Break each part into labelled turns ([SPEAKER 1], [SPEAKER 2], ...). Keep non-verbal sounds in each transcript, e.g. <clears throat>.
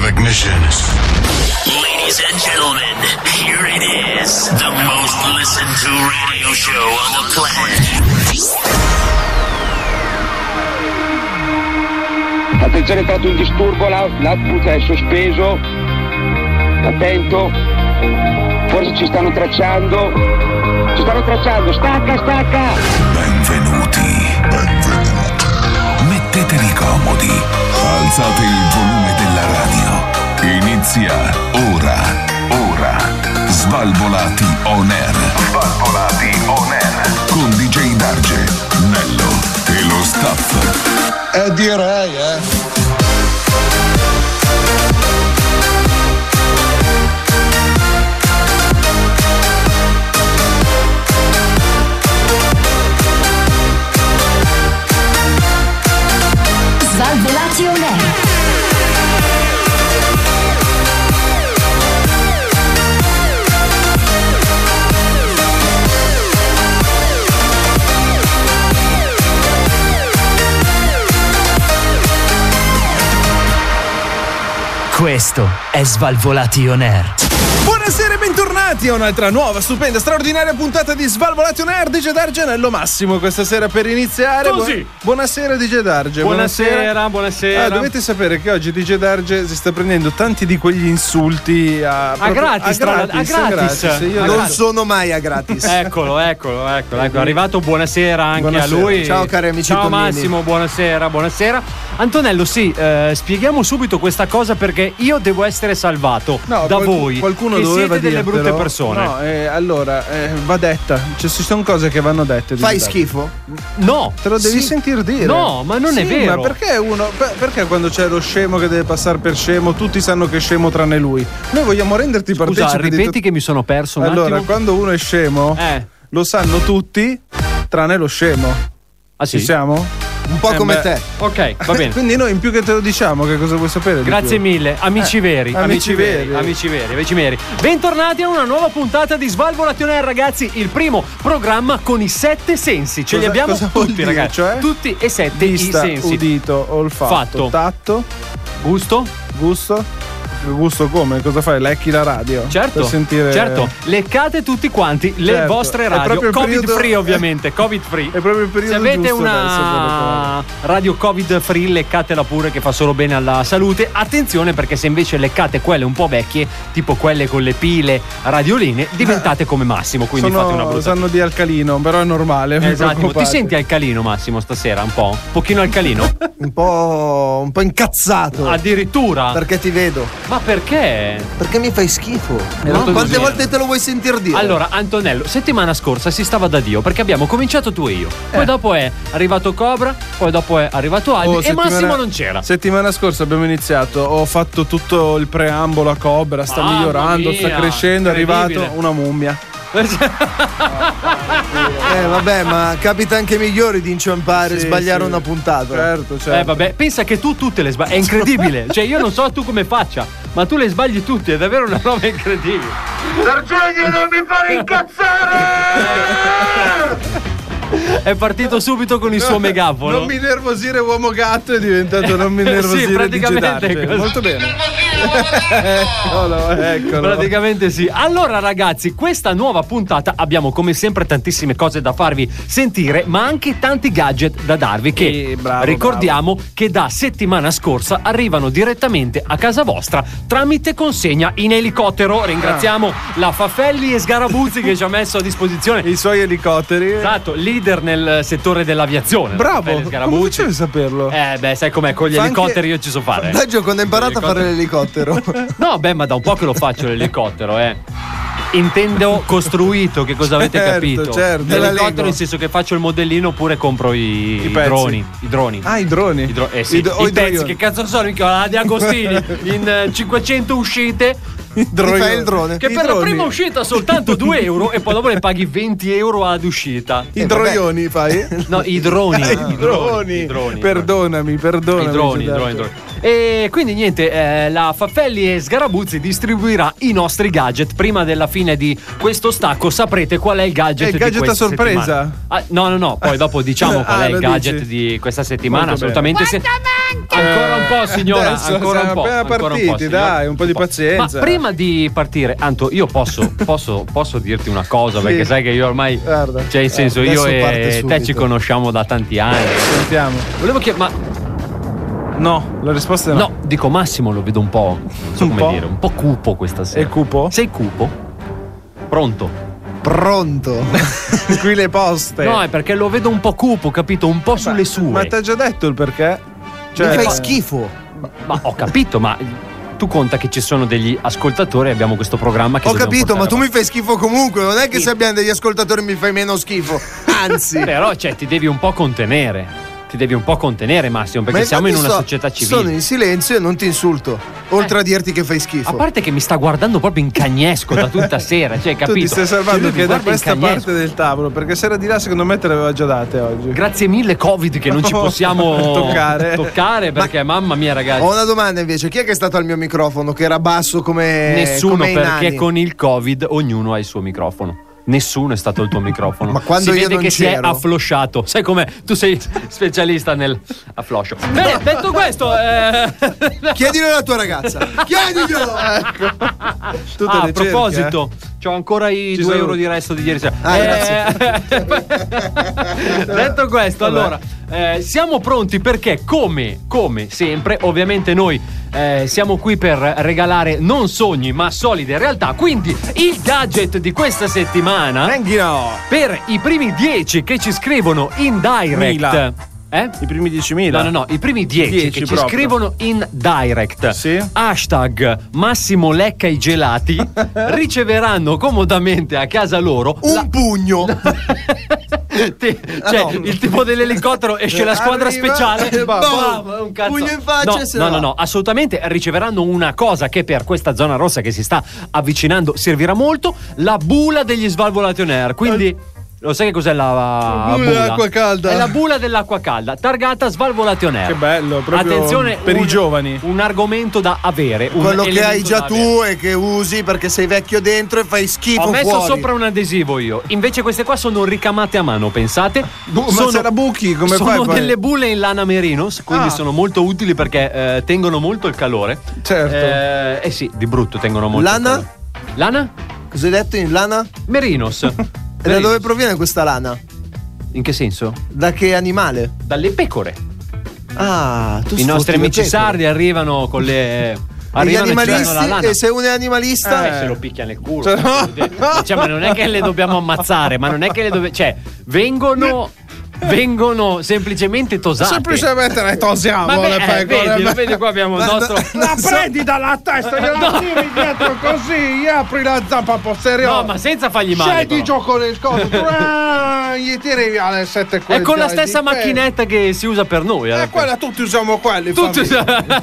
[SPEAKER 1] Visions.
[SPEAKER 2] Ladies and gentlemen, here it is, the most listened to radio show on the planet.
[SPEAKER 3] Attenzione, è entrato un disturbo, l'out- l'output è sospeso. Attento. Forse ci stanno tracciando. Ci stanno tracciando. Stacca, stacca.
[SPEAKER 4] Benvenuti. Benvenuti. Mettetevi comodi. Alzate il volume della radio. Inizia ora. Ora. Svalvolati on air. Svalvolati on air. Con DJ Darge, Nello e lo staff.
[SPEAKER 5] Eh direi, eh.
[SPEAKER 6] Svalvolati on air.
[SPEAKER 7] Questo è Svalvolati On Air.
[SPEAKER 8] Buonasera e bentornati a un'altra nuova, stupenda, straordinaria puntata di Svalvolati on Air. DJ Darge Nello Massimo questa sera per iniziare.
[SPEAKER 9] Così.
[SPEAKER 8] Buon- buonasera DJ Darge.
[SPEAKER 9] Buonasera, buonasera.
[SPEAKER 8] Ah, dovete sapere che oggi DJ Darge si sta prendendo tanti di quegli insulti a, proprio-
[SPEAKER 9] gratis, tra l'altro, a gratis.
[SPEAKER 8] Io
[SPEAKER 9] A
[SPEAKER 8] non
[SPEAKER 9] gratis.
[SPEAKER 8] sono mai a gratis.
[SPEAKER 9] Eccolo, eccolo, eccolo, ecco, È arrivato buonasera anche
[SPEAKER 8] Buonasera.
[SPEAKER 9] a lui.
[SPEAKER 10] Ciao, cari amici
[SPEAKER 9] Ciao
[SPEAKER 10] Tonini.
[SPEAKER 9] Massimo, buonasera, buonasera. Antonello, sì, eh, spieghiamo subito questa cosa perché io devo essere salvato
[SPEAKER 8] No,
[SPEAKER 9] da
[SPEAKER 8] qualcu-
[SPEAKER 9] voi.
[SPEAKER 8] Qualcuno
[SPEAKER 9] che
[SPEAKER 8] doveva
[SPEAKER 9] siete delle
[SPEAKER 8] dirtelo.
[SPEAKER 9] brutte persone.
[SPEAKER 8] No, eh, allora, eh, va detta. Cioè, ci sono cose che vanno dette.
[SPEAKER 10] Fai
[SPEAKER 8] DJ Darge.
[SPEAKER 10] schifo?
[SPEAKER 9] No,
[SPEAKER 8] Te lo devi
[SPEAKER 9] Sì.
[SPEAKER 8] sentir dire.
[SPEAKER 9] No, ma non è
[SPEAKER 8] Sì,
[SPEAKER 9] vero.
[SPEAKER 8] Ma perché uno. per- perché quando c'è lo scemo che deve passare per scemo, tutti sanno che è scemo tranne lui. Noi vogliamo renderti partecipe.
[SPEAKER 9] Scusa,
[SPEAKER 8] di
[SPEAKER 9] ripeti
[SPEAKER 8] tut-
[SPEAKER 9] che mi sono perso un
[SPEAKER 8] Allora,
[SPEAKER 9] attimo.
[SPEAKER 8] quando uno è scemo,
[SPEAKER 9] Eh.
[SPEAKER 8] lo sanno tutti, tranne lo scemo.
[SPEAKER 9] Ah sì.
[SPEAKER 8] Ci siamo?
[SPEAKER 10] Un po'
[SPEAKER 8] Eh,
[SPEAKER 10] come
[SPEAKER 8] beh.
[SPEAKER 10] te.
[SPEAKER 9] Ok, va bene.
[SPEAKER 8] <laughs> Quindi noi in più che te lo diciamo, che cosa vuoi sapere? di
[SPEAKER 9] Grazie
[SPEAKER 8] più?
[SPEAKER 9] mille, amici
[SPEAKER 8] Eh,
[SPEAKER 9] veri, amici,
[SPEAKER 8] amici
[SPEAKER 9] veri,
[SPEAKER 8] veri.
[SPEAKER 9] amici veri, amici veri. Bentornati a una nuova puntata di Svalvolation Air, ragazzi. Il primo programma con i sette sensi. Ce li
[SPEAKER 8] Cosa-
[SPEAKER 9] abbiamo
[SPEAKER 8] cosa vuol
[SPEAKER 9] tutti,
[SPEAKER 8] dire,
[SPEAKER 9] ragazzi.
[SPEAKER 8] cioè?
[SPEAKER 9] Tutti e sette
[SPEAKER 8] Vista,
[SPEAKER 9] i sensi.
[SPEAKER 8] udito, olfatto,
[SPEAKER 9] Fatto.
[SPEAKER 8] tatto,
[SPEAKER 9] Gusto?
[SPEAKER 8] gusto. Gusto come? Cosa fai? Lecchi la radio?
[SPEAKER 9] Certo,
[SPEAKER 8] Per sentire...
[SPEAKER 9] certo. Leccate tutti quanti le
[SPEAKER 8] Certo, è
[SPEAKER 9] vostre
[SPEAKER 8] proprio
[SPEAKER 9] radio.
[SPEAKER 8] il
[SPEAKER 9] Covid
[SPEAKER 8] periodo-
[SPEAKER 9] free, ovviamente.
[SPEAKER 8] <laughs>
[SPEAKER 9] Covid free.
[SPEAKER 8] È proprio il periodo
[SPEAKER 9] Se avete
[SPEAKER 8] giusto adesso per le
[SPEAKER 9] una radio Covid free, leccatela pure che fa solo bene alla salute. Attenzione perché se invece leccate quelle un po' vecchie, tipo quelle con le pile radioline, diventate come Massimo. Quindi
[SPEAKER 8] Eh. Sono-
[SPEAKER 9] fate una brutta.
[SPEAKER 8] sanno di alcalino, però è normale. non
[SPEAKER 9] Esatto, tipo, ti
[SPEAKER 8] preoccupate.
[SPEAKER 9] senti alcalino Massimo stasera un po'? Un pochino
[SPEAKER 8] <laughs>
[SPEAKER 9] alcalino?
[SPEAKER 10] Un po'. un po' incazzato.
[SPEAKER 9] Addirittura?
[SPEAKER 10] Perché ti vedo.
[SPEAKER 9] Ma perché?
[SPEAKER 10] Perché mi fai schifo? No?
[SPEAKER 9] tutto
[SPEAKER 10] Quante
[SPEAKER 9] così.
[SPEAKER 10] volte te lo vuoi sentir dire?
[SPEAKER 9] Allora, Antonello, settimana scorsa si stava da Dio perché abbiamo cominciato tu e io. Poi dopo è arrivato Cobra, poi dopo è arrivato Aldi
[SPEAKER 8] Eh. Oh,
[SPEAKER 9] e
[SPEAKER 8] settimana-
[SPEAKER 9] Massimo non c'era.
[SPEAKER 8] <laughs> Settimana scorsa abbiamo iniziato, ho fatto tutto il preambolo a Cobra, sta
[SPEAKER 9] Mamma
[SPEAKER 8] migliorando,
[SPEAKER 9] mia,
[SPEAKER 8] sta crescendo, è arrivato
[SPEAKER 9] incredibile.
[SPEAKER 8] una mummia.
[SPEAKER 10] Eh, vabbè, ma capita anche ai migliori di inciampare e
[SPEAKER 8] Sì,
[SPEAKER 10] sbagliare
[SPEAKER 8] sì.
[SPEAKER 10] una puntata.
[SPEAKER 8] Certo, certo.
[SPEAKER 9] Eh vabbè, pensa che tu tutte le sbagli, è incredibile. cioè io non so tu come faccia, ma tu le sbagli tutte, è davvero una roba incredibile.
[SPEAKER 3] Sergenio, non mi fare incazzare!
[SPEAKER 9] È partito subito con il
[SPEAKER 8] <laughs>
[SPEAKER 9] suo megafono.
[SPEAKER 8] Non mi nervosire uomo gatto è diventato non
[SPEAKER 9] <laughs>
[SPEAKER 8] mi
[SPEAKER 9] Sì,
[SPEAKER 8] nervosire
[SPEAKER 9] praticamente è
[SPEAKER 8] di
[SPEAKER 9] così.
[SPEAKER 8] Molto bene. eh, Eccolo, eccolo.
[SPEAKER 9] Praticamente sì. Allora, ragazzi, questa nuova puntata abbiamo come sempre tantissime cose da farvi sentire, ma anche tanti gadget da darvi. Che
[SPEAKER 8] Sì, bravo,
[SPEAKER 9] ricordiamo che da settimana scorsa arrivano direttamente a casa vostra tramite consegna in
[SPEAKER 10] Ah.
[SPEAKER 9] elicottero. Ringraziamo la Fafelli e Sgarabuzzi che ci ha messo a disposizione.
[SPEAKER 10] <laughs>
[SPEAKER 8] I suoi elicotteri.
[SPEAKER 9] Esatto, leader nel settore dell'aviazione.
[SPEAKER 8] Bravo.
[SPEAKER 9] Raffaele
[SPEAKER 8] Come
[SPEAKER 9] Sgarabuzzi.
[SPEAKER 8] facevi a saperlo?
[SPEAKER 9] Eh, beh, sai com'è, con gli
[SPEAKER 10] Fa anche-
[SPEAKER 9] elicotteri io ci so fare.
[SPEAKER 10] Daggio quando ha imparato a fare <laughs> l'elicottero. Eh,
[SPEAKER 9] No, beh, ma da un po' che lo faccio l'elicottero, eh. Intendo costruito, che cosa avete
[SPEAKER 8] Certo,
[SPEAKER 9] capito?
[SPEAKER 8] certo. Della Lego.
[SPEAKER 9] L'elicottero nel senso che faccio il modellino oppure compro i,
[SPEAKER 8] I
[SPEAKER 9] i
[SPEAKER 8] pezzi.
[SPEAKER 9] droni. I droni.
[SPEAKER 8] Ah, i droni.
[SPEAKER 9] I dro- eh sì,
[SPEAKER 8] I dro- o
[SPEAKER 9] i,
[SPEAKER 8] i
[SPEAKER 9] pezzi,
[SPEAKER 8] droni.
[SPEAKER 9] che cazzo sono? Mica la di
[SPEAKER 8] <laughs>
[SPEAKER 9] Agostini in eh, 500 uscite.
[SPEAKER 10] Ti fai il drone.
[SPEAKER 9] Che
[SPEAKER 8] I
[SPEAKER 9] per la
[SPEAKER 8] droni.
[SPEAKER 9] prima uscita soltanto 2 euro e poi dopo ne paghi 20 euro ad uscita.
[SPEAKER 8] I droioni fai?
[SPEAKER 9] No, i droni.
[SPEAKER 8] <laughs> I droni.
[SPEAKER 9] I droni.
[SPEAKER 8] Perdonami, perdonami.
[SPEAKER 9] I droni, i
[SPEAKER 8] Giuseppe.
[SPEAKER 9] droni, i droni. E quindi niente, eh, la Faffelli e Sgarabuzzi distribuirà i nostri gadget. Prima della fine di questo stacco saprete qual è il gadget
[SPEAKER 8] È Eh, il
[SPEAKER 9] di
[SPEAKER 8] gadget a
[SPEAKER 9] questa
[SPEAKER 8] sorpresa?
[SPEAKER 9] settimana. Ah, no, no, no, poi
[SPEAKER 8] <laughs>
[SPEAKER 9] dopo diciamo qual
[SPEAKER 8] Ah,
[SPEAKER 9] è il
[SPEAKER 8] lo
[SPEAKER 9] gadget
[SPEAKER 8] dici?
[SPEAKER 9] di questa settimana,
[SPEAKER 8] Molto bene.
[SPEAKER 9] assolutamente se- Ancora un po', signora,
[SPEAKER 8] Adesso
[SPEAKER 9] ancora un
[SPEAKER 8] siamo
[SPEAKER 9] po'.
[SPEAKER 8] appena
[SPEAKER 9] ancora un po',
[SPEAKER 8] partiti,
[SPEAKER 9] signora.
[SPEAKER 8] dai, un po' di pazienza.
[SPEAKER 9] Ma prima di partire, Anto, io posso,
[SPEAKER 8] <laughs>
[SPEAKER 9] posso- posso dirti una cosa,
[SPEAKER 8] Sì.
[SPEAKER 9] perché sai che io ormai
[SPEAKER 8] Guarda. eh,
[SPEAKER 9] cioè, in senso io
[SPEAKER 10] Adesso parte
[SPEAKER 9] e te
[SPEAKER 10] subito.
[SPEAKER 9] ci conosciamo da tanti anni.
[SPEAKER 8] Sentiamo.
[SPEAKER 9] Volevo chiedere, ma
[SPEAKER 8] No, la risposta è no.
[SPEAKER 9] No, dico Massimo lo vedo un po'. Non so
[SPEAKER 8] Un
[SPEAKER 9] come
[SPEAKER 8] po'?
[SPEAKER 9] dire, un po' cupo questa sera.
[SPEAKER 8] È cupo?
[SPEAKER 9] Sei cupo? Pronto?
[SPEAKER 10] <laughs> <laughs> Pronto.
[SPEAKER 8] Qui le poste.
[SPEAKER 9] No, è perché lo vedo un po' cupo, capito? Un po' sulle sue.
[SPEAKER 8] Ma ti ha già detto il perché?
[SPEAKER 10] Mi fai
[SPEAKER 8] eh,
[SPEAKER 10] schifo.
[SPEAKER 9] Ma ho capito, ma tu conta che ci sono degli ascoltatori e abbiamo questo programma che
[SPEAKER 10] Ho
[SPEAKER 9] dobbiamo
[SPEAKER 10] capito, ma
[SPEAKER 9] portare
[SPEAKER 10] tu mi
[SPEAKER 9] avanti.
[SPEAKER 10] fai schifo comunque. Non è che se abbiamo degli ascoltatori mi fai meno schifo. Anzi.
[SPEAKER 9] Però, cioè, ti devi un po' contenere. Ti devi un po' contenere, Massimo, perché
[SPEAKER 10] Ma
[SPEAKER 9] siamo in
[SPEAKER 10] infatti
[SPEAKER 9] una
[SPEAKER 10] sto-
[SPEAKER 9] società civile.
[SPEAKER 10] Sono in silenzio e non ti insulto. Oltre
[SPEAKER 9] Eh.
[SPEAKER 10] a dirti che fai
[SPEAKER 9] A
[SPEAKER 10] schifo.
[SPEAKER 9] parte che mi sta guardando proprio in cagnesco da tutta sera, cioè,
[SPEAKER 8] Tu
[SPEAKER 9] capito?
[SPEAKER 8] ti stai salvando
[SPEAKER 9] Lui mi
[SPEAKER 8] che da
[SPEAKER 9] guarda in
[SPEAKER 8] questa
[SPEAKER 9] cagnesco.
[SPEAKER 8] parte del tavolo, perché se era di là, secondo me te le aveva già date oggi.
[SPEAKER 9] Grazie mille, Covid, che
[SPEAKER 10] <laughs>
[SPEAKER 9] non ci possiamo
[SPEAKER 8] Toccare.
[SPEAKER 9] toccare, perché mamma mia, ragazzi.
[SPEAKER 10] Ho una domanda invece. Chi è che è stato al mio microfono che era basso come.
[SPEAKER 9] Nessuno,
[SPEAKER 10] eh, come i
[SPEAKER 9] perché
[SPEAKER 10] nani?
[SPEAKER 9] con il Covid ognuno ha il suo microfono. Nessuno è stato il tuo microfono.
[SPEAKER 10] Ma quando
[SPEAKER 9] si
[SPEAKER 10] io
[SPEAKER 9] vede
[SPEAKER 10] non
[SPEAKER 9] che si è
[SPEAKER 10] c'ero.
[SPEAKER 9] afflosciato. Sai com'è? Tu sei <laughs> specialista nel affloscio. Bene, detto questo, eh...
[SPEAKER 10] Chiedilo alla tua
[SPEAKER 9] <laughs>
[SPEAKER 10] ragazza. Chiediglielo.
[SPEAKER 8] Tu te
[SPEAKER 9] ah, a
[SPEAKER 8] le cerchi, eh?
[SPEAKER 9] proposito, c'ho ancora i
[SPEAKER 8] Ci
[SPEAKER 9] 2
[SPEAKER 8] sono-
[SPEAKER 9] euro di resto di ieri sera.
[SPEAKER 10] Ah,
[SPEAKER 9] Eh, <laughs> Detto questo,
[SPEAKER 8] Vabbè.
[SPEAKER 9] allora, eh, siamo pronti perché, come, come sempre, ovviamente noi eh, siamo qui per regalare non sogni ma solide realtà. Quindi il gadget di questa settimana per i primi 10 che ci scrivono in direct.
[SPEAKER 8] Mila.
[SPEAKER 9] Eh?
[SPEAKER 8] I primi 10.000.
[SPEAKER 9] No, no, no, i primi 10
[SPEAKER 8] Dieci
[SPEAKER 9] che ci
[SPEAKER 8] proprio.
[SPEAKER 9] scrivono in direct.
[SPEAKER 8] Sì.
[SPEAKER 9] Hashtag Massimo Lecca i
[SPEAKER 8] <laughs>
[SPEAKER 9] gelati riceveranno comodamente a casa loro
[SPEAKER 10] Un
[SPEAKER 9] la- <laughs>
[SPEAKER 10] pugno.
[SPEAKER 9] Ti-
[SPEAKER 10] Ah,
[SPEAKER 9] cioè,
[SPEAKER 10] no.
[SPEAKER 9] il tipo dell'elicottero esce la squadra
[SPEAKER 10] Arriva,
[SPEAKER 9] speciale.
[SPEAKER 10] <laughs> e
[SPEAKER 9] bam,
[SPEAKER 10] bam,
[SPEAKER 9] bam, un cazzo.
[SPEAKER 10] pugno in faccia
[SPEAKER 9] No,
[SPEAKER 10] e se
[SPEAKER 9] no,
[SPEAKER 10] ne
[SPEAKER 9] no,
[SPEAKER 10] va.
[SPEAKER 9] no, assolutamente riceveranno una cosa che per questa zona rossa che si sta avvicinando servirà molto, la bula degli svalvolati on air. Quindi lo sai che cos'è la
[SPEAKER 10] La bula
[SPEAKER 9] bula?
[SPEAKER 10] dell'acqua calda.
[SPEAKER 9] È la bula dell'acqua calda, targata svalvolati on air.
[SPEAKER 8] Che bello, proprio
[SPEAKER 9] Attenzione
[SPEAKER 8] per i
[SPEAKER 9] un-
[SPEAKER 8] giovani.
[SPEAKER 9] Un argomento da avere, un
[SPEAKER 10] Quello che hai
[SPEAKER 9] elemento
[SPEAKER 10] già
[SPEAKER 9] da avere.
[SPEAKER 10] tu e che usi perché sei vecchio dentro e fai schifo.
[SPEAKER 9] Ho messo
[SPEAKER 10] fuori.
[SPEAKER 9] sopra un adesivo io. Invece queste qua sono ricamate a mano, pensate.
[SPEAKER 8] Bu- ma se la buchi, come
[SPEAKER 9] sono
[SPEAKER 8] fai poi?
[SPEAKER 9] delle bulle in lana merino, s- quindi
[SPEAKER 8] Ah.
[SPEAKER 9] sono molto utili perché eh, tengono molto il calore.
[SPEAKER 8] Certo.
[SPEAKER 9] Eh, eh sì, di brutto tengono molto. il
[SPEAKER 10] Lana?
[SPEAKER 9] calore. Lana?
[SPEAKER 10] Cos'hai detto in lana?
[SPEAKER 9] Merinos.
[SPEAKER 10] E da
[SPEAKER 9] Merinos.
[SPEAKER 10] dove proviene questa lana?
[SPEAKER 9] In che senso?
[SPEAKER 10] Da che animale?
[SPEAKER 9] Dalle pecore.
[SPEAKER 10] Ah, tu
[SPEAKER 9] I nostri
[SPEAKER 10] sfrutti le
[SPEAKER 9] amici
[SPEAKER 10] pecore.
[SPEAKER 9] sardi arrivano con le.
[SPEAKER 10] E Gli
[SPEAKER 9] Arrivano e ci danno la
[SPEAKER 10] animalisti,
[SPEAKER 9] lana.
[SPEAKER 10] e se uno è animalista,
[SPEAKER 9] Eh,
[SPEAKER 8] Eh.
[SPEAKER 9] se lo picchia nel culo.
[SPEAKER 8] Cioè, no. <laughs>
[SPEAKER 9] Cioè, ma non è che le dobbiamo ammazzare, ma non è che le dobbiamo. Cioè,
[SPEAKER 8] <laughs>
[SPEAKER 9] vengono. Vengono semplicemente tosate.
[SPEAKER 8] Semplicemente le tosiamo
[SPEAKER 9] Ma
[SPEAKER 8] le
[SPEAKER 9] beh, eh,
[SPEAKER 8] pecore.
[SPEAKER 9] vedi, lo
[SPEAKER 8] <laughs>
[SPEAKER 9] vedi qua abbiamo il nostro.
[SPEAKER 8] La prendi dalla testa,
[SPEAKER 9] <laughs>
[SPEAKER 8] gliela
[SPEAKER 9] No.
[SPEAKER 8] tiri dietro così, apri la zampa posteriore.
[SPEAKER 9] No, ma senza fargli male.
[SPEAKER 8] Scendi
[SPEAKER 9] però.
[SPEAKER 8] gioco
[SPEAKER 9] <laughs>
[SPEAKER 8] del coso, tra, gli tiri via le sette
[SPEAKER 9] È
[SPEAKER 8] quelle
[SPEAKER 9] con la
[SPEAKER 8] di
[SPEAKER 9] stessa
[SPEAKER 8] ferro.
[SPEAKER 9] macchinetta che si usa per noi. alla
[SPEAKER 8] Eh,
[SPEAKER 9] fine.
[SPEAKER 8] quella tutti usiamo quelli.
[SPEAKER 9] Tutti
[SPEAKER 8] famiglia.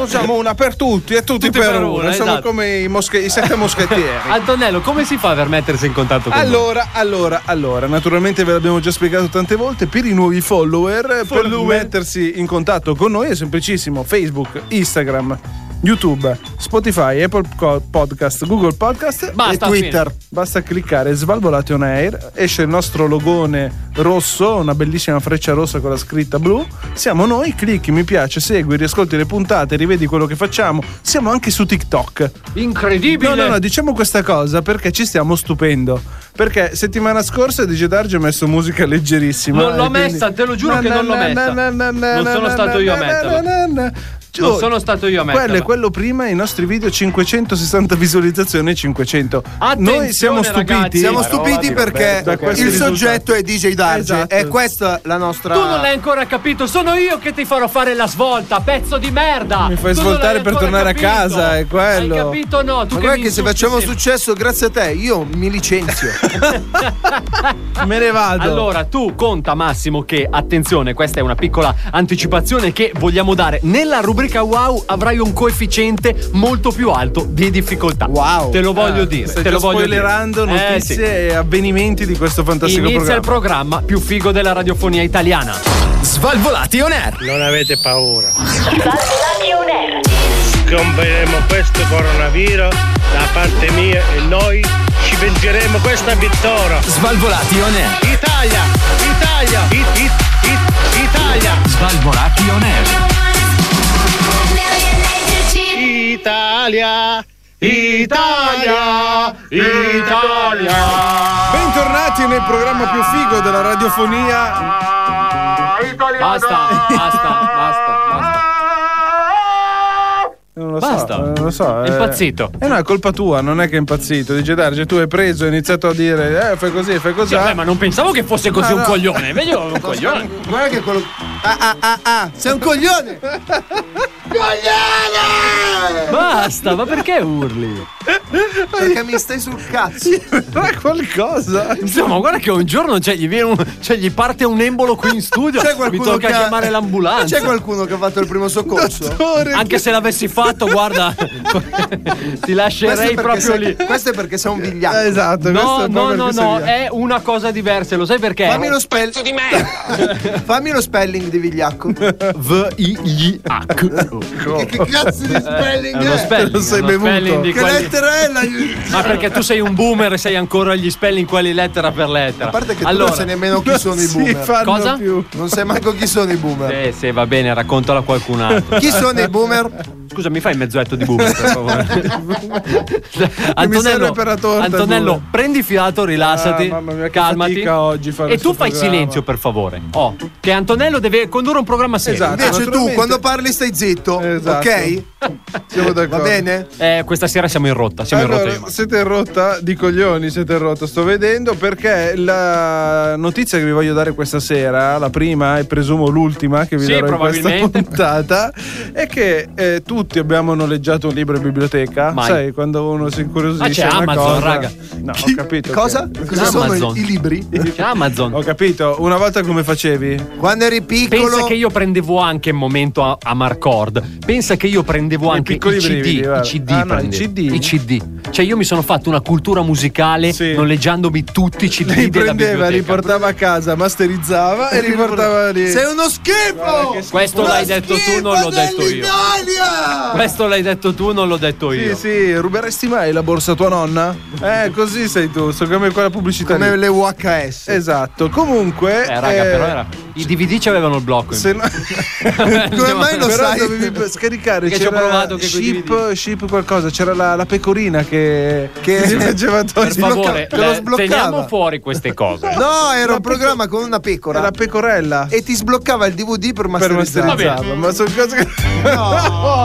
[SPEAKER 8] Usiamo una per tutti
[SPEAKER 9] <laughs>
[SPEAKER 8] e tutti,
[SPEAKER 9] Tutti
[SPEAKER 8] per,
[SPEAKER 9] per
[SPEAKER 8] uno.
[SPEAKER 9] una,
[SPEAKER 8] Siamo
[SPEAKER 9] esatto.
[SPEAKER 8] come i, mosche- i sette moschettieri.
[SPEAKER 9] Antonello, come si fa per mettersi in contatto con noi?
[SPEAKER 8] Allora, allora, allora, naturalmente ve l'abbiamo già spiegato tante volte, per i nuovi follower, per
[SPEAKER 9] Follower.
[SPEAKER 8] mettersi in contatto con noi è semplicissimo, Facebook, Instagram, YouTube, Spotify, Apple Co- Podcast, Google Podcast
[SPEAKER 9] Basta,
[SPEAKER 8] e Twitter.
[SPEAKER 9] fine.
[SPEAKER 8] Basta cliccare Svalvolati on Air, esce il nostro logone rosso, una bellissima freccia rossa con la scritta blu, siamo noi, clicchi mi piace, segui, riascolti le puntate, rivedi quello che facciamo, siamo anche su TikTok.
[SPEAKER 9] Incredibile.
[SPEAKER 8] No, no, no, diciamo questa cosa perché ci stiamo stupendo. Perché settimana scorsa DJ Darge ha messo musica leggerissima.
[SPEAKER 9] Non l'ho
[SPEAKER 8] e quindi-
[SPEAKER 9] messa, te lo giuro che non l'ho messa. Non sono stato io a metterlo.
[SPEAKER 8] Giù.
[SPEAKER 9] Non sono stato io a metterlo.
[SPEAKER 8] Oh, Quello e quello prima, i nostri video 560 visualizzazioni e 500. Noi siamo
[SPEAKER 9] Attenzione,
[SPEAKER 8] stupiti.
[SPEAKER 9] ragazzi.
[SPEAKER 10] siamo
[SPEAKER 9] Parola
[SPEAKER 10] stupiti perché
[SPEAKER 8] Da questi
[SPEAKER 10] il
[SPEAKER 8] risultati.
[SPEAKER 10] soggetto è DJ Darge.
[SPEAKER 8] Esatto.
[SPEAKER 10] E questa la nostra.
[SPEAKER 9] Tu non l'hai ancora capito, sono io che ti farò fare la svolta, pezzo di merda!
[SPEAKER 8] Mi fai
[SPEAKER 9] Tu non l'hai
[SPEAKER 8] svoltare per
[SPEAKER 9] ancora
[SPEAKER 8] tornare a
[SPEAKER 9] capito.
[SPEAKER 8] casa, è quello.
[SPEAKER 9] Hai capito o no? Tu
[SPEAKER 10] Ma
[SPEAKER 9] che
[SPEAKER 10] guarda
[SPEAKER 9] mi
[SPEAKER 10] che se
[SPEAKER 9] insulti
[SPEAKER 10] facciamo
[SPEAKER 9] sempre.
[SPEAKER 10] successo grazie a te, io mi licenzio.
[SPEAKER 8] Me ne vado.
[SPEAKER 9] Allora, tu conta Massimo che, attenzione, questa è una piccola anticipazione che vogliamo dare nella rubrica rubrica wow avrai un coefficiente molto più alto di difficoltà.
[SPEAKER 10] Wow.
[SPEAKER 9] Te lo voglio
[SPEAKER 8] Ah,
[SPEAKER 9] dire.
[SPEAKER 8] Stai
[SPEAKER 9] te
[SPEAKER 8] già
[SPEAKER 9] lo voglio dire.
[SPEAKER 8] spoilerando
[SPEAKER 9] Eh,
[SPEAKER 8] notizie
[SPEAKER 9] sì.
[SPEAKER 8] e avvenimenti di questo fantastico
[SPEAKER 9] Inizia il
[SPEAKER 8] programma.
[SPEAKER 9] programma più figo della radiofonia italiana. Svalvolati on air.
[SPEAKER 1] <laughs> Non avete paura. Scomperemo questo coronavirus da parte mia e noi ci vengeremo questa vittoria.
[SPEAKER 7] Svalvolati on air.
[SPEAKER 1] Italia! Italia! It, it, it, Italia!
[SPEAKER 7] Svalvolati on air.
[SPEAKER 1] Italia! Italia! Italia!
[SPEAKER 10] Bentornati nel programma più figo della radiofonia.
[SPEAKER 9] Basta, basta, basta, basta.
[SPEAKER 8] Non lo
[SPEAKER 9] Basta.
[SPEAKER 8] so, eh, non lo so.
[SPEAKER 9] È
[SPEAKER 8] eh.
[SPEAKER 9] impazzito.
[SPEAKER 8] Eh no, è colpa tua, non è che è impazzito. Dice Darge, tu hai preso, hai iniziato a dire, eh, fai così, fai così.
[SPEAKER 10] Cioè,
[SPEAKER 9] Sì,
[SPEAKER 8] <laughs>
[SPEAKER 9] vabbè, ma non pensavo che fosse così
[SPEAKER 8] Ah,
[SPEAKER 9] un
[SPEAKER 8] no.
[SPEAKER 9] coglione. Meglio un coglione.
[SPEAKER 10] Guarda che quello. Ah ah ah ah! Sei un coglione!
[SPEAKER 9] Basta, ma perché urli?
[SPEAKER 10] Perché mi stai sul cazzo!
[SPEAKER 8] Ma qualcosa.
[SPEAKER 9] Insomma, guarda che un giorno cioè, gli, viene un- cioè, gli parte un embolo qui in studio.
[SPEAKER 10] C'è
[SPEAKER 9] mi
[SPEAKER 10] qualcuno
[SPEAKER 9] tocca
[SPEAKER 10] che ha-
[SPEAKER 9] chiamare l'ambulanza.
[SPEAKER 10] C'è qualcuno che ha fatto il primo soccorso?
[SPEAKER 9] Anche se l'avessi
[SPEAKER 10] <laughs>
[SPEAKER 9] fatto, guarda, ti lascerei
[SPEAKER 10] perché
[SPEAKER 9] proprio
[SPEAKER 10] sei-
[SPEAKER 9] lì.
[SPEAKER 10] questo è perché sei un
[SPEAKER 8] Eh,
[SPEAKER 10] vigliacco.
[SPEAKER 8] Esatto, questo
[SPEAKER 9] No,
[SPEAKER 8] è
[SPEAKER 9] no,
[SPEAKER 8] proprio
[SPEAKER 9] no,
[SPEAKER 8] il che
[SPEAKER 9] no, eh.
[SPEAKER 8] sei.
[SPEAKER 9] è una cosa diversa, lo sai perché?
[SPEAKER 10] Fammi lo spelling di me. <laughs> Fammi lo spelling di vigliacco. che
[SPEAKER 9] V-I-I-H.
[SPEAKER 10] cazzo di spelling
[SPEAKER 9] Oh, Eh, È uno spelling,
[SPEAKER 8] Lo sei
[SPEAKER 9] uno
[SPEAKER 8] bevuto.
[SPEAKER 9] spelling di
[SPEAKER 10] Che
[SPEAKER 9] quelli-
[SPEAKER 10] lettera è la A
[SPEAKER 9] Ma perché tu sei un boomer e sei ancora gli spelling quelli lettera per lettera.
[SPEAKER 10] parte che
[SPEAKER 9] allora,
[SPEAKER 10] tu non sai nemmeno
[SPEAKER 9] <laughs>
[SPEAKER 10] chi sono i
[SPEAKER 8] si
[SPEAKER 10] boomer.
[SPEAKER 8] fanno
[SPEAKER 9] Cosa?
[SPEAKER 8] più.
[SPEAKER 10] Non sai manco chi sono i boomer.
[SPEAKER 9] Eh, sì, va bene, raccontala a qualcun altro. Ah,
[SPEAKER 10] Chi sono i boomer?
[SPEAKER 9] Scusa, mi fai mezzoetto di boomer, per
[SPEAKER 8] <laughs>
[SPEAKER 9] favore.
[SPEAKER 8] serve per la torta il
[SPEAKER 9] Antonello,
[SPEAKER 8] boomer.
[SPEAKER 9] prendi fiato, rilassati,
[SPEAKER 8] Ah, mamma mia, che
[SPEAKER 9] calmati.
[SPEAKER 8] fatica oggi fare
[SPEAKER 9] e tu
[SPEAKER 8] questo
[SPEAKER 9] fai
[SPEAKER 8] programma.
[SPEAKER 9] silenzio, per favore. Oh, che Antonello deve condurre un programma serio.
[SPEAKER 8] Esatto.
[SPEAKER 10] Invece tu
[SPEAKER 8] naturalmente.
[SPEAKER 10] quando parli stai zitto,
[SPEAKER 8] Esatto.
[SPEAKER 10] ok?
[SPEAKER 8] Siamo d'accordo.
[SPEAKER 10] Va bene?
[SPEAKER 9] Eh, questa sera siamo in rotta, siamo in rotta.
[SPEAKER 8] Allora,
[SPEAKER 9] io.
[SPEAKER 8] siete in rotta di coglioni, siete in rotta, sto vedendo perché la notizia che vi voglio dare questa sera, la prima e presumo l'ultima che vi
[SPEAKER 9] Sì,
[SPEAKER 8] darò in questa
[SPEAKER 9] probabilmente.
[SPEAKER 8] puntata, è che eh, tutti abbiamo noleggiato un libro in biblioteca,
[SPEAKER 9] Mai.
[SPEAKER 8] sai, quando uno si incuriosisce
[SPEAKER 9] Ah, c'è
[SPEAKER 8] una
[SPEAKER 9] Amazon,
[SPEAKER 8] cosa.
[SPEAKER 9] raga.
[SPEAKER 8] No,
[SPEAKER 10] Chi-
[SPEAKER 8] ho capito.
[SPEAKER 10] Cosa?
[SPEAKER 8] che-
[SPEAKER 10] Cosa sono
[SPEAKER 9] Amazon.
[SPEAKER 10] i, i libri?
[SPEAKER 9] C'è Amazon.
[SPEAKER 8] Ho capito, una volta come facevi?
[SPEAKER 10] Quando eri piccolo.
[SPEAKER 9] Pensa che io prendevo anche un momento a, a Marcord. Pensa che io prendevo anche i
[SPEAKER 8] piccoli
[SPEAKER 9] CD.
[SPEAKER 8] brividi,
[SPEAKER 9] i
[SPEAKER 8] guarda.
[SPEAKER 9] CD,
[SPEAKER 8] Ah, no, i
[SPEAKER 9] prendevo.
[SPEAKER 8] CD?
[SPEAKER 9] I CD. Cioè, io mi sono fatto una cultura musicale
[SPEAKER 8] Sì.
[SPEAKER 9] noleggiandomi tutti i CD
[SPEAKER 8] <laughs> Li
[SPEAKER 9] della
[SPEAKER 8] prendeva, li
[SPEAKER 9] biblioteca.
[SPEAKER 8] portava a casa, masterizzava e li portava lì.
[SPEAKER 10] Sei uno schifo!
[SPEAKER 9] Questo
[SPEAKER 10] Uno
[SPEAKER 9] l'hai detto tu, non
[SPEAKER 10] schifo
[SPEAKER 9] l'ho detto io.
[SPEAKER 10] dell'Italia!
[SPEAKER 9] Questo l'hai detto tu, non l'ho detto
[SPEAKER 8] Sì,
[SPEAKER 9] io.
[SPEAKER 8] sì, ruberesti mai la borsa a tua nonna? Eh, così sei tu, sono come quella pubblicità.
[SPEAKER 10] Come
[SPEAKER 8] lì.
[SPEAKER 10] le UHS.
[SPEAKER 8] Esatto, comunque...
[SPEAKER 9] Eh, raga,
[SPEAKER 8] eh,
[SPEAKER 9] però era. I DVD c'avevano il
[SPEAKER 10] <laughs>
[SPEAKER 9] blocco.
[SPEAKER 8] Se no...
[SPEAKER 9] <laughs>
[SPEAKER 10] Come mai lo
[SPEAKER 8] <laughs> però
[SPEAKER 10] sai?
[SPEAKER 8] dovevi scaricare
[SPEAKER 9] Perché ci ho
[SPEAKER 8] c'era
[SPEAKER 9] provato che coi
[SPEAKER 8] ship,
[SPEAKER 9] DVD.
[SPEAKER 8] ship qualcosa c'era la, la pecorina che che si <laughs> faceva togliere
[SPEAKER 9] per favore,
[SPEAKER 10] te lo
[SPEAKER 9] la-
[SPEAKER 10] sbloccava.
[SPEAKER 9] teniamo fuori queste
[SPEAKER 8] <laughs>
[SPEAKER 9] cose.
[SPEAKER 10] No, era un programma con una pecora.
[SPEAKER 8] la pecorella
[SPEAKER 10] e ti sbloccava il DVD per
[SPEAKER 8] per
[SPEAKER 10] masterizzare.
[SPEAKER 8] masterizzarla ma sono cose che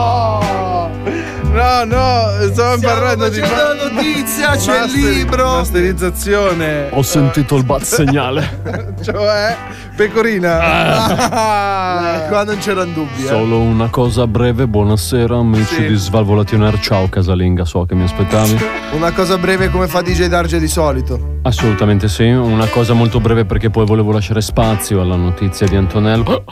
[SPEAKER 8] <laughs> no no stavo parlando di
[SPEAKER 10] facendo la notizia, c'è il
[SPEAKER 8] Masteri-
[SPEAKER 10] libro.
[SPEAKER 8] masterizzazione
[SPEAKER 9] Ho sentito il bat segnale. Ah.
[SPEAKER 8] cioè pecorina
[SPEAKER 10] Eh, Qua non c'erano dubbi. eh.
[SPEAKER 9] Solo una cosa breve, buonasera amici
[SPEAKER 8] Sì.
[SPEAKER 9] di Svalvolationer, ciao casalinga, so che mi aspettavi.
[SPEAKER 10] eh. Una cosa breve come fa DJ Darge di solito.
[SPEAKER 9] Assolutamente sì, una cosa molto breve perché poi volevo lasciare spazio alla notizia di Antonello.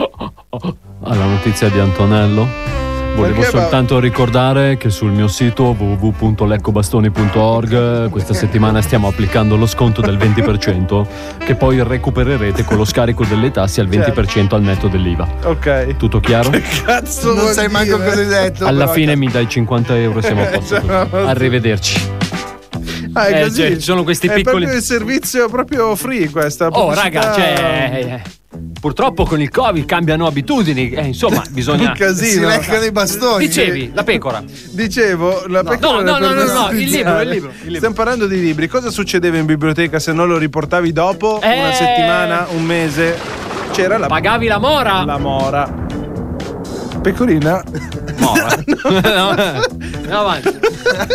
[SPEAKER 9] Alla notizia di Antonello. Volevo
[SPEAKER 8] Perché, ma-
[SPEAKER 9] soltanto ricordare che sul mio sito www.leccobastoni.org questa settimana stiamo applicando lo sconto del 20% che poi recupererete con lo scarico delle tasse al 20% al netto dell'IVA.
[SPEAKER 8] ok
[SPEAKER 9] Tutto chiaro?
[SPEAKER 8] cazzo
[SPEAKER 10] Non
[SPEAKER 8] vuol
[SPEAKER 10] sai manco
[SPEAKER 8] dire?
[SPEAKER 10] cosa hai detto.
[SPEAKER 9] Alla
[SPEAKER 10] però,
[SPEAKER 9] fine mi dai 50 euro e siamo a posto.
[SPEAKER 8] <laughs> Eh, già, ma-
[SPEAKER 9] Arrivederci.
[SPEAKER 8] Ah, è
[SPEAKER 9] Eh,
[SPEAKER 8] così.
[SPEAKER 9] cioè, ci sono questi
[SPEAKER 8] È
[SPEAKER 9] piccoli-
[SPEAKER 8] proprio il servizio proprio free questa.
[SPEAKER 9] Oh,
[SPEAKER 8] pubblicità.
[SPEAKER 9] raga, cioè. Purtroppo con il Covid cambiano abitudini. Eh,
[SPEAKER 8] <laughs>
[SPEAKER 9] insomma, bisogna.
[SPEAKER 8] Un casino.
[SPEAKER 10] Si leccano i bastoni.
[SPEAKER 9] Dicevi, la pecora.
[SPEAKER 8] Dicevo, la pecora
[SPEAKER 9] No, no, no, no, no,
[SPEAKER 8] per
[SPEAKER 9] il
[SPEAKER 8] masterizzare.
[SPEAKER 9] libro, il libro, il libro.
[SPEAKER 8] Stiamo parlando di libri. Cosa succedeva in biblioteca se non lo riportavi dopo
[SPEAKER 9] Eh.
[SPEAKER 8] una settimana, un mese? C'era la,
[SPEAKER 9] Pagavi la mora.
[SPEAKER 8] la mora.
[SPEAKER 9] <laughs>
[SPEAKER 8] Pecorina,
[SPEAKER 9] mora. <laughs> no, andiamo avanti.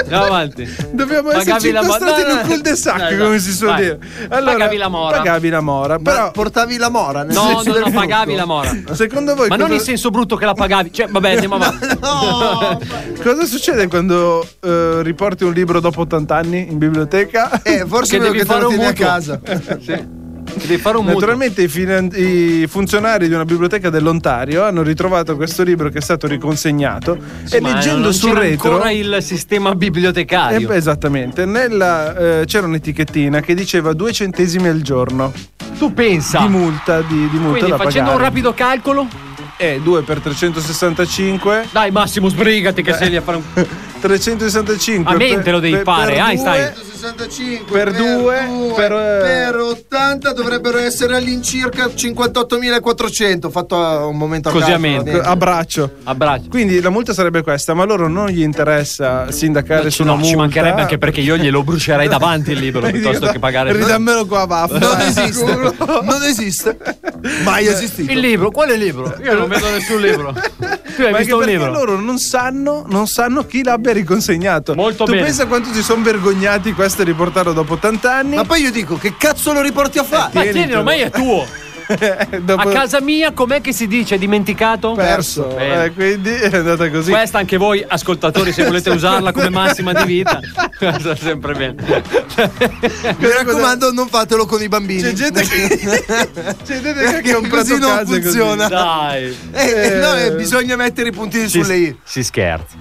[SPEAKER 9] Andiamo avanti.
[SPEAKER 8] dobbiamo
[SPEAKER 9] Pagavi
[SPEAKER 8] esserci
[SPEAKER 9] la mora.
[SPEAKER 8] incastrati
[SPEAKER 9] No,
[SPEAKER 8] in
[SPEAKER 9] no,
[SPEAKER 8] un cul de sac,
[SPEAKER 9] no, no.
[SPEAKER 8] come si suol
[SPEAKER 9] Vai.
[SPEAKER 8] dire.
[SPEAKER 9] Pagavi la mora.
[SPEAKER 8] Pagavi la mora,
[SPEAKER 10] Ma
[SPEAKER 8] però
[SPEAKER 10] portavi la mora nel
[SPEAKER 9] No,
[SPEAKER 10] senso
[SPEAKER 9] no,
[SPEAKER 10] del
[SPEAKER 9] no,
[SPEAKER 10] frutto.
[SPEAKER 9] pagavi la mora.
[SPEAKER 8] <laughs> secondo voi
[SPEAKER 9] Ma non
[SPEAKER 8] cosa-
[SPEAKER 9] in senso brutto che la pagavi. Cioè, vabbè,
[SPEAKER 8] <laughs>
[SPEAKER 9] andiamo avanti.
[SPEAKER 10] <laughs> No.
[SPEAKER 8] Cosa succede quando eh, riporti un libro dopo 80 anni in biblioteca?
[SPEAKER 10] Eh, forse
[SPEAKER 9] Che
[SPEAKER 8] <laughs>
[SPEAKER 10] è meglio
[SPEAKER 9] devi
[SPEAKER 10] che te
[SPEAKER 9] fare
[SPEAKER 10] lo
[SPEAKER 9] un
[SPEAKER 10] tieni a
[SPEAKER 9] mutuo.
[SPEAKER 10] casa.
[SPEAKER 9] <laughs> Sì. Devi fare un mutuo.
[SPEAKER 8] Naturalmente i, finan- i funzionari di una biblioteca dell'Ontario hanno ritrovato questo libro che è stato riconsegnato e
[SPEAKER 9] Ma
[SPEAKER 8] leggendo
[SPEAKER 9] non
[SPEAKER 8] sul
[SPEAKER 9] c'era
[SPEAKER 8] retro...
[SPEAKER 9] ancora il sistema
[SPEAKER 8] Eh,
[SPEAKER 9] bibliotecario.
[SPEAKER 8] beh, esattamente, Nella, eh, c'era un'etichettina che diceva due centesimi al giorno
[SPEAKER 9] tu pensa.
[SPEAKER 8] di multa, di, di multa
[SPEAKER 9] Quindi
[SPEAKER 8] da
[SPEAKER 9] facendo
[SPEAKER 8] pagare.
[SPEAKER 9] un rapido calcolo.
[SPEAKER 8] Eh, 2 per <laughs> 365
[SPEAKER 9] Dai Massimo, sbrigati che sei lì a fare
[SPEAKER 8] <laughs>
[SPEAKER 9] un
[SPEAKER 8] 365
[SPEAKER 9] A
[SPEAKER 8] per-
[SPEAKER 9] mente lo devi
[SPEAKER 8] Eh. per-
[SPEAKER 9] fare, eh,
[SPEAKER 8] per
[SPEAKER 9] Einstein.
[SPEAKER 8] due-
[SPEAKER 11] 65
[SPEAKER 8] Per due, per, eh,
[SPEAKER 11] per 80 dovrebbero essere all'incirca 58.400 fatto a un momento a
[SPEAKER 9] Così a
[SPEAKER 11] caso,
[SPEAKER 9] mente.
[SPEAKER 11] va bene.
[SPEAKER 8] a braccio
[SPEAKER 9] abbraccio.
[SPEAKER 8] quindi la multa sarebbe questa ma a loro non gli interessa sindacare
[SPEAKER 9] No,
[SPEAKER 8] su una multa eh.
[SPEAKER 9] ci mancherebbe anche perché io glielo
[SPEAKER 8] <laughs>
[SPEAKER 9] brucierei davanti il libro piuttosto che pagare
[SPEAKER 8] ridammelo qua
[SPEAKER 9] <laughs>
[SPEAKER 8] vaffa
[SPEAKER 11] non
[SPEAKER 8] eh,
[SPEAKER 11] esiste
[SPEAKER 8] sicuro.
[SPEAKER 11] non esiste mai esistito
[SPEAKER 9] Il libro, quale
[SPEAKER 8] <laughs>
[SPEAKER 9] libro? Io non vedo nessun libro. Tu hai
[SPEAKER 8] ma anche
[SPEAKER 9] visto un
[SPEAKER 8] perché
[SPEAKER 9] libro?
[SPEAKER 8] loro non sanno, non sanno chi l'abbia riconsegnato.
[SPEAKER 9] Molto
[SPEAKER 8] tu
[SPEAKER 9] bene.
[SPEAKER 8] pensa quanto si sono vergognati questo di riportarlo dopo 80 anni?
[SPEAKER 11] ma poi io dico che cazzo lo riporti a fare
[SPEAKER 9] Ma tienilo, ormai è tuo.
[SPEAKER 8] Eh, dopo
[SPEAKER 9] A casa mia com'è che si dice? Dimenticato?
[SPEAKER 8] perso.
[SPEAKER 9] Bene.
[SPEAKER 8] Eh, quindi è andata così.
[SPEAKER 9] Questa anche voi ascoltatori se volete usarla come massima di
[SPEAKER 8] <laughs>
[SPEAKER 9] vita. Sta sempre bene.
[SPEAKER 11] mi raccomando non fatelo con i bambini
[SPEAKER 8] C'è gente
[SPEAKER 9] <laughs>
[SPEAKER 8] che, <laughs> c'è gente che
[SPEAKER 11] Perché
[SPEAKER 8] ha comprato
[SPEAKER 11] così non
[SPEAKER 8] case così.
[SPEAKER 11] funziona.
[SPEAKER 9] Dai.
[SPEAKER 11] Eh, eh, no, eh, bisogna mettere i puntini sulle i
[SPEAKER 9] Si scherza.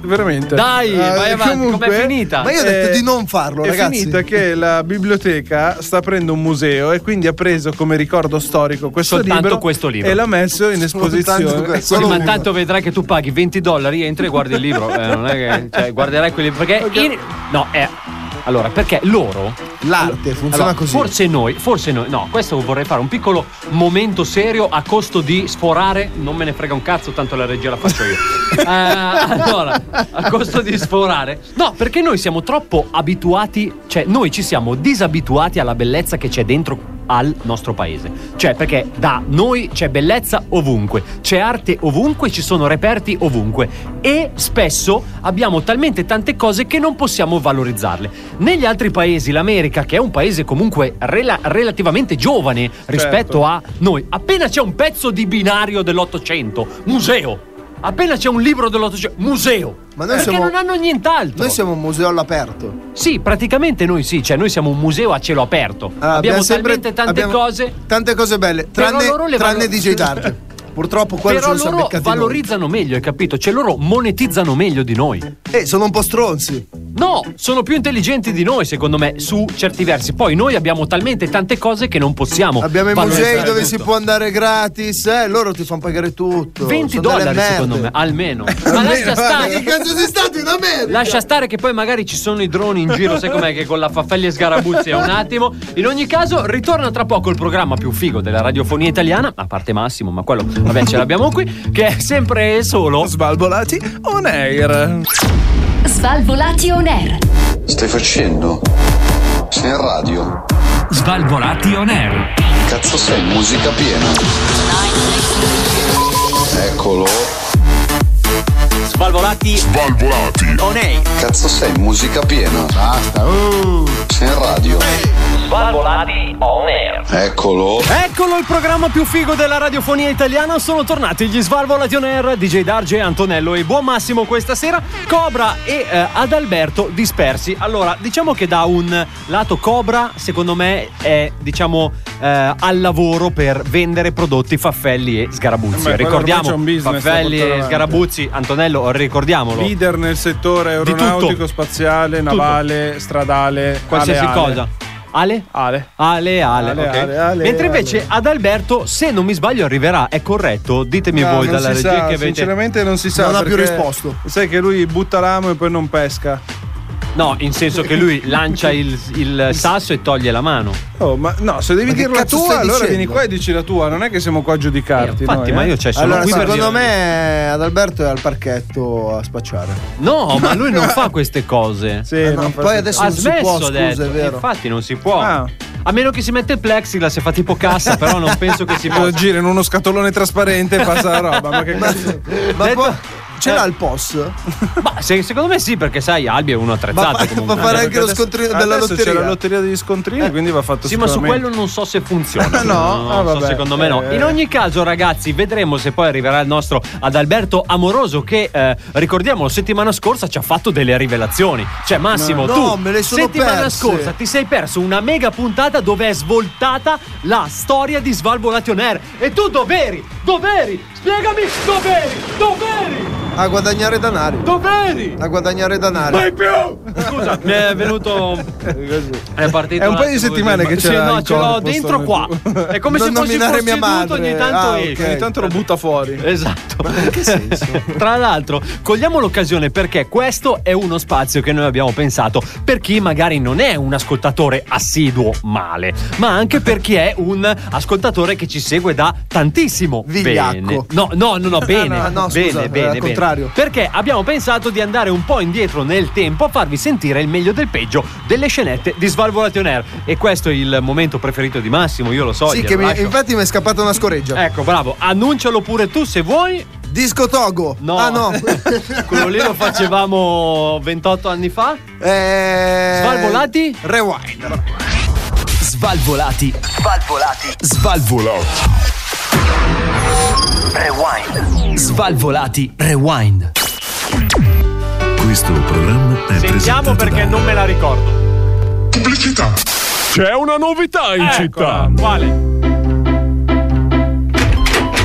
[SPEAKER 8] Veramente.
[SPEAKER 9] Dai,
[SPEAKER 8] Ah,
[SPEAKER 9] vai avanti,
[SPEAKER 8] comunque,
[SPEAKER 9] com'è finita?
[SPEAKER 11] Eh, ma io ho detto
[SPEAKER 8] Eh,
[SPEAKER 11] di non farlo
[SPEAKER 8] È
[SPEAKER 11] ragazzi
[SPEAKER 8] finita che la biblioteca sta aprendo un museo e quindi ha preso come ricordo storico questo
[SPEAKER 9] Soltanto
[SPEAKER 8] libro,
[SPEAKER 9] questo libro.
[SPEAKER 8] e l'ha messo in
[SPEAKER 11] Soltanto
[SPEAKER 8] esposizione.
[SPEAKER 11] questo.
[SPEAKER 9] Sì,
[SPEAKER 11] Solo
[SPEAKER 9] ma
[SPEAKER 11] uno.
[SPEAKER 9] tanto vedrai che tu paghi 20 dollari, entri e guardi il libro. Eh, non è che, cioè, guarderai quelli. Perché. in- no, eh. Allora, perché loro.
[SPEAKER 11] l'arte funziona
[SPEAKER 9] allora,
[SPEAKER 11] così
[SPEAKER 9] Forse noi, forse noi. No, questo vorrei fare un piccolo momento serio a costo di sforare. Non me ne frega un cazzo, tanto la regia la faccio
[SPEAKER 11] <laughs>
[SPEAKER 9] io. Eh, allora, a costo di sforare. No, perché noi siamo troppo abituati, cioè noi ci siamo disabituati alla bellezza che c'è dentro al nostro paese. Cioè, perché da noi c'è bellezza ovunque, c'è arte ovunque, ci sono reperti ovunque e spesso abbiamo talmente tante cose che non possiamo valorizzarle. Negli altri paesi, l'America, che è un paese comunque rela- relativamente giovane
[SPEAKER 11] Certo.
[SPEAKER 9] rispetto a noi, appena c'è un pezzo di binario dell'Ottocento, museo. Appena c'è un libro dell'Ottocento, museo.
[SPEAKER 11] Ma noi
[SPEAKER 9] perché
[SPEAKER 11] siamo-
[SPEAKER 9] non hanno nient'altro.
[SPEAKER 11] noi siamo un museo all'aperto
[SPEAKER 9] Sì, praticamente noi sì, cioè noi siamo un museo a cielo aperto.
[SPEAKER 11] Allora,
[SPEAKER 9] abbiamo
[SPEAKER 11] sempre-
[SPEAKER 9] talmente tante
[SPEAKER 11] Ah, abbiamo
[SPEAKER 9] cose
[SPEAKER 11] Tante cose belle,
[SPEAKER 9] Però
[SPEAKER 11] tranne,
[SPEAKER 9] loro le
[SPEAKER 11] tranne
[SPEAKER 9] valor-
[SPEAKER 11] DJ
[SPEAKER 9] <laughs>
[SPEAKER 11] Darge. Purtroppo quello
[SPEAKER 9] Però
[SPEAKER 11] ce lo siamo
[SPEAKER 9] loro
[SPEAKER 11] beccati
[SPEAKER 9] valorizzano meglio, hai capito? Cioè loro monetizzano meglio di noi.
[SPEAKER 11] noi. Eh, sono un po' stronzi.
[SPEAKER 9] No, sono più intelligenti di noi, secondo me, su certi versi. Poi noi abbiamo talmente tante cose che non possiamo.
[SPEAKER 11] Abbiamo i
[SPEAKER 9] valorizzare
[SPEAKER 11] musei dove
[SPEAKER 9] tutto.
[SPEAKER 11] si può andare gratis, eh, loro ti fanno pagare tutto.
[SPEAKER 9] 20
[SPEAKER 11] sono delle
[SPEAKER 9] dollari,
[SPEAKER 11] merde.
[SPEAKER 9] secondo me,
[SPEAKER 11] <laughs>
[SPEAKER 9] almeno. Ma lascia
[SPEAKER 11] Ma che
[SPEAKER 9] stare.
[SPEAKER 11] cazzo sei stato in America?
[SPEAKER 9] Lascia stare che poi magari ci sono i droni in giro, sai com'è che con la Faffelli e Sgarabuzzi è un attimo. In ogni caso, ritorna tra poco il programma più figo della radiofonia italiana, a parte Massimo, ma quello, vabbè, ce l'abbiamo qui, che è sempre e solo
[SPEAKER 8] Svalvolati on air.
[SPEAKER 12] Svalvolati on air.
[SPEAKER 13] Stai facendo? Sei in radio?
[SPEAKER 14] Svalvolati on air.
[SPEAKER 13] Cazzo sei, musica piena. Eccolo.
[SPEAKER 15] Svalvolati. Svalvolati. On air.
[SPEAKER 13] Cazzo sei, musica piena. Basta. Sei in radio?
[SPEAKER 15] Svalvolati. On air.
[SPEAKER 13] Eccolo.
[SPEAKER 9] Eccolo il programma più figo della radiofonia italiana, sono tornati gli Svalvolati on Air, DJ Darge, Antonello e buon Massimo questa sera, Cobra e eh, Adalberto dispersi. Allora, diciamo che da un lato Cobra, secondo me, è diciamo eh, al lavoro per vendere prodotti Faffelli e Sgarabuzzi.
[SPEAKER 8] Beh, Eh, quello ormai c'è un
[SPEAKER 9] Ricordiamo
[SPEAKER 8] business da
[SPEAKER 9] Faffelli
[SPEAKER 8] portare
[SPEAKER 9] e
[SPEAKER 8] avanti.
[SPEAKER 9] Sgarabuzzi, Antonello, ricordiamolo.
[SPEAKER 8] Leader nel settore
[SPEAKER 9] Di tutto.
[SPEAKER 8] aeronautico, spaziale,
[SPEAKER 9] Tutto.
[SPEAKER 8] navale, stradale,
[SPEAKER 9] qualsiasi
[SPEAKER 8] ale, ale.
[SPEAKER 9] cosa. Ah, Ale?
[SPEAKER 8] Ale.
[SPEAKER 9] Ale, Ale,
[SPEAKER 8] Ale,
[SPEAKER 9] ok.
[SPEAKER 8] Ale, Ale,
[SPEAKER 9] Mentre
[SPEAKER 8] Ale.
[SPEAKER 9] invece ad Alberto, se non mi sbaglio, arriverà. È corretto? Ditemi
[SPEAKER 8] No,
[SPEAKER 9] voi
[SPEAKER 8] Ah, non
[SPEAKER 9] dalla
[SPEAKER 8] si
[SPEAKER 9] regia
[SPEAKER 8] sa,
[SPEAKER 9] che avete.
[SPEAKER 8] sinceramente non si sa
[SPEAKER 11] Non ha più
[SPEAKER 8] perché
[SPEAKER 11] risposto.
[SPEAKER 8] Sai che lui butta l'amo e poi non pesca.
[SPEAKER 9] No, in senso che lui lancia il, il sasso e toglie la mano.
[SPEAKER 8] Oh, ma no, se devi
[SPEAKER 11] Ma che
[SPEAKER 8] dirla
[SPEAKER 11] cazzo
[SPEAKER 8] tua,
[SPEAKER 11] stai
[SPEAKER 8] allora
[SPEAKER 11] dicendo?
[SPEAKER 8] vieni qua e dici la tua, non è che siamo qua a giudicarti.
[SPEAKER 9] infatti,
[SPEAKER 8] noi,
[SPEAKER 9] ma
[SPEAKER 8] eh.
[SPEAKER 9] io cioè, sono
[SPEAKER 11] Allora,
[SPEAKER 9] qui per
[SPEAKER 11] secondo
[SPEAKER 9] dire-
[SPEAKER 11] me Adalberto è al parchetto a spacciare.
[SPEAKER 9] No, ma lui non fa queste cose.
[SPEAKER 8] Sì,
[SPEAKER 11] Eh no,
[SPEAKER 8] non fa-
[SPEAKER 11] poi adesso
[SPEAKER 9] Ha
[SPEAKER 11] non si può,
[SPEAKER 9] smesso
[SPEAKER 11] scusa,
[SPEAKER 9] adesso.
[SPEAKER 11] è vero.
[SPEAKER 9] Infatti, non si può.
[SPEAKER 8] Ah.
[SPEAKER 9] A meno che si mette il plexiglass e fa tipo cassa, però non penso che si
[SPEAKER 8] <laughs> lo
[SPEAKER 9] possa.
[SPEAKER 8] gira in uno scatolone trasparente e passa la roba. Ma che
[SPEAKER 11] Ma,
[SPEAKER 8] cazzo?
[SPEAKER 9] Detto-
[SPEAKER 11] ma
[SPEAKER 9] Cioè-
[SPEAKER 11] può-
[SPEAKER 10] Ce l'ha il POS? <laughs>
[SPEAKER 9] Ma se- secondo me sì, perché sai, Albi è uno
[SPEAKER 10] Ma fa-
[SPEAKER 9] attrezzato. comunque.
[SPEAKER 10] fa fare anche lo
[SPEAKER 8] Adesso-
[SPEAKER 10] scontrino della
[SPEAKER 8] adesso
[SPEAKER 10] lotteria.
[SPEAKER 8] C'è la lotteria degli scontrini, quindi va fatto
[SPEAKER 9] Sì, ma su
[SPEAKER 8] sicuramente.
[SPEAKER 9] quello non so se funziona.
[SPEAKER 8] No? Ah,
[SPEAKER 9] non so,
[SPEAKER 8] vabbè.
[SPEAKER 9] secondo me no.
[SPEAKER 8] Eh.
[SPEAKER 9] In ogni caso, ragazzi, vedremo se poi arriverà il nostro Adalberto Amoroso che eh, ricordiamo settimana scorsa ci ha fatto delle rivelazioni. Cioè, Massimo,
[SPEAKER 10] Ma-
[SPEAKER 9] tu
[SPEAKER 10] No, me le sono
[SPEAKER 9] settimana
[SPEAKER 10] perse.
[SPEAKER 9] scorsa ti sei perso una mega puntata dove è svoltata la storia di Svalvolation Air e tu doveri, doveri, spiegami doveri, doveri,
[SPEAKER 10] A guadagnare danari.
[SPEAKER 9] doveri.
[SPEAKER 10] A guadagnare danari.
[SPEAKER 9] Mai più!
[SPEAKER 8] <laughs>
[SPEAKER 9] Scusa, mi è venuto è partito
[SPEAKER 8] È un paio
[SPEAKER 9] attimo
[SPEAKER 8] di settimane
[SPEAKER 9] così.
[SPEAKER 8] che ce
[SPEAKER 9] Sì,
[SPEAKER 8] l'ha
[SPEAKER 9] no,
[SPEAKER 8] in
[SPEAKER 9] ce l'ho
[SPEAKER 8] corpo,
[SPEAKER 9] dentro
[SPEAKER 8] sto- <laughs>
[SPEAKER 9] qua. È come
[SPEAKER 10] Non
[SPEAKER 9] se fossi
[SPEAKER 10] nominare mia
[SPEAKER 9] posseduto,
[SPEAKER 10] madre.
[SPEAKER 9] ogni tanto
[SPEAKER 10] Ah,
[SPEAKER 9] esce.
[SPEAKER 10] ok.
[SPEAKER 8] Ogni tanto lo butta fuori.
[SPEAKER 9] Esatto. <laughs> Tra l'altro, cogliamo l'occasione perché questo è uno spazio che noi abbiamo pensato per chi magari non è un ascoltatore assiduo male, ma anche per chi è un ascoltatore che ci segue da tantissimo
[SPEAKER 10] Vigliacco.
[SPEAKER 9] bene. No, no, no, no, bene.
[SPEAKER 10] Ah, <laughs> no, no,
[SPEAKER 9] bene,
[SPEAKER 10] scusa,
[SPEAKER 9] bene,
[SPEAKER 10] era al
[SPEAKER 9] bene.
[SPEAKER 10] contrario.
[SPEAKER 9] Perché abbiamo pensato di andare un po' indietro nel tempo a farvi sentire il meglio del peggio delle scenette di Svalvolation Air. E questo è il momento preferito di Massimo, io lo so.
[SPEAKER 10] Sì,
[SPEAKER 9] glielo
[SPEAKER 10] che mi-
[SPEAKER 9] lascio.
[SPEAKER 10] infatti mi è scappata una scoreggia.
[SPEAKER 9] Ecco, bravo, annuncialo pure tu se vuoi.
[SPEAKER 10] Disco Togo.
[SPEAKER 9] No,
[SPEAKER 10] Ah no.
[SPEAKER 9] <laughs> quello lì lo facevamo 28 anni fa.
[SPEAKER 10] Eh...
[SPEAKER 9] Svalvolati?
[SPEAKER 10] Rewind.
[SPEAKER 7] Svalvolati. Svalvolati. Svalvolati. Rewind. Svalvolati. Rewind.
[SPEAKER 4] Questo programma è
[SPEAKER 9] Sentiamo
[SPEAKER 4] presentato
[SPEAKER 9] perché
[SPEAKER 4] da-
[SPEAKER 9] non me la ricordo.
[SPEAKER 16] C'è una novità in città.
[SPEAKER 9] Quale?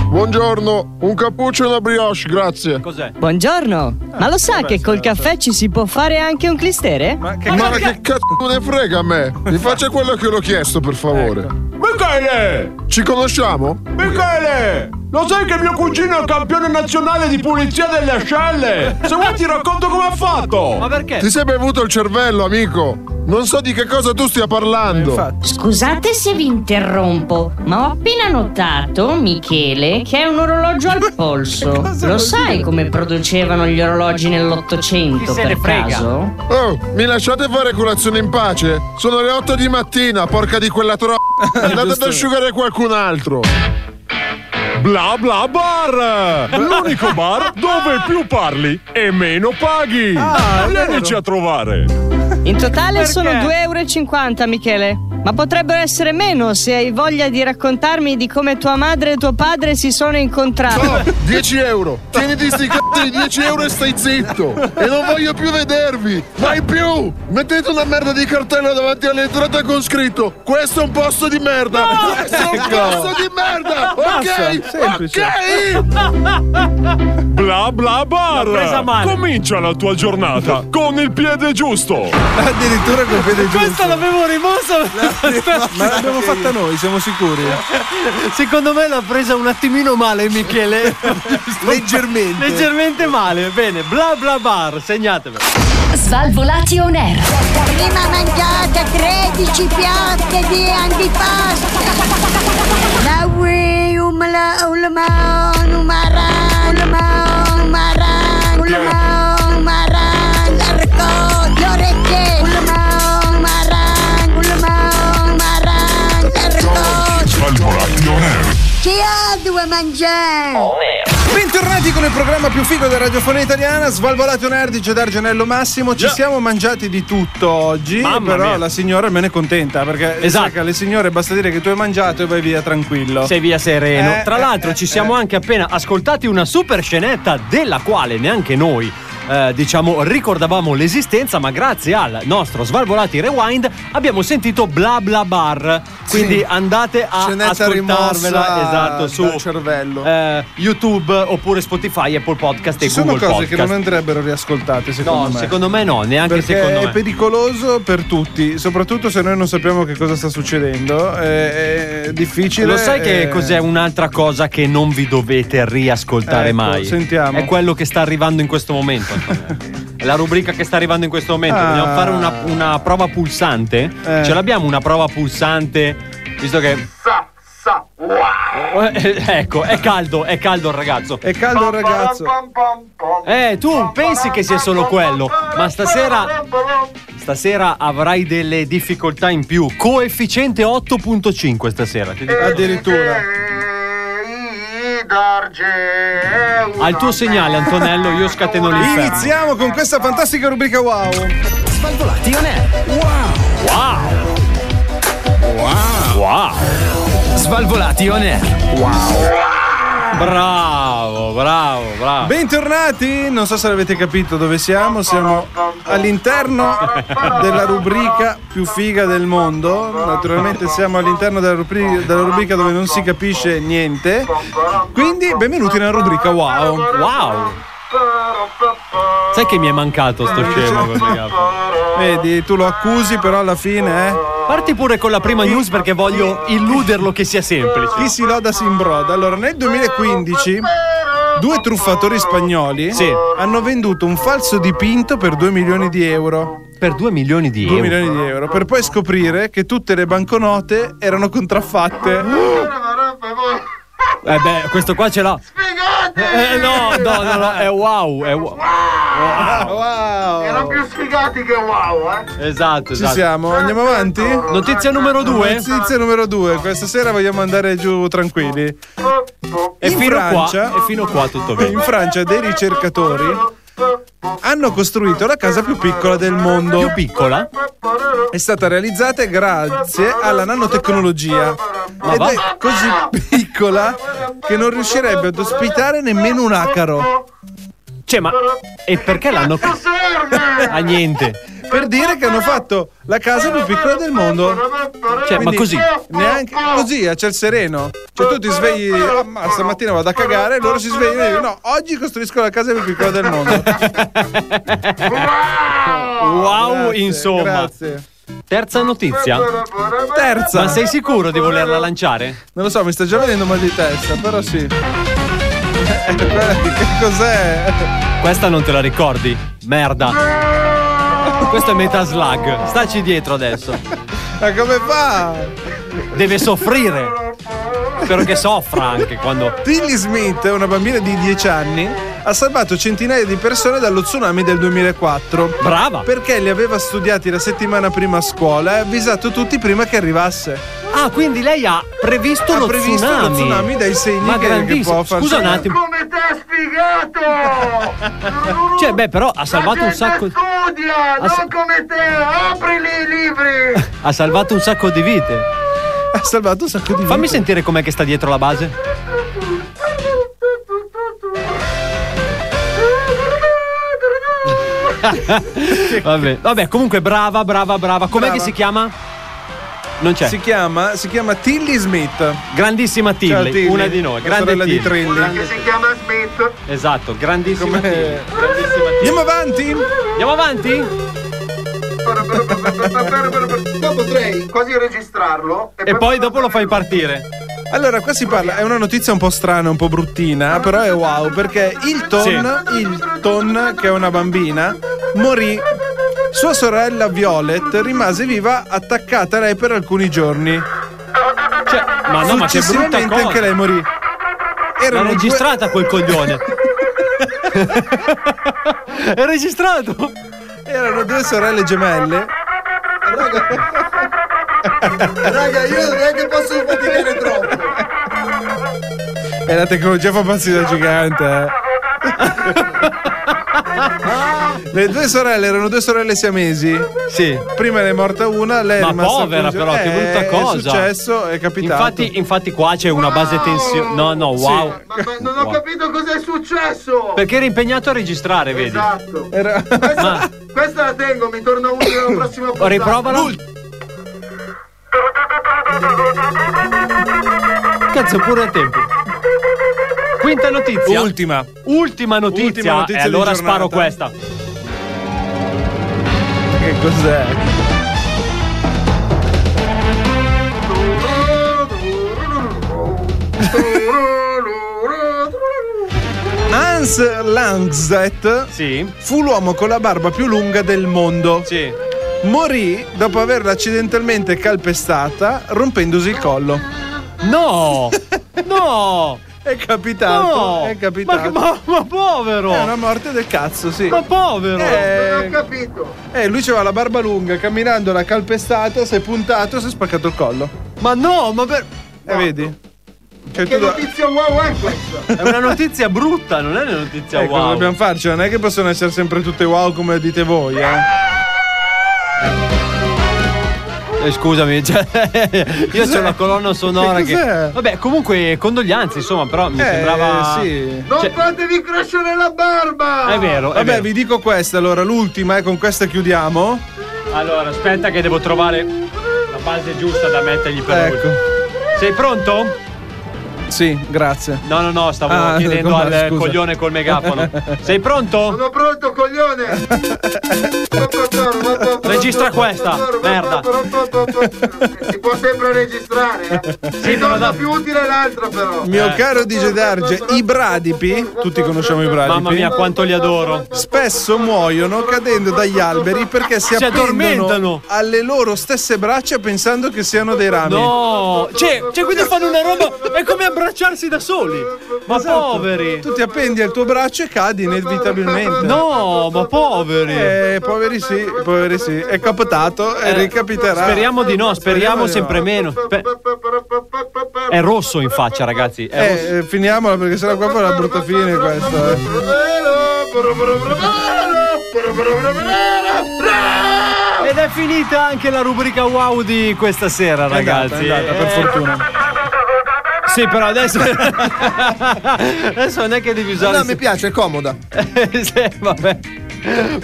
[SPEAKER 16] Buongiorno, un cappuccio e una brioche, grazie.
[SPEAKER 9] Cos'è?
[SPEAKER 12] Buongiorno, ma lo sa che col caffè ci si può fare anche un clistere?
[SPEAKER 8] Ma che
[SPEAKER 16] Ma che cazzo ne frega a me? Mi faccia quello che l'ho chiesto, per favore.
[SPEAKER 10] Ecco.
[SPEAKER 16] Michele! Ci conosciamo? Michele! Lo sai che mio cugino è il campione nazionale di pulizia delle ascelle? Se vuoi ti racconto come ha fatto!
[SPEAKER 9] Ma perché?
[SPEAKER 16] Ti sei bevuto il cervello, amico! Non so di che cosa tu stia parlando!
[SPEAKER 8] Infatti,
[SPEAKER 12] Scusate se vi interrompo, ma ho appena notato, Michele, che è un orologio al polso. Lo sai come producevano gli orologi
[SPEAKER 9] Chi
[SPEAKER 12] nell'Ottocento
[SPEAKER 9] se ne
[SPEAKER 12] per
[SPEAKER 9] frega?
[SPEAKER 12] caso?
[SPEAKER 16] Oh, mi lasciate fare colazione in pace? Sono le 8 di mattina, porca di quella tro... Andate ad asciugare qualcun altro! Bla bla bar! L'unico bar dove più parli e meno paghi!
[SPEAKER 8] Ah, è vero.
[SPEAKER 16] Vienici a trovare!
[SPEAKER 12] In totale
[SPEAKER 9] Perché?
[SPEAKER 12] sono 2,50 euro, Michele. Ma potrebbero essere meno se hai voglia di raccontarmi di come tua madre e tuo padre si sono incontrati.
[SPEAKER 16] Oh, 10 euro! Tieniti sti cazzo di 10 euro e stai zitto! E non voglio più vedervi! Mai più! Mettete una merda di cartello davanti all'entrata con scritto Questo è un posto di merda! Questo è un posto di merda! Ok!
[SPEAKER 8] semplice.
[SPEAKER 16] Ok! Bla bla bar!
[SPEAKER 9] L'ho presa male.
[SPEAKER 16] Comincia la tua
[SPEAKER 9] <laughs>
[SPEAKER 16] giornata con il piede giusto!
[SPEAKER 10] Addirittura col piede
[SPEAKER 9] Questa
[SPEAKER 10] giusto.
[SPEAKER 9] l'avevo rimossa.
[SPEAKER 8] ma l'abbiamo fatta noi, siamo sicuri.
[SPEAKER 9] Secondo me l'ha presa un attimino male, Michele.
[SPEAKER 10] <laughs> Leggermente.
[SPEAKER 9] Leggermente male. Bene, bla bla bar, segnatevelo.
[SPEAKER 6] Svalvolati on air.
[SPEAKER 13] Prima mangiate 13 piatte di antipasta. La ui, umla, ulma, umara, ulma, umara, ulma, umara, l'arco, l'orecchie, ulma, umara, ulma, umara, l'arco. Chi ha due mangiare?
[SPEAKER 8] Bentornati con il programma più figo della radiofonia italiana, Svalvolato Nerdi, c'è Dargenello Massimo. Ci siamo mangiati di tutto oggi,
[SPEAKER 9] Mamma
[SPEAKER 8] però
[SPEAKER 9] mia.
[SPEAKER 8] la signora almeno è contenta perché
[SPEAKER 9] Esatto.
[SPEAKER 8] sai che alle signore basta dire che tu hai mangiato e vai via tranquillo.
[SPEAKER 9] Sei via sereno.
[SPEAKER 8] Eh,
[SPEAKER 9] Tra
[SPEAKER 8] eh,
[SPEAKER 9] l'altro,
[SPEAKER 8] eh,
[SPEAKER 9] ci siamo anche appena ascoltati una super scenetta della quale neanche noi. eh, diciamo ricordavamo l'esistenza ma grazie al nostro Svalvolati Rewind abbiamo sentito Bla Bla Bar quindi
[SPEAKER 10] Sì.
[SPEAKER 9] andate a
[SPEAKER 10] Scenetta
[SPEAKER 9] ascoltarvela
[SPEAKER 10] rimossa
[SPEAKER 9] esatto su
[SPEAKER 10] dal cervello.
[SPEAKER 9] eh, YouTube oppure Spotify Apple Podcast
[SPEAKER 8] Ci
[SPEAKER 9] e
[SPEAKER 8] sono
[SPEAKER 9] Google
[SPEAKER 8] cose
[SPEAKER 9] Podcast
[SPEAKER 8] che non andrebbero riascoltate, secondo
[SPEAKER 9] no
[SPEAKER 8] me.
[SPEAKER 9] secondo me no neanche secondo
[SPEAKER 8] perché
[SPEAKER 9] me
[SPEAKER 8] è pericoloso per tutti, soprattutto se noi non sappiamo che cosa sta succedendo. È, è difficile.
[SPEAKER 9] Lo sai che
[SPEAKER 8] eh,
[SPEAKER 9] cos'è un'altra cosa che non vi dovete riascoltare
[SPEAKER 8] Ecco,
[SPEAKER 9] mai?
[SPEAKER 8] sentiamo.
[SPEAKER 9] È quello che sta arrivando in questo momento.
[SPEAKER 8] <laughs>
[SPEAKER 9] Antonio. È La rubrica che sta arrivando in questo momento.
[SPEAKER 8] Ah.
[SPEAKER 9] Vogliamo fare una, una prova pulsante?
[SPEAKER 8] Eh.
[SPEAKER 9] Ce l'abbiamo una prova pulsante? Visto che. Eh, Ecco, è caldo, è caldo il ragazzo.
[SPEAKER 8] <laughs> È caldo il ragazzo.
[SPEAKER 9] Eh, tu pensi che sia solo quello, ma stasera. Stasera avrai delle difficoltà in più. Coefficiente 8.5 stasera. Ti dico.
[SPEAKER 8] Addirittura.
[SPEAKER 11] d'argento.
[SPEAKER 9] Al tuo segnale, Antonello, io scateno l'inferno.
[SPEAKER 8] Iniziamo con questa fantastica rubrica wow.
[SPEAKER 17] Svalvolati on air.
[SPEAKER 9] Wow.
[SPEAKER 17] Wow. Wow. Svalvolati on air.
[SPEAKER 9] Bravo, bravo, bravo.
[SPEAKER 8] Bentornati, non so se l'avete capito dove siamo, siamo all'interno della rubrica più figa del mondo, naturalmente siamo all'interno della rubri- della rubrica dove non si capisce niente, quindi benvenuti nella rubrica wow.
[SPEAKER 9] Wow. Sai che mi è mancato sto scemo col legato?
[SPEAKER 8] Vedi, tu lo accusi però alla fine, eh?
[SPEAKER 9] Parti pure con la prima news perché voglio illuderlo che sia semplice.
[SPEAKER 8] Chi si loda si imbroda. Allora, nel 2015 due truffatori spagnoli
[SPEAKER 9] Sì.
[SPEAKER 8] hanno venduto un falso dipinto per 2 milioni di euro.
[SPEAKER 9] Per 2 milioni di
[SPEAKER 8] 2
[SPEAKER 9] euro.
[SPEAKER 8] milioni di euro, per poi scoprire che tutte le banconote erano contraffatte.
[SPEAKER 9] Eh beh, questo qua ce l'ho. Eh, no, no, no, no, è wow, è wow.
[SPEAKER 8] Ah,
[SPEAKER 11] Erano più sfigati che wow, eh.
[SPEAKER 9] Esatto,
[SPEAKER 8] Ci
[SPEAKER 9] esatto.
[SPEAKER 8] siamo, andiamo avanti?
[SPEAKER 9] Notizia numero 2.
[SPEAKER 8] Notizia numero 2, questa sera vogliamo andare giù tranquilli.
[SPEAKER 9] E
[SPEAKER 8] In
[SPEAKER 9] fino
[SPEAKER 8] Francia-
[SPEAKER 9] qua, e fino qua tutto bene.
[SPEAKER 8] In Francia dei ricercatori hanno costruito la casa più piccola del mondo.
[SPEAKER 9] Più piccola?
[SPEAKER 8] È stata realizzata grazie alla nanotecnologia.
[SPEAKER 9] Ma
[SPEAKER 8] Ed
[SPEAKER 9] va?
[SPEAKER 8] è così piccola che non riuscirebbe ad ospitare nemmeno un acaro.
[SPEAKER 9] Cioè, ma e perché l'hanno <laughs> A niente.
[SPEAKER 8] Per dire che hanno fatto la casa più piccola del mondo.
[SPEAKER 9] Cioè, ma così?
[SPEAKER 8] Neanche
[SPEAKER 9] oh.
[SPEAKER 8] così, a ciel sereno. Cioè, tu ti svegli,
[SPEAKER 9] Eh,
[SPEAKER 8] "Ah, ma stamattina vado a cagare, e loro si svegliano e dicono: No, oggi costruisco la casa più piccola del mondo.
[SPEAKER 9] <laughs> Wow,
[SPEAKER 8] Grazie,
[SPEAKER 9] insomma.
[SPEAKER 8] grazie.
[SPEAKER 9] Terza notizia.
[SPEAKER 8] Terza.
[SPEAKER 9] Ma sei sicuro di volerla lanciare?
[SPEAKER 8] Non lo so, mi sta già venendo mal di testa,
[SPEAKER 9] <laughs>
[SPEAKER 8] però sì. Eh, che cos'è?
[SPEAKER 9] Questa non te la ricordi? Merda. Questo è Meta Slug. Staci dietro adesso.
[SPEAKER 8] Ma come fa?
[SPEAKER 9] Deve soffrire. Spero che soffra anche quando.
[SPEAKER 8] Tilly Smith, una bambina di 10 anni, ha salvato centinaia di persone dallo tsunami del 2004.
[SPEAKER 9] Brava.
[SPEAKER 8] Perché li aveva studiati la settimana prima a scuola e ha avvisato tutti prima che arrivasse.
[SPEAKER 9] Ah, quindi lei ha previsto,
[SPEAKER 8] ha
[SPEAKER 9] lo,
[SPEAKER 8] previsto
[SPEAKER 9] tsunami.
[SPEAKER 8] lo tsunami dai segni
[SPEAKER 9] Ma
[SPEAKER 8] che, che
[SPEAKER 9] grandissimo.
[SPEAKER 8] può far
[SPEAKER 9] Scusa un attimo.
[SPEAKER 11] Come ti ha spiegato?
[SPEAKER 9] <laughs> Cioè, beh, però ha salvato un sacco.
[SPEAKER 11] Studia,
[SPEAKER 9] Ah, sì.
[SPEAKER 11] non come te, aprili i libri.
[SPEAKER 9] Ha salvato un sacco di vite.
[SPEAKER 8] Ha salvato un sacco di
[SPEAKER 9] Fammi
[SPEAKER 8] vite.
[SPEAKER 9] sentire com'è che sta dietro la base. <laughs> vabbè, vabbè, comunque brava, brava, brava. Com'è
[SPEAKER 8] Brava.
[SPEAKER 9] che si chiama? Non c'è.
[SPEAKER 8] Si chiama, si chiama Tilly Smith.
[SPEAKER 9] Grandissima Tilly,
[SPEAKER 8] Ciao, Tilly.
[SPEAKER 9] una di noi.
[SPEAKER 8] La
[SPEAKER 9] Grande
[SPEAKER 8] sorella di
[SPEAKER 9] Tilly.
[SPEAKER 8] Trilli.
[SPEAKER 11] Che si chiama Smith.
[SPEAKER 9] Esatto, grandissima
[SPEAKER 8] Com'è?
[SPEAKER 9] Tilly. Grandissima Tilly.
[SPEAKER 8] Andiamo avanti?
[SPEAKER 9] Andiamo avanti?
[SPEAKER 11] Io potrei quasi registrarlo
[SPEAKER 9] E poi dopo lo fai partire.
[SPEAKER 8] Allora, qua si parla, è una notizia un po' strana, un po' bruttina, però è wow, perché Hilton, Hilton, che è una bambina, morì. Sua sorella Violet rimase viva attaccata a lei per alcuni giorni.
[SPEAKER 9] Cioè, ma no, Eh ma che brutta
[SPEAKER 8] Successivamente
[SPEAKER 9] cosa.
[SPEAKER 8] anche lei morì.
[SPEAKER 9] L'ha
[SPEAKER 8] Erano due-
[SPEAKER 9] registrata quel
[SPEAKER 11] <laughs>
[SPEAKER 9] coglione. È registrato.
[SPEAKER 8] erano due sorelle gemelle.
[SPEAKER 18] Raga, io non è che posso faticare troppo.
[SPEAKER 8] E la tecnologia fa pazzire da gigante.
[SPEAKER 9] <laughs>
[SPEAKER 8] eh. Le due sorelle erano due sorelle siamesi.
[SPEAKER 9] Sì.
[SPEAKER 8] Prima ne è morta una, lei è
[SPEAKER 9] Ma
[SPEAKER 8] rimasta
[SPEAKER 9] povera
[SPEAKER 8] con-
[SPEAKER 9] però, che brutta
[SPEAKER 8] Eh, È
[SPEAKER 9] cosa.
[SPEAKER 8] successo, è capitato.
[SPEAKER 9] Infatti, infatti qua c'è una base tensione. No, no, wow.
[SPEAKER 11] Ma, ma non ho
[SPEAKER 9] Wow.
[SPEAKER 11] capito cos'è successo.
[SPEAKER 9] Perché eri impegnato a registrare, vedi?
[SPEAKER 11] Esatto.
[SPEAKER 8] Era- <laughs>
[SPEAKER 9] Ma
[SPEAKER 11] Questa la tengo, mi torna utile la prossima puntata.
[SPEAKER 9] riprovala. Cazzo, pure a tempo. Quinta notizia.
[SPEAKER 8] Ultima.
[SPEAKER 9] Ultima notizia.
[SPEAKER 8] Ultima notizia
[SPEAKER 9] e
[SPEAKER 8] di
[SPEAKER 9] allora
[SPEAKER 8] giornata.
[SPEAKER 9] sparo questa.
[SPEAKER 8] Che
[SPEAKER 9] <laughs>
[SPEAKER 8] cos'è? Hans Langseth
[SPEAKER 9] Sì.
[SPEAKER 8] fu l'uomo con la barba più lunga del mondo.
[SPEAKER 9] Sì.
[SPEAKER 8] Morì dopo averla accidentalmente calpestata rompendosi il collo. <laughs>
[SPEAKER 9] No! No!
[SPEAKER 8] È capitato,
[SPEAKER 9] No!
[SPEAKER 8] è capitato.
[SPEAKER 9] Ma, ma- ma povero!
[SPEAKER 8] È una morte del cazzo, sì.
[SPEAKER 9] Ma povero!
[SPEAKER 11] Non ho
[SPEAKER 8] Eh,
[SPEAKER 11] capito.
[SPEAKER 8] eh, lui c'aveva la barba lunga, camminando l'ha calpestata, si è puntato e si è spaccato il collo.
[SPEAKER 9] Ma no, ma per.
[SPEAKER 8] Eh, vedi?
[SPEAKER 11] È
[SPEAKER 8] Cioè,
[SPEAKER 19] che
[SPEAKER 8] tu da-
[SPEAKER 19] notizia wow è questa?
[SPEAKER 9] È una notizia brutta, non è una notizia
[SPEAKER 8] Eh, cosa
[SPEAKER 9] wow.
[SPEAKER 8] dobbiamo farci? Non è che possono essere sempre tutte wow come dite voi, eh?
[SPEAKER 9] Eh, scusami, cioè, io
[SPEAKER 8] Cos'è?
[SPEAKER 9] c'ho una colonna sonora
[SPEAKER 8] Che
[SPEAKER 9] che.
[SPEAKER 8] cos'è?
[SPEAKER 9] Vabbè, comunque, condoglianze, insomma, però mi
[SPEAKER 8] Eh,
[SPEAKER 9] sembrava.
[SPEAKER 8] sì.
[SPEAKER 19] Non
[SPEAKER 9] Cioè,
[SPEAKER 19] fatevi crescere la barba!
[SPEAKER 8] Ah, Vabbè, vi dico questa allora, l'ultima, e con questa chiudiamo.
[SPEAKER 9] Allora, aspetta, che devo trovare la base giusta da mettergli per
[SPEAKER 8] Ecco.
[SPEAKER 9] l'ultimo. Sei pronto?
[SPEAKER 8] Sì, grazie.
[SPEAKER 9] No, no, no, stavo
[SPEAKER 8] Ah,
[SPEAKER 9] chiedendo
[SPEAKER 8] come-
[SPEAKER 9] al
[SPEAKER 8] scusa.
[SPEAKER 9] coglione col megafono. Sei pronto?
[SPEAKER 19] Sono pronto,
[SPEAKER 10] <laughs>
[SPEAKER 19] coglione!
[SPEAKER 9] Registra questa, merda.
[SPEAKER 19] Si può sempre registrare, eh? Sì, torna più utile l'altra però!
[SPEAKER 8] Mio
[SPEAKER 19] Eh.
[SPEAKER 8] caro DJ Darge, i bradipi, tutti conosciamo i bradipi.
[SPEAKER 9] Mamma mia, quanto li adoro.
[SPEAKER 8] Spesso muoiono cadendo dagli alberi perché si,
[SPEAKER 9] Si
[SPEAKER 8] appendono
[SPEAKER 9] addormentano.
[SPEAKER 8] alle loro stesse braccia pensando che siano dei rami.
[SPEAKER 9] No, cioè, cioè, quindi fanno una roba. È come abbracciarsi da soli. Ma
[SPEAKER 8] Esatto.
[SPEAKER 9] poveri.
[SPEAKER 8] Tu ti appendi al tuo braccio e cadi inevitabilmente.
[SPEAKER 9] No, ma poveri.
[SPEAKER 8] Eh, poveri sì, poveri sì. È capitato e
[SPEAKER 9] Eh,
[SPEAKER 8] ricapiterà.
[SPEAKER 9] Speriamo di no, speriamo,
[SPEAKER 8] di
[SPEAKER 9] sempre
[SPEAKER 8] no.
[SPEAKER 9] meno. Spe- È rosso in faccia, ragazzi. È rosso.
[SPEAKER 8] Eh, eh, finiamola perché sennò qua fa una brutta fine questa. eh.
[SPEAKER 9] Ed è finita anche la rubrica wow di questa sera,
[SPEAKER 8] È andata,
[SPEAKER 9] ragazzi.
[SPEAKER 8] è andata, per
[SPEAKER 9] Eh,
[SPEAKER 8] fortuna.
[SPEAKER 9] Sì, però adesso. <laughs> adesso non è che devi usare.
[SPEAKER 10] No, mi piace, è comoda.
[SPEAKER 9] <laughs> Eh, sì, vabbè.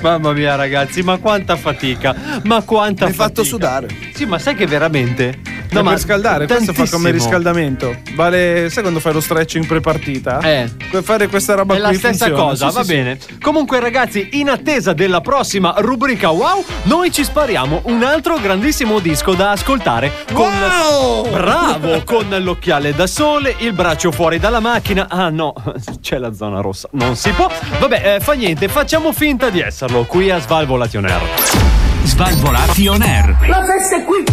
[SPEAKER 9] Mamma mia, ragazzi, ma quanta fatica! Ma quanta
[SPEAKER 10] Mi hai fatto
[SPEAKER 9] fatica.
[SPEAKER 10] sudare.
[SPEAKER 9] Sì, ma sai che veramente.
[SPEAKER 8] No,
[SPEAKER 9] ma
[SPEAKER 8] per scaldare, questo fa come
[SPEAKER 9] tantissimo.
[SPEAKER 8] riscaldamento. Vale, sai quando fai lo stretching pre-partita?
[SPEAKER 9] Eh.
[SPEAKER 8] Que- Fare questa roba
[SPEAKER 9] È la
[SPEAKER 8] qui
[SPEAKER 9] stessa
[SPEAKER 8] funziona,
[SPEAKER 9] cosa,
[SPEAKER 8] sì, sì,
[SPEAKER 9] va
[SPEAKER 8] sì.
[SPEAKER 9] bene. Comunque, ragazzi, in attesa della prossima rubrica Wow, noi ci spariamo un altro grandissimo disco da ascoltare. Con... Bravo! Con l'occhiale da sole, il braccio fuori dalla macchina. Ah no, <laughs> c'è la zona rossa, non si può. Vabbè, eh, fa niente, facciamo finta di esserlo qui a Svalvolation Air.
[SPEAKER 7] Svalvolati on air.
[SPEAKER 19] La festa è qui!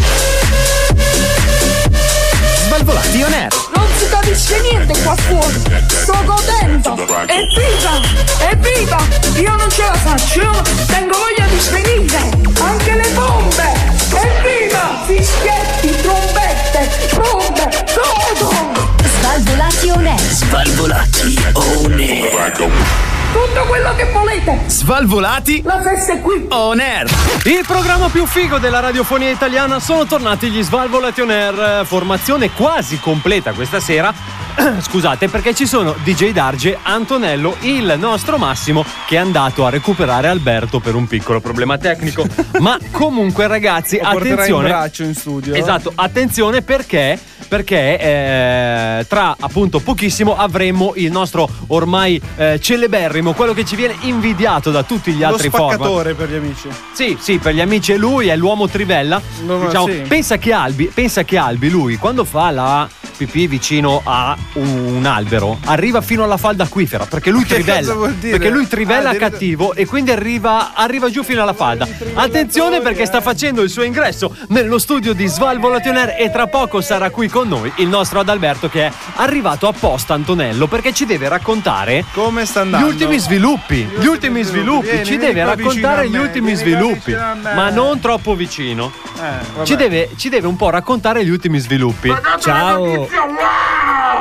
[SPEAKER 7] Svalvolati on air.
[SPEAKER 13] Non si capisce niente qua fuori. Sto godendo. Evviva! Evviva! Io non ce la faccio. Io tengo voglia di svenire. Anche le bombe. Evviva! Fischietti, trombette, bombe, godo!
[SPEAKER 6] Svalvolati on air.
[SPEAKER 2] Svalvolati on air.
[SPEAKER 13] Tutto quello che volete.
[SPEAKER 7] Svalvolati
[SPEAKER 13] La festa è qui.
[SPEAKER 7] on air.
[SPEAKER 9] Il programma più figo della radiofonia italiana sono tornati gli Svalvolati on Air, eh, formazione quasi completa questa sera. <clears throat> Scusate, perché ci sono DJ Darge, Antonello, il nostro Massimo che è andato a recuperare Alberto per un piccolo problema
[SPEAKER 8] <laughs>
[SPEAKER 9] tecnico. Ma comunque, ragazzi,
[SPEAKER 8] Lo porterai
[SPEAKER 9] attenzione.
[SPEAKER 8] in braccio in studio. eh.
[SPEAKER 9] Esatto, attenzione perché, perché eh, tra appunto pochissimo avremo il nostro ormai eh, celeberrimo, quello che ci viene invidiato da tutti gli
[SPEAKER 8] Lo
[SPEAKER 9] altri format.
[SPEAKER 8] spaccatore per gli amici.
[SPEAKER 9] Sì, sì, per gli amici è lui, è l'uomo trivella.
[SPEAKER 8] No, no,
[SPEAKER 9] Diciamo,
[SPEAKER 8] sì.
[SPEAKER 9] pensa, che Albi, pensa che Albi, lui, quando fa la pipì vicino a un albero, arriva fino alla falda acquifera, perché lui
[SPEAKER 8] <laughs> Che
[SPEAKER 9] trivella.
[SPEAKER 8] cosa vuol dire?
[SPEAKER 9] Perché lui trivella
[SPEAKER 8] Ah, addirittura-
[SPEAKER 9] cattivo e quindi arriva, arriva giù fino alla falda. Attenzione perché sta facendo il suo ingresso nello studio di Svalvolation Air e tra poco sarà qui con noi il nostro Adalberto che è arrivato apposta Antonello perché ci deve raccontare
[SPEAKER 8] Come sta
[SPEAKER 9] gli
[SPEAKER 8] andando?
[SPEAKER 9] ultimi sviluppi, gli ultimi sviluppi,
[SPEAKER 8] Vieni,
[SPEAKER 9] ci
[SPEAKER 8] vieni
[SPEAKER 9] deve
[SPEAKER 8] qua vicino a
[SPEAKER 9] raccontare
[SPEAKER 8] me,
[SPEAKER 9] gli ultimi
[SPEAKER 8] vieni qua
[SPEAKER 9] sviluppi,
[SPEAKER 8] vicino a me.
[SPEAKER 9] ma non troppo vicino.
[SPEAKER 8] Eh, vabbè.
[SPEAKER 9] Ci deve, ci deve un po' raccontare gli ultimi sviluppi.
[SPEAKER 20] Ciao,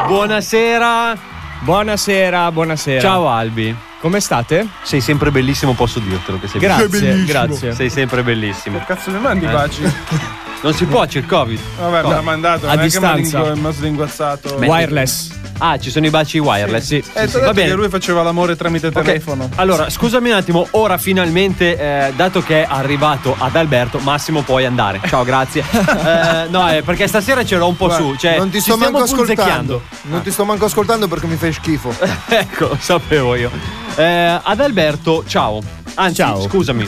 [SPEAKER 9] Buonasera,
[SPEAKER 20] buonasera, buonasera.
[SPEAKER 9] ciao Albi.
[SPEAKER 20] Come state?
[SPEAKER 9] Sei sempre bellissimo, posso dirtelo che sei
[SPEAKER 20] Grazie,
[SPEAKER 9] bellissimo.
[SPEAKER 20] grazie.
[SPEAKER 9] Sei sempre bellissimo.
[SPEAKER 8] Cazzo, mi mandi i
[SPEAKER 9] Eh.
[SPEAKER 8] baci?
[SPEAKER 9] Non si può, c'è il Covid.
[SPEAKER 8] Vabbè, me l'ha mandato.
[SPEAKER 20] A
[SPEAKER 8] non è che mi ha
[SPEAKER 20] distanza.
[SPEAKER 8] lingu- mi ha slinguazzato.
[SPEAKER 9] Beh,
[SPEAKER 20] Wireless.
[SPEAKER 9] Ah, ci sono i baci wireless.
[SPEAKER 20] Sì,
[SPEAKER 8] Eh, t'ho detto
[SPEAKER 9] Va
[SPEAKER 8] che
[SPEAKER 9] bene.
[SPEAKER 8] lui faceva l'amore tramite
[SPEAKER 9] Ok,
[SPEAKER 8] telefono.
[SPEAKER 9] Allora, scusami un attimo, ora finalmente, eh, dato che è arrivato ad Alberto, Massimo puoi andare. Ciao, grazie. Eh, no, eh, perché stasera ce l'ho un po'
[SPEAKER 10] Guarda,
[SPEAKER 9] su, cioè,
[SPEAKER 10] non ti
[SPEAKER 9] ci
[SPEAKER 10] sto
[SPEAKER 9] stiamo
[SPEAKER 10] manco ascoltando.
[SPEAKER 9] punzecchiando.
[SPEAKER 10] Non ti sto manco ascoltando perché mi fai schifo.
[SPEAKER 9] <laughs> ecco, lo sapevo io. Eh, ad Alberto, ciao. Anzi,
[SPEAKER 20] Ciao.
[SPEAKER 9] scusami,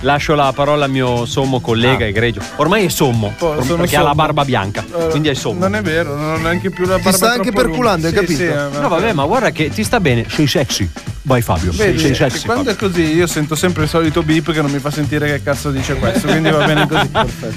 [SPEAKER 9] lascio la parola al mio sommo collega egregio. Ormai è sommo,
[SPEAKER 8] Oh,
[SPEAKER 9] orm-
[SPEAKER 8] sono
[SPEAKER 9] perché ha la
[SPEAKER 8] sommo.
[SPEAKER 9] barba bianca,
[SPEAKER 8] Eh,
[SPEAKER 9] quindi è sommo.
[SPEAKER 8] Non è vero, non ho neanche più la barba
[SPEAKER 10] sta anche
[SPEAKER 8] troppo
[SPEAKER 10] perculando, hai
[SPEAKER 8] lunga. Sì,
[SPEAKER 10] capito?
[SPEAKER 8] sì, eh, ma-
[SPEAKER 9] No, vabbè, ma guarda che ti sta bene. Sei sexy. Vai Fabio,
[SPEAKER 8] Vedi,
[SPEAKER 9] sei
[SPEAKER 8] che
[SPEAKER 9] sexy.
[SPEAKER 8] quando
[SPEAKER 9] Fabio.
[SPEAKER 8] è così io sento sempre il solito beep che non mi fa sentire che cazzo dice questo, quindi va bene così.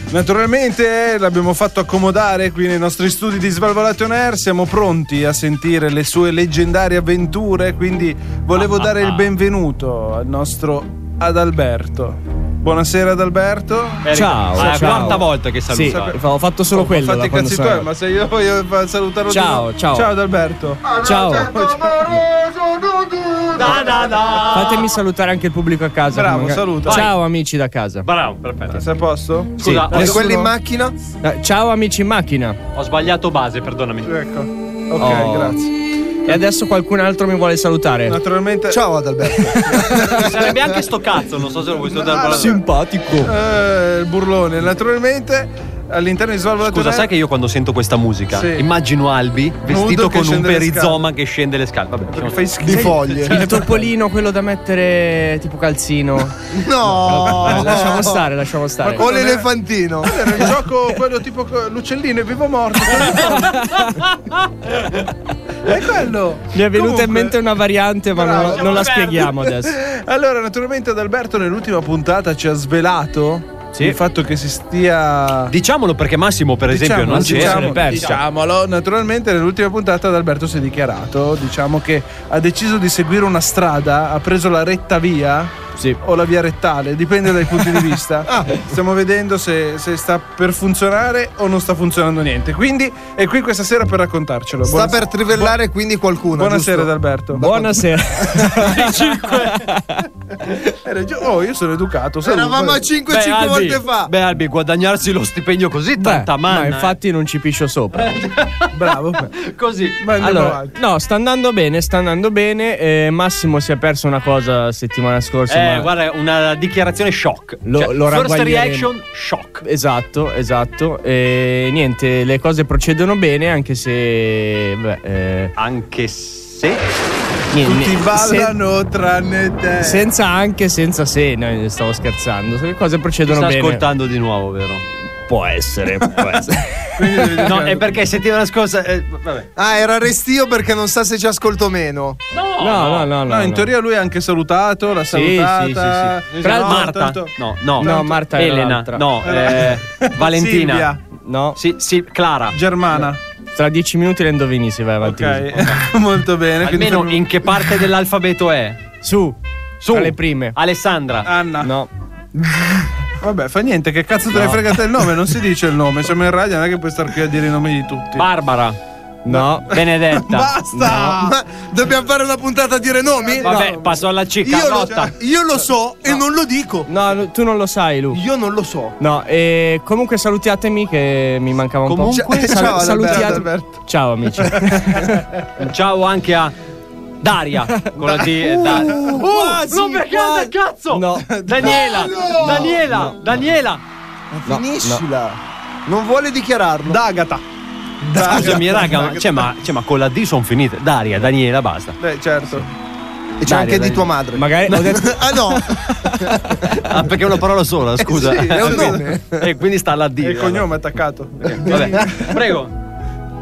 [SPEAKER 8] Naturalmente eh, l'abbiamo fatto accomodare qui nei nostri studi di Svalvolation Air, siamo pronti a sentire le sue leggendarie
[SPEAKER 21] Ah,
[SPEAKER 8] avventure, quindi volevo dare il benvenuto al nostro Adalberto. Buonasera ad Alberto.
[SPEAKER 21] Ciao.
[SPEAKER 9] È la
[SPEAKER 21] ciao.
[SPEAKER 9] Ah, quarta volta che saluta.
[SPEAKER 21] Sì, fa- ho fatto solo quello. da
[SPEAKER 8] Fatti i
[SPEAKER 21] quando
[SPEAKER 8] cazzi
[SPEAKER 21] sono
[SPEAKER 8] tuoi,
[SPEAKER 21] arrivato.
[SPEAKER 8] ma se io voglio fa- salutarlo
[SPEAKER 21] Ciao,
[SPEAKER 8] tu-
[SPEAKER 21] ciao.
[SPEAKER 8] Ciao Adalberto.
[SPEAKER 21] Ciao.
[SPEAKER 9] Da, da, da.
[SPEAKER 21] Fatemi salutare anche il pubblico a casa.
[SPEAKER 8] Bravo,
[SPEAKER 21] magari-
[SPEAKER 8] saluta.
[SPEAKER 21] Ciao amici da casa.
[SPEAKER 9] Bravo, perfetto.
[SPEAKER 8] Sei a posto?
[SPEAKER 21] Sì.
[SPEAKER 9] Scusa,
[SPEAKER 21] Nessuno-
[SPEAKER 9] quelli in
[SPEAKER 21] macchina? Eh, Ciao amici in macchina.
[SPEAKER 9] Ho sbagliato base, perdonami.
[SPEAKER 8] Ecco. Ok,
[SPEAKER 21] Oh.
[SPEAKER 8] grazie.
[SPEAKER 21] E adesso qualcun altro mi vuole salutare.
[SPEAKER 8] Naturalmente.
[SPEAKER 11] Ciao
[SPEAKER 9] <laughs>
[SPEAKER 11] Adalberto.
[SPEAKER 9] Mi sarebbe anche sto cazzo, non so se lo vuoi
[SPEAKER 8] Ah,
[SPEAKER 9] salutare.
[SPEAKER 21] Simpatico.
[SPEAKER 8] Eh, il burlone, naturalmente. All'interno di Svalvola
[SPEAKER 9] Scusa, sai che io quando sento questa musica
[SPEAKER 8] Sì.
[SPEAKER 9] immagino Albi vestito
[SPEAKER 8] Nudo che
[SPEAKER 9] con un
[SPEAKER 8] scende le
[SPEAKER 9] perizoma che scende le scale. Vabbè, diciamo-
[SPEAKER 8] fai schifo.
[SPEAKER 11] Di foglie.
[SPEAKER 21] Il topolino, quello da mettere tipo calzino. Eh,
[SPEAKER 11] No.
[SPEAKER 21] lasciamo stare, lasciamo stare.
[SPEAKER 11] O l'elefantino.
[SPEAKER 8] Era il gioco quello tipo co- l'uccellino è vivo o morto. è quello.
[SPEAKER 21] Mi è venuta
[SPEAKER 8] Comunque-
[SPEAKER 21] in mente una variante, ma
[SPEAKER 8] Bravo.
[SPEAKER 21] non, non la spieghiamo adesso.
[SPEAKER 8] Allora, naturalmente Adalberto nell'ultima puntata ci ha svelato
[SPEAKER 9] Sì.
[SPEAKER 8] il fatto che si stia
[SPEAKER 9] Diciamolo perché Massimo, per esempio, non c'era.
[SPEAKER 8] diciamo,
[SPEAKER 21] perso.
[SPEAKER 8] diciamolo, naturalmente nell'ultima puntata Adalberto si è dichiarato, diciamo che ha deciso di seguire una strada, ha preso la retta via
[SPEAKER 21] Sì.
[SPEAKER 8] o la via rettale, dipende dai punti
[SPEAKER 9] <laughs>
[SPEAKER 8] di vista.
[SPEAKER 9] Ah.
[SPEAKER 8] Stiamo vedendo se, se sta per funzionare o non sta funzionando niente. Quindi è qui questa sera per raccontarcelo.
[SPEAKER 11] Sta
[SPEAKER 8] Buonas-
[SPEAKER 11] per trivellare quindi qualcuno.
[SPEAKER 8] Buonasera
[SPEAKER 11] giusto?
[SPEAKER 8] Adalberto.
[SPEAKER 9] <laughs>
[SPEAKER 21] Buonasera.
[SPEAKER 8] Era già- Oh, io sono educato. saluto.
[SPEAKER 11] Eravamo a 5
[SPEAKER 9] Beh,
[SPEAKER 11] 5
[SPEAKER 9] Albi,
[SPEAKER 11] volte fa.
[SPEAKER 9] beh, Albi, guadagnarsi lo stipendio così
[SPEAKER 21] Beh,
[SPEAKER 9] tanta eh. mano.
[SPEAKER 21] ma infatti non ci piscio
[SPEAKER 11] <laughs>
[SPEAKER 21] sopra.
[SPEAKER 8] Bravo.
[SPEAKER 9] eh. Così.
[SPEAKER 8] Ma andiamo
[SPEAKER 21] Allora,
[SPEAKER 8] avanti.
[SPEAKER 21] no, sta andando bene, sta andando bene. Eh, Massimo si è perso una cosa settimana scorsa.
[SPEAKER 9] Eh,
[SPEAKER 21] ma-
[SPEAKER 9] guarda, una dichiarazione shock.
[SPEAKER 21] Lo-
[SPEAKER 9] Cioè,
[SPEAKER 21] lo
[SPEAKER 9] first
[SPEAKER 21] ragguaglieremo.
[SPEAKER 9] reaction shock.
[SPEAKER 21] Esatto, esatto. E niente, le cose procedono bene, anche se. Beh, eh,
[SPEAKER 9] Anche se
[SPEAKER 21] niente,
[SPEAKER 8] Tutti
[SPEAKER 21] se-
[SPEAKER 8] ballano tranne te.
[SPEAKER 21] senza anche, senza se, no, stavo scherzando. Le cose
[SPEAKER 9] ti
[SPEAKER 21] procedono
[SPEAKER 9] sta
[SPEAKER 21] bene. <laughs>
[SPEAKER 9] ascoltando di nuovo, vero?
[SPEAKER 21] Può essere, può essere.
[SPEAKER 9] No, è perché settimana scorsa. eh, vabbè.
[SPEAKER 11] Ah, era restio perché non sa se ci ascolto meno.
[SPEAKER 21] No, no, no. no,
[SPEAKER 8] No, in teoria lui ha anche salutato, l'ha
[SPEAKER 21] sì,
[SPEAKER 8] salutata.
[SPEAKER 21] sì, sì.
[SPEAKER 8] No,
[SPEAKER 21] Tra l'altro-
[SPEAKER 9] Marta.
[SPEAKER 8] tanto-
[SPEAKER 9] No, no.
[SPEAKER 21] No, Marta era
[SPEAKER 9] Elena.
[SPEAKER 21] l'altra.
[SPEAKER 9] No, eh, Valentina.
[SPEAKER 8] Silvia.
[SPEAKER 21] No,
[SPEAKER 9] Sì, sì, Clara.
[SPEAKER 8] Germana.
[SPEAKER 21] tra dieci minuti le indovini se vai avanti. così.
[SPEAKER 8] Ok, <laughs> molto bene. quindi
[SPEAKER 9] <laughs> Almeno
[SPEAKER 8] fermiamo-
[SPEAKER 9] in che parte dell'alfabeto è?
[SPEAKER 21] Su,
[SPEAKER 9] Su.
[SPEAKER 21] Tra le prime.
[SPEAKER 9] Alessandra.
[SPEAKER 8] Anna.
[SPEAKER 21] No,
[SPEAKER 8] Vabbè, fa niente, che cazzo te ne
[SPEAKER 21] No.
[SPEAKER 8] frega te il nome? Non si dice il nome, siamo in radio, non è che puoi star qui a dire i nomi di tutti.
[SPEAKER 9] Barbara.
[SPEAKER 21] no. <laughs>
[SPEAKER 9] Benedetta.
[SPEAKER 8] Basta!
[SPEAKER 11] Ah. Ma dobbiamo fare una puntata a dire nomi?
[SPEAKER 9] Vabbè, passo alla C.
[SPEAKER 11] Eh, Io lo,
[SPEAKER 9] Carlotta.
[SPEAKER 11] io lo so e non lo dico.
[SPEAKER 21] No, no, tu non lo sai, Lu.
[SPEAKER 11] Io non lo so.
[SPEAKER 21] No, e comunque salutiatemi che mi mancava un
[SPEAKER 11] Comunque,
[SPEAKER 8] Cioè-
[SPEAKER 21] po'.
[SPEAKER 11] ciao, Adalberto,
[SPEAKER 21] salutiate-
[SPEAKER 11] Adalberto.
[SPEAKER 21] Ciao amici.
[SPEAKER 9] Ciao anche a Daria. Con la D. eh, Daria.
[SPEAKER 21] quasi,
[SPEAKER 9] no, perché
[SPEAKER 21] quasi.
[SPEAKER 9] del cazzo?
[SPEAKER 21] No.
[SPEAKER 9] Daniela. Daniela. Daniela.
[SPEAKER 21] No,
[SPEAKER 11] Finiscila. Non vuole dichiararlo.
[SPEAKER 8] D'Agata.
[SPEAKER 9] Scusami, raga, ma, cioè, ma, cioè, ma con la D sono finite. Daria, Daniela, basta.
[SPEAKER 8] Beh, certo.
[SPEAKER 11] e c'è anche
[SPEAKER 9] dai.
[SPEAKER 11] di tua madre.
[SPEAKER 21] Magari ho detto
[SPEAKER 11] <laughs> ah no,
[SPEAKER 9] Ah, perché è una parola sola, scusa.
[SPEAKER 11] sì,
[SPEAKER 9] <laughs>
[SPEAKER 11] è un nome.
[SPEAKER 9] e quindi sta la D.
[SPEAKER 8] E il
[SPEAKER 9] vabbè.
[SPEAKER 8] cognome attaccato.
[SPEAKER 21] Eh,
[SPEAKER 9] Vabbè. Prego.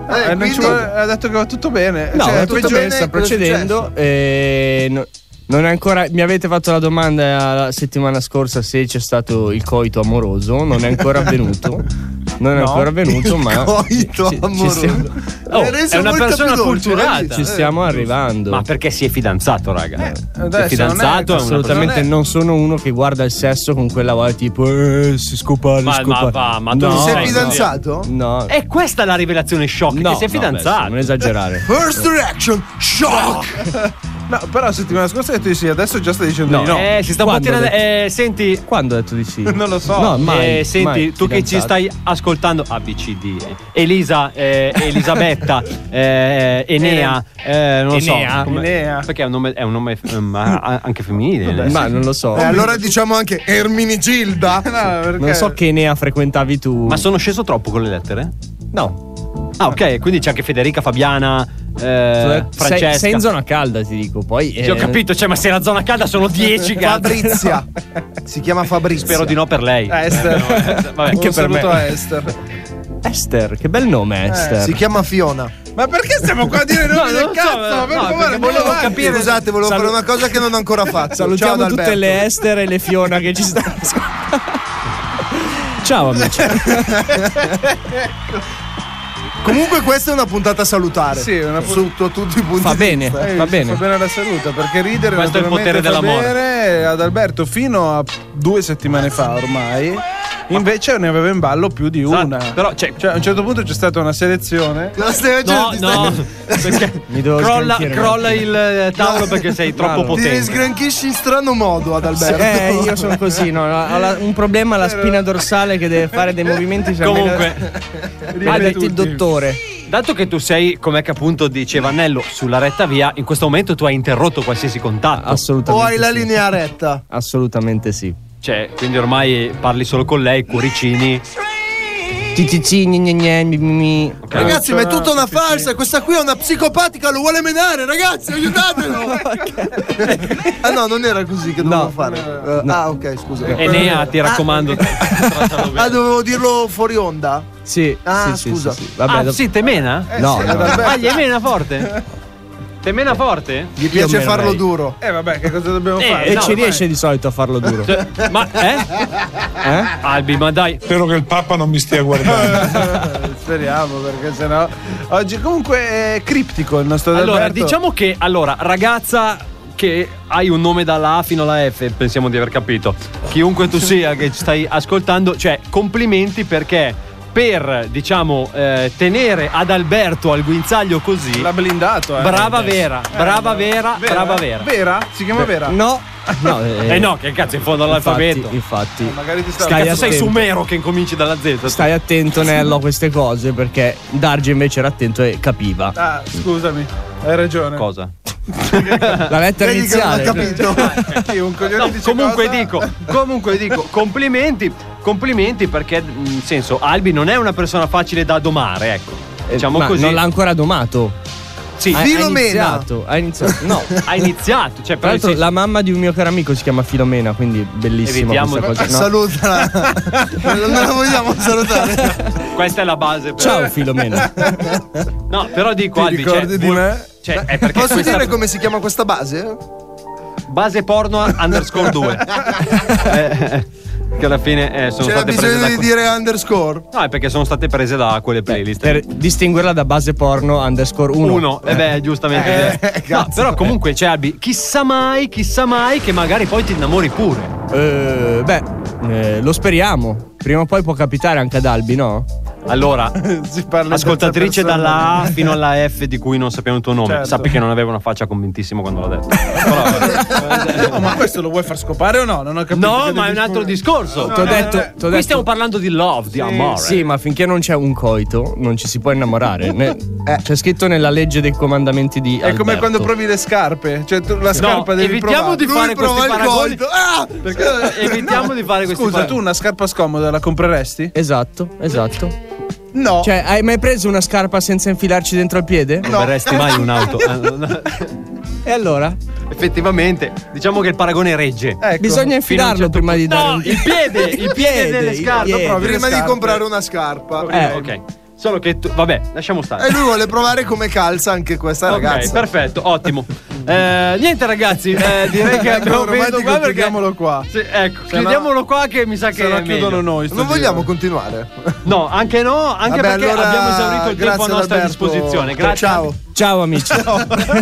[SPEAKER 11] Eh,
[SPEAKER 8] Eh, non
[SPEAKER 11] quindi-
[SPEAKER 8] ci vuole- ha detto che va tutto bene.
[SPEAKER 21] No,
[SPEAKER 8] Cioè,
[SPEAKER 21] va
[SPEAKER 8] peggio-
[SPEAKER 21] tutto bene, sta
[SPEAKER 11] cosa è
[SPEAKER 21] procedendo. eh, no- non è ancora. Mi avete fatto la domanda la settimana scorsa se c'è stato il coito amoroso. Non è ancora avvenuto. Non è ancora avvenuto,
[SPEAKER 11] <laughs>
[SPEAKER 21] ma.
[SPEAKER 11] coito
[SPEAKER 21] ci- ci
[SPEAKER 11] amoroso.
[SPEAKER 21] stiamo-
[SPEAKER 9] Oh,
[SPEAKER 11] L'hai reso
[SPEAKER 9] è una
[SPEAKER 11] molto eh.
[SPEAKER 9] persona
[SPEAKER 11] più dolce, l'hai
[SPEAKER 9] culturata.
[SPEAKER 11] visto?
[SPEAKER 21] Ci stiamo arrivando.
[SPEAKER 9] Ma perché si è fidanzato, raga? si
[SPEAKER 8] adesso
[SPEAKER 9] è fidanzato,
[SPEAKER 8] non è-
[SPEAKER 9] è una persona-
[SPEAKER 21] Assolutamente non sono uno che guarda il sesso con quella voce tipo eh, si scopare,
[SPEAKER 9] Ma- ma
[SPEAKER 21] scopare.
[SPEAKER 9] va, ma tu
[SPEAKER 21] no,
[SPEAKER 9] non
[SPEAKER 11] Sei
[SPEAKER 9] no.
[SPEAKER 11] fidanzato?
[SPEAKER 21] No.
[SPEAKER 9] E Eh, questa è la rivelazione shock,
[SPEAKER 21] no,
[SPEAKER 9] che si è
[SPEAKER 21] no, adesso,
[SPEAKER 9] fidanzato.
[SPEAKER 21] Non esagerare.
[SPEAKER 11] First reaction, shock!
[SPEAKER 8] No, però la settimana scorsa hai detto di sì, adesso già stai dicendo
[SPEAKER 21] No.
[SPEAKER 8] di no.
[SPEAKER 9] eh, si sta
[SPEAKER 21] Quando
[SPEAKER 9] battendo...
[SPEAKER 21] ho detto-
[SPEAKER 9] Eh, senti...
[SPEAKER 21] Quando ho detto di sì?
[SPEAKER 8] <laughs> Non lo so.
[SPEAKER 21] No, mai.
[SPEAKER 9] eh, senti,
[SPEAKER 21] mai
[SPEAKER 9] tu che ci
[SPEAKER 21] fidanzato.
[SPEAKER 9] stai ascoltando, ABCD, eh, Elisa, eh,
[SPEAKER 21] <laughs>
[SPEAKER 9] Elisabetta, eh, Enea, eh, non lo
[SPEAKER 21] Enea.
[SPEAKER 9] so. come-
[SPEAKER 8] Enea.
[SPEAKER 9] Perché è un nome, è un nome eh, ma a- anche femminile. nel
[SPEAKER 21] Ma
[SPEAKER 9] senso.
[SPEAKER 21] non lo so.
[SPEAKER 8] Eh,
[SPEAKER 11] E allora diciamo anche <laughs> Erminigilda.
[SPEAKER 8] No, perché-
[SPEAKER 21] Non so che Enea frequentavi tu.
[SPEAKER 9] Ma sono sceso troppo con le lettere?
[SPEAKER 21] No.
[SPEAKER 9] Ah, ok, quindi c'è anche Federica, Fabiana, eh,
[SPEAKER 21] Sei-
[SPEAKER 9] Francesca.
[SPEAKER 21] Sei, in zona calda, ti dico. Poi.
[SPEAKER 9] Sì, ho
[SPEAKER 21] eh,
[SPEAKER 9] capito, cioè, ma se la zona
[SPEAKER 21] <laughs>
[SPEAKER 9] calda sono 10 cazzo.
[SPEAKER 11] Fabrizia. Si chiama Fabrizia.
[SPEAKER 9] <laughs> Spero di no per lei.
[SPEAKER 8] Ah, Esther.
[SPEAKER 9] Eh, vabbè.
[SPEAKER 8] Un
[SPEAKER 21] Anche per
[SPEAKER 8] saluto
[SPEAKER 21] me.
[SPEAKER 11] <laughs>
[SPEAKER 8] a Esther.
[SPEAKER 21] Esther, che bel nome, Esther.
[SPEAKER 11] Eh, Si chiama Fiona.
[SPEAKER 8] Ma perché stiamo qua a dire
[SPEAKER 9] non
[SPEAKER 8] nomi del
[SPEAKER 9] lo so, eh,
[SPEAKER 8] cazzo?
[SPEAKER 9] no,
[SPEAKER 8] per
[SPEAKER 9] no,
[SPEAKER 8] favore,
[SPEAKER 9] perché
[SPEAKER 8] andiamo
[SPEAKER 9] volevo
[SPEAKER 8] avanti.
[SPEAKER 9] capire-
[SPEAKER 11] Scusate, volevo fare una cosa che non ho ancora fatto.
[SPEAKER 21] Salutiamo
[SPEAKER 11] Ciao,
[SPEAKER 21] tutte
[SPEAKER 11] Adalberto.
[SPEAKER 21] le Esther e le Fiona che ci stanno.
[SPEAKER 9] <laughs>
[SPEAKER 21] ascoltando. Ciao, amici.
[SPEAKER 11] Comunque questa è una puntata salutare.
[SPEAKER 22] Sì, è una pun-
[SPEAKER 11] Sotto tutti i punti
[SPEAKER 8] Va
[SPEAKER 11] di
[SPEAKER 8] bene,
[SPEAKER 11] vista.
[SPEAKER 22] Eh,
[SPEAKER 8] va bene.
[SPEAKER 22] Fa bene alla salute perché ridere
[SPEAKER 9] Questo è il
[SPEAKER 22] naturalmente fa
[SPEAKER 9] potere dell'amore.
[SPEAKER 22] bene ad Alberto fino a due settimane fa ormai. Invece ne aveva in ballo più di una.
[SPEAKER 9] però, cioè-
[SPEAKER 22] a un certo punto c'è stata una selezione.
[SPEAKER 11] La stai
[SPEAKER 9] No,
[SPEAKER 11] Cioè, ti stai-
[SPEAKER 9] no, <laughs> perché
[SPEAKER 8] Mi devo
[SPEAKER 9] crolla,
[SPEAKER 8] sgranchire un
[SPEAKER 9] crolla
[SPEAKER 8] attimo.
[SPEAKER 9] il eh, tavolo perché
[SPEAKER 11] <laughs>
[SPEAKER 9] sei troppo
[SPEAKER 11] Ti
[SPEAKER 9] potente.
[SPEAKER 11] sgranchisci in strano modo ad Alberto.
[SPEAKER 8] Eh, io sono così, no, ho la- un problema alla
[SPEAKER 22] <laughs>
[SPEAKER 8] spina dorsale che deve fare dei
[SPEAKER 11] <laughs>
[SPEAKER 8] movimenti. cioè,
[SPEAKER 9] Comunque,
[SPEAKER 8] almeno- ha detto il dottore.
[SPEAKER 9] dato che tu sei, come che appunto diceva Nello, sulla retta via, in questo momento tu hai interrotto qualsiasi contatto.
[SPEAKER 11] O
[SPEAKER 8] Assolutamente.
[SPEAKER 11] hai la
[SPEAKER 8] sì.
[SPEAKER 11] linea retta.
[SPEAKER 8] Assolutamente sì.
[SPEAKER 9] Cioè, quindi ormai parli solo con lei, cuoricini.
[SPEAKER 8] Cicicì, gne gne gne, mi, mi, mi.
[SPEAKER 9] ok?
[SPEAKER 11] Ragazzi, ma è tutta una farsa. Questa qui è una psicopatica, lo vuole menare, ragazzi, aiutatelo.
[SPEAKER 8] <laughs>
[SPEAKER 11] ah no, non era così che dovevo fare. Eh, Ah, ok, scusa.
[SPEAKER 9] Enea, ti <laughs>
[SPEAKER 8] <laughs>
[SPEAKER 9] raccomando.
[SPEAKER 11] Ah, dovevo dirlo fuori onda?
[SPEAKER 8] Sì,
[SPEAKER 11] Ah,
[SPEAKER 8] sì,
[SPEAKER 11] scusa.
[SPEAKER 8] Sì, sì. Vabbè,
[SPEAKER 9] ah,
[SPEAKER 8] dopo-
[SPEAKER 9] sì, temena?
[SPEAKER 8] no,
[SPEAKER 11] Eh, sì,
[SPEAKER 8] no.
[SPEAKER 11] vabbè.
[SPEAKER 9] Ah, gli emena
[SPEAKER 11] <laughs>
[SPEAKER 9] forte? Temena forte?
[SPEAKER 11] Gli piace
[SPEAKER 8] me lo
[SPEAKER 11] farlo
[SPEAKER 8] dai.
[SPEAKER 11] duro.
[SPEAKER 22] Eh vabbè, che cosa dobbiamo
[SPEAKER 9] Eh,
[SPEAKER 22] fare?
[SPEAKER 8] E
[SPEAKER 9] no,
[SPEAKER 8] ci
[SPEAKER 9] ormai-
[SPEAKER 8] riesce di solito a farlo
[SPEAKER 11] <laughs>
[SPEAKER 8] duro.
[SPEAKER 9] Cioè, <laughs> ma, eh?
[SPEAKER 8] Eh?
[SPEAKER 9] Albi, ma dai.
[SPEAKER 23] Spero che il Papa non mi stia guardando.
[SPEAKER 22] Speriamo perché sennò oggi comunque è criptico il nostro
[SPEAKER 9] Allora,
[SPEAKER 22] Alberto.
[SPEAKER 9] diciamo che, allora, ragazza che hai un nome dalla A fino alla F, pensiamo di aver capito. Chiunque tu sia che ci stai ascoltando, cioè, complimenti perché per, diciamo, eh, tenere ad Alberto al guinzaglio così.
[SPEAKER 22] l'ha blindato, eh.
[SPEAKER 9] Brava Vera, brava Vera, brava
[SPEAKER 11] eh,
[SPEAKER 9] Vera.
[SPEAKER 22] Vera? Si chiama Vera?
[SPEAKER 8] No, no, eh,
[SPEAKER 9] Eh no, che cazzo, in fondo all'alfabeto.
[SPEAKER 8] Infatti, infatti.
[SPEAKER 22] Eh, Magari ti sta
[SPEAKER 8] Stai
[SPEAKER 9] Cazzo, sei
[SPEAKER 8] attento.
[SPEAKER 9] sumero che incominci dalla Z.
[SPEAKER 8] Stai attento, Nello, a queste cose perché Darge invece era attento e capiva.
[SPEAKER 22] Ah, scusami. Hai ragione.
[SPEAKER 9] Cosa?
[SPEAKER 8] La lettera
[SPEAKER 11] Vedi che non ha
[SPEAKER 8] iniziale.
[SPEAKER 11] capito.
[SPEAKER 22] Sì, un coglione
[SPEAKER 9] No,
[SPEAKER 22] dice
[SPEAKER 9] comunque
[SPEAKER 22] cosa?
[SPEAKER 9] dico,
[SPEAKER 8] <laughs>
[SPEAKER 9] comunque dico, complimenti, complimenti perché nel senso Albi non è una persona facile da domare, ecco.
[SPEAKER 8] Eh,
[SPEAKER 9] Diciamo
[SPEAKER 8] ma
[SPEAKER 9] così.
[SPEAKER 8] Non l'ha ancora domato.
[SPEAKER 9] Sì,
[SPEAKER 8] Ha, ha
[SPEAKER 11] Filomena.
[SPEAKER 8] iniziato,
[SPEAKER 9] <laughs>
[SPEAKER 8] ha iniziato. No.
[SPEAKER 9] ha iniziato, cioè
[SPEAKER 8] <laughs> Tra
[SPEAKER 9] però nel
[SPEAKER 8] l'altro,
[SPEAKER 9] senso,
[SPEAKER 8] la mamma di un mio caro amico si chiama Filomena, quindi bellissima
[SPEAKER 9] Evitiamo
[SPEAKER 8] questa
[SPEAKER 9] di-
[SPEAKER 8] cosa. no? <laughs>
[SPEAKER 11] Salutala. non la vogliamo salutare.
[SPEAKER 9] questa è la base per-
[SPEAKER 8] Ciao, Filomena.
[SPEAKER 9] No, però dico
[SPEAKER 22] Ti
[SPEAKER 9] Albi, cioè,
[SPEAKER 22] ricordi di
[SPEAKER 9] vuol-
[SPEAKER 22] me?
[SPEAKER 9] cioè, è Eh, perché
[SPEAKER 11] Posso
[SPEAKER 9] questa
[SPEAKER 11] dire come si chiama questa base?
[SPEAKER 9] base porno underscore 2. che alla fine eh, sono
[SPEAKER 11] C'era
[SPEAKER 9] state prese
[SPEAKER 11] bisogno
[SPEAKER 9] da
[SPEAKER 11] Cioè, di
[SPEAKER 9] que-
[SPEAKER 11] dire underscore.
[SPEAKER 9] No, è perché sono state prese da quelle playlist.
[SPEAKER 8] Eh, Per distinguerla da base porno underscore 1.
[SPEAKER 9] Uno, e beh, giustamente. no, però comunque c'è Albi, chissà mai, chissà mai che magari poi ti innamori pure.
[SPEAKER 8] Eh, beh, eh, lo speriamo. Prima o poi può capitare anche ad Albi,
[SPEAKER 11] <laughs>
[SPEAKER 8] no?
[SPEAKER 9] Allora,
[SPEAKER 22] Si parla in
[SPEAKER 9] ascoltatrice
[SPEAKER 22] terza persona.
[SPEAKER 9] dalla A fino alla F di cui non sappiamo il tuo nome.
[SPEAKER 22] Certo.
[SPEAKER 9] Sappi che non aveva una faccia convintissimo quando l'ho detto.
[SPEAKER 11] <laughs>
[SPEAKER 9] Però vabbè.
[SPEAKER 22] <laughs> No, Oh, ma questo lo vuoi far scopare o no? Non ho capito.
[SPEAKER 9] No,
[SPEAKER 22] che
[SPEAKER 9] ma è un
[SPEAKER 22] devi
[SPEAKER 9] altro
[SPEAKER 22] scopare.
[SPEAKER 9] discorso.
[SPEAKER 8] T'ho detto-
[SPEAKER 9] Qui
[SPEAKER 8] t'ho detto-
[SPEAKER 9] stiamo parlando di love, di amore.
[SPEAKER 8] Sì, ma finché non c'è un coito, non ci si può innamorare. Ne- C'è scritto nella legge dei comandamenti di.
[SPEAKER 22] È come
[SPEAKER 8] Alberto.
[SPEAKER 22] quando provi le scarpe, cioè tu la
[SPEAKER 9] No,
[SPEAKER 22] scarpa devi provare.
[SPEAKER 9] evitiamo di fare questi paragoni.
[SPEAKER 11] Ah!
[SPEAKER 22] <laughs> Perché-
[SPEAKER 9] Evitiamo di fare questi
[SPEAKER 22] Scusa, tu
[SPEAKER 9] paragoni.
[SPEAKER 22] una scarpa scomoda la compreresti?
[SPEAKER 8] Esatto, esatto.
[SPEAKER 22] No.
[SPEAKER 8] Cioè, hai mai preso una scarpa senza infilarci dentro il piede?
[SPEAKER 9] Non verresti mai un'auto. Eh, no.
[SPEAKER 8] E allora?
[SPEAKER 9] <laughs> Effettivamente, diciamo che il paragone regge.
[SPEAKER 11] Eh,
[SPEAKER 22] Ecco.
[SPEAKER 9] Fino a
[SPEAKER 8] Bisogna
[SPEAKER 9] un
[SPEAKER 8] infilarlo
[SPEAKER 9] certo
[SPEAKER 8] prima di
[SPEAKER 9] punto.
[SPEAKER 8] dare
[SPEAKER 9] No,
[SPEAKER 8] un
[SPEAKER 9] il piede, il piede delle scarpe.
[SPEAKER 8] il piede.
[SPEAKER 11] Prima di
[SPEAKER 22] scarpe.
[SPEAKER 11] comprare una scarpa. Eh,
[SPEAKER 9] Eh, ok. Solo che tu. Vabbè, lasciamo stare.
[SPEAKER 11] E lui vuole provare come calza anche questa
[SPEAKER 9] Ok,
[SPEAKER 11] ragazza.
[SPEAKER 9] perfetto, ottimo. Eh, niente, ragazzi, eh, direi che
[SPEAKER 22] Ecco,
[SPEAKER 9] abbiamo
[SPEAKER 22] romantico,
[SPEAKER 9] finito qua perché.
[SPEAKER 22] chiudiamolo qua.
[SPEAKER 9] Sì, ecco, chiudiamolo qua che mi sa che.
[SPEAKER 22] Se
[SPEAKER 9] è
[SPEAKER 22] no
[SPEAKER 9] meglio.
[SPEAKER 22] chiudono noi. sto
[SPEAKER 11] Non
[SPEAKER 22] giro.
[SPEAKER 11] vogliamo continuare.
[SPEAKER 9] <laughs> No, anche no, anche
[SPEAKER 11] Vabbè,
[SPEAKER 9] perché
[SPEAKER 11] allora,
[SPEAKER 9] abbiamo esaurito il tempo a
[SPEAKER 11] grazie
[SPEAKER 9] nostra
[SPEAKER 11] ad Alberto.
[SPEAKER 9] disposizione. Grazie.
[SPEAKER 11] Ciao.
[SPEAKER 8] Ciao
[SPEAKER 9] <laughs>
[SPEAKER 8] amici.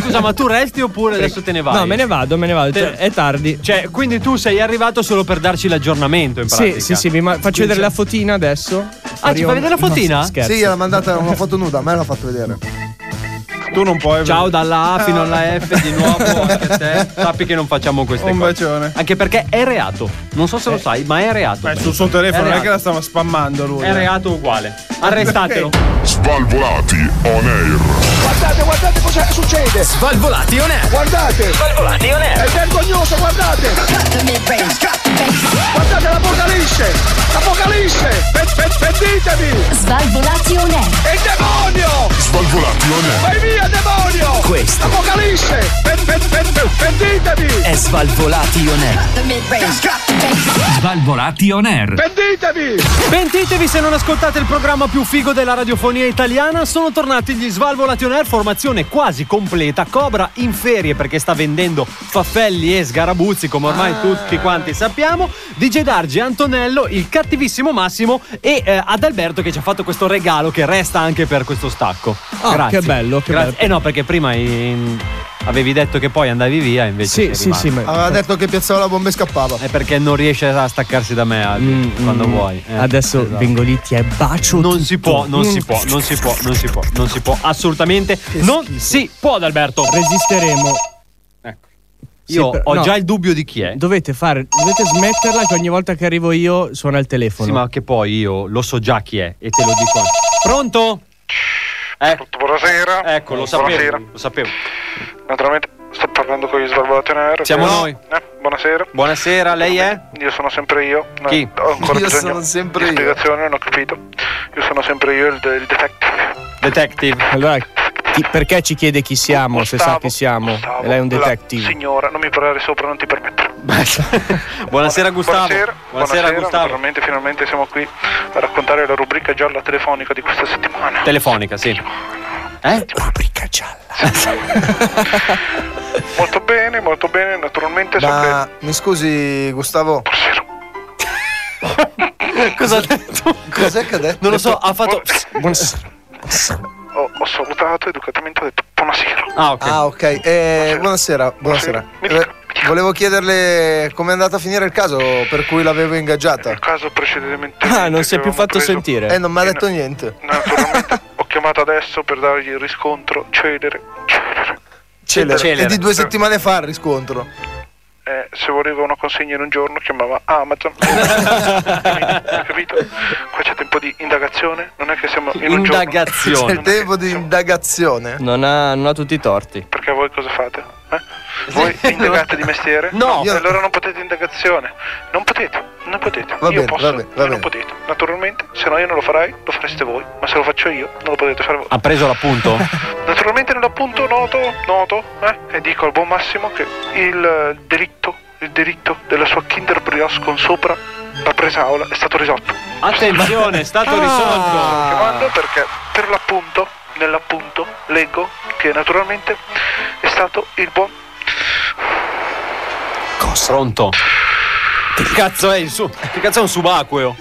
[SPEAKER 9] Scusa, ma tu resti oppure adesso te ne vai?
[SPEAKER 8] No, me ne vado, me ne vado.
[SPEAKER 9] Te-
[SPEAKER 8] Cioè, è tardi.
[SPEAKER 9] Cioè, quindi tu sei arrivato solo per darci l'aggiornamento in pratica.
[SPEAKER 8] Sì, sì, sì, vi ma- faccio vedere la fotina adesso.
[SPEAKER 9] Ah, ci fai vedere la fotina?
[SPEAKER 8] No, scherzo.
[SPEAKER 11] Sì, l'ha mandata una foto nuda, a me l'ha fatto vedere.
[SPEAKER 22] Tu non puoi.
[SPEAKER 9] Ciao dalla A fino alla F di nuovo anche a te. Sappi che non facciamo queste
[SPEAKER 22] Un
[SPEAKER 9] cose.
[SPEAKER 22] bacione.
[SPEAKER 9] Anche perché è reato. Non so se lo sai, ma è reato.
[SPEAKER 22] Beh, Eh, sul suo telefono
[SPEAKER 9] È
[SPEAKER 22] non è
[SPEAKER 9] reato.
[SPEAKER 22] che la stava spammando lui. eh.
[SPEAKER 9] È reato uguale. Arrestatelo.
[SPEAKER 4] Svalvolati on air.
[SPEAKER 3] Guardate, guardate cosa succede!
[SPEAKER 24] Svalvolati on air.
[SPEAKER 3] Guardate!
[SPEAKER 24] Svalvolati on
[SPEAKER 3] È
[SPEAKER 24] air.
[SPEAKER 3] vergognoso, guardate! Guardate l'apocalisse! L'apocalisse! Pe- pe- Pentitevi!
[SPEAKER 12] Svalvolati on air.
[SPEAKER 3] È il demonio!
[SPEAKER 4] Svalvolati on air.
[SPEAKER 13] Vai via, demonio!
[SPEAKER 7] Questo.
[SPEAKER 13] Apocalisse! Ben- ben- ben- ben- Pentitevi!
[SPEAKER 9] Eh.
[SPEAKER 7] È Svalvolati on air. Svalvolati on air.
[SPEAKER 13] Pentitevi!
[SPEAKER 9] Pentitevi se non ascoltate il programma più figo della radiofonia italiana. Sono tornati gli Svalvolati on Air, formazione quasi completa. Cobra in ferie perché sta vendendo faffelli e sgarabuzzi, come
[SPEAKER 20] Ah.
[SPEAKER 9] ormai tutti quanti sappiamo. DJ Dargi, Antonello, il cattivissimo Massimo e eh, Adalberto che ci ha fatto questo regalo che resta anche per questo stacco.
[SPEAKER 20] Ah,
[SPEAKER 9] Grazie.
[SPEAKER 20] che bello, che
[SPEAKER 9] Grazie.
[SPEAKER 20] bello.
[SPEAKER 9] Eh no, perché prima in- avevi detto che poi andavi via, invece sei rimasto.
[SPEAKER 10] Aveva detto che piazzava la bomba e scappava.
[SPEAKER 9] È perché non riesce a staccarsi da me Albi, quando vuoi. eh.
[SPEAKER 20] Mm, Adesso
[SPEAKER 8] Esatto.
[SPEAKER 20] vengo Mm. lì, ti è bacio.
[SPEAKER 9] Non si può, non si può, non si può, non si può, non si può, assolutamente non si può, Adalberto.
[SPEAKER 20] Resisteremo.
[SPEAKER 9] Io ho già il dubbio di
[SPEAKER 20] chi è. Dovete fare, dovete smetterla che ogni volta che arrivo io suona il telefono.
[SPEAKER 9] Sì, ma che poi io lo so già chi è e te lo dico. anche. Pronto? Eh,
[SPEAKER 11] Buonasera.
[SPEAKER 9] Ecco, lo sapevo.
[SPEAKER 11] Buonasera.
[SPEAKER 9] Lo sapevo.
[SPEAKER 11] Naturalmente sto parlando con gli svalvolati on air.
[SPEAKER 9] Siamo
[SPEAKER 11] Eh,
[SPEAKER 9] noi.
[SPEAKER 11] eh, buonasera.
[SPEAKER 9] Buonasera, lei è?
[SPEAKER 11] Io sono sempre io. No,
[SPEAKER 9] Chi?
[SPEAKER 11] Ho ancora
[SPEAKER 9] Io
[SPEAKER 11] bisogno
[SPEAKER 9] sono sempre
[SPEAKER 11] di
[SPEAKER 9] io.
[SPEAKER 11] spiegazione, non ho capito. Io sono sempre io, il, de- il detective.
[SPEAKER 9] Detective.
[SPEAKER 20] Allora, chi- perché ci chiede chi siamo, se sa chi siamo? E lei è un
[SPEAKER 11] La
[SPEAKER 20] detective.
[SPEAKER 11] signora, non mi parlare sopra, non ti permetto.
[SPEAKER 9] <laughs> Buonasera Gustavo.
[SPEAKER 11] Buonasera,
[SPEAKER 9] Buonasera, Gustavo.
[SPEAKER 11] Naturalmente, finalmente siamo qui a raccontare la rubrica gialla telefonica di questa settimana.
[SPEAKER 9] Telefonica, sì. Eh? Rubrica
[SPEAKER 11] molto bene, molto bene, naturalmente. so che-
[SPEAKER 10] Ma mi scusi, Gustavo.
[SPEAKER 9] <laughs> Cosa ha detto?
[SPEAKER 10] Cos'è che ha detto?
[SPEAKER 9] Non lo so, ha fatto.
[SPEAKER 10] Buonasera.
[SPEAKER 11] Ho, ho salutato educatamente, ho detto buonasera.
[SPEAKER 9] Ah, ok. <laughs>
[SPEAKER 10] Ah, ok. Eh, buonasera. Buonasera. Eh, volevo chiederle com'è andata a finire il caso per cui l'avevo ingaggiata. Il
[SPEAKER 11] caso precedentemente.
[SPEAKER 20] Ah, non si è più fatto sentire.
[SPEAKER 10] Eh, non mi ha detto
[SPEAKER 11] <laughs>
[SPEAKER 10] niente.
[SPEAKER 11] Ho chiamato adesso per dargli il riscontro celere.
[SPEAKER 10] Celere.
[SPEAKER 11] Celere.
[SPEAKER 10] È di due settimane fa il riscontro.
[SPEAKER 11] Eh, se voleva una consegna in un giorno chiamava
[SPEAKER 10] <laughs>
[SPEAKER 11] Amazon. Capito? Capito? Qua c'è tempo di indagazione, non è che siamo in un giorno.
[SPEAKER 10] C'è il tempo di indagazione.
[SPEAKER 20] Non ha, non ha tutti i torti.
[SPEAKER 11] Perché voi cosa fate? Eh?
[SPEAKER 10] <laughs>
[SPEAKER 11] Voi indagate di mestiere?
[SPEAKER 20] No.
[SPEAKER 11] E allora non potete indagazione. Non potete, non potete.
[SPEAKER 10] Va
[SPEAKER 11] io
[SPEAKER 10] bene,
[SPEAKER 11] posso,
[SPEAKER 10] va bene, va
[SPEAKER 11] voi
[SPEAKER 10] bene.
[SPEAKER 11] non potete. Naturalmente, se no io non lo farei, lo fareste voi. Ma se lo faccio io, non lo potete fare
[SPEAKER 10] Ah.
[SPEAKER 11] voi.
[SPEAKER 9] Ha preso l'appunto?
[SPEAKER 11] Naturalmente nell'appunto noto, noto, eh, e dico al buon Massimo che il eh, delitto, il delitto della sua Kinder Brioche con sopra la presaola è stato risolto.
[SPEAKER 9] <laughs> Attenzione, è stato
[SPEAKER 10] Ah.
[SPEAKER 9] risolto.
[SPEAKER 11] Chiamando perché per l'appunto, nell'appunto, leggo che naturalmente è stato il buon
[SPEAKER 9] Pronto? Che cazzo è il su? Che cazzo è un subacqueo?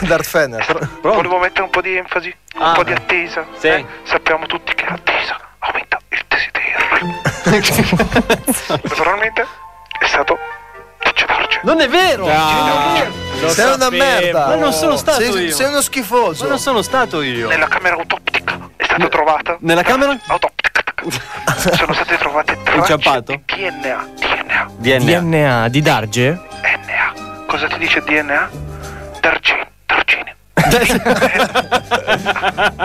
[SPEAKER 10] Darth
[SPEAKER 11] <laughs>
[SPEAKER 10] Fener.
[SPEAKER 11] Volevo mettere un po' di enfasi, un
[SPEAKER 9] Ah.
[SPEAKER 11] po' di attesa.
[SPEAKER 9] Sì.
[SPEAKER 11] eh. Sappiamo tutti che l'attesa aumenta il
[SPEAKER 9] <laughs>
[SPEAKER 11] desiderio. <laughs> Naturalmente è stato
[SPEAKER 9] Non è vero! Lo
[SPEAKER 10] Sei una
[SPEAKER 9] sapevo.
[SPEAKER 10] merda.
[SPEAKER 9] Ma non sono stato
[SPEAKER 10] sei,
[SPEAKER 9] io.
[SPEAKER 10] Sei uno schifoso.
[SPEAKER 9] Ma non sono stato io.
[SPEAKER 11] nella camera autoptica. È stata trovata.
[SPEAKER 9] Nella camera? <laughs>
[SPEAKER 11] Sono state trovate tracce
[SPEAKER 9] Inciampato?
[SPEAKER 11] di DNA. DNA.
[SPEAKER 9] DNA.
[SPEAKER 20] di Darge?
[SPEAKER 11] Cosa ti dice DNA? Dargine.
[SPEAKER 9] <laughs>
[SPEAKER 11] Dargine.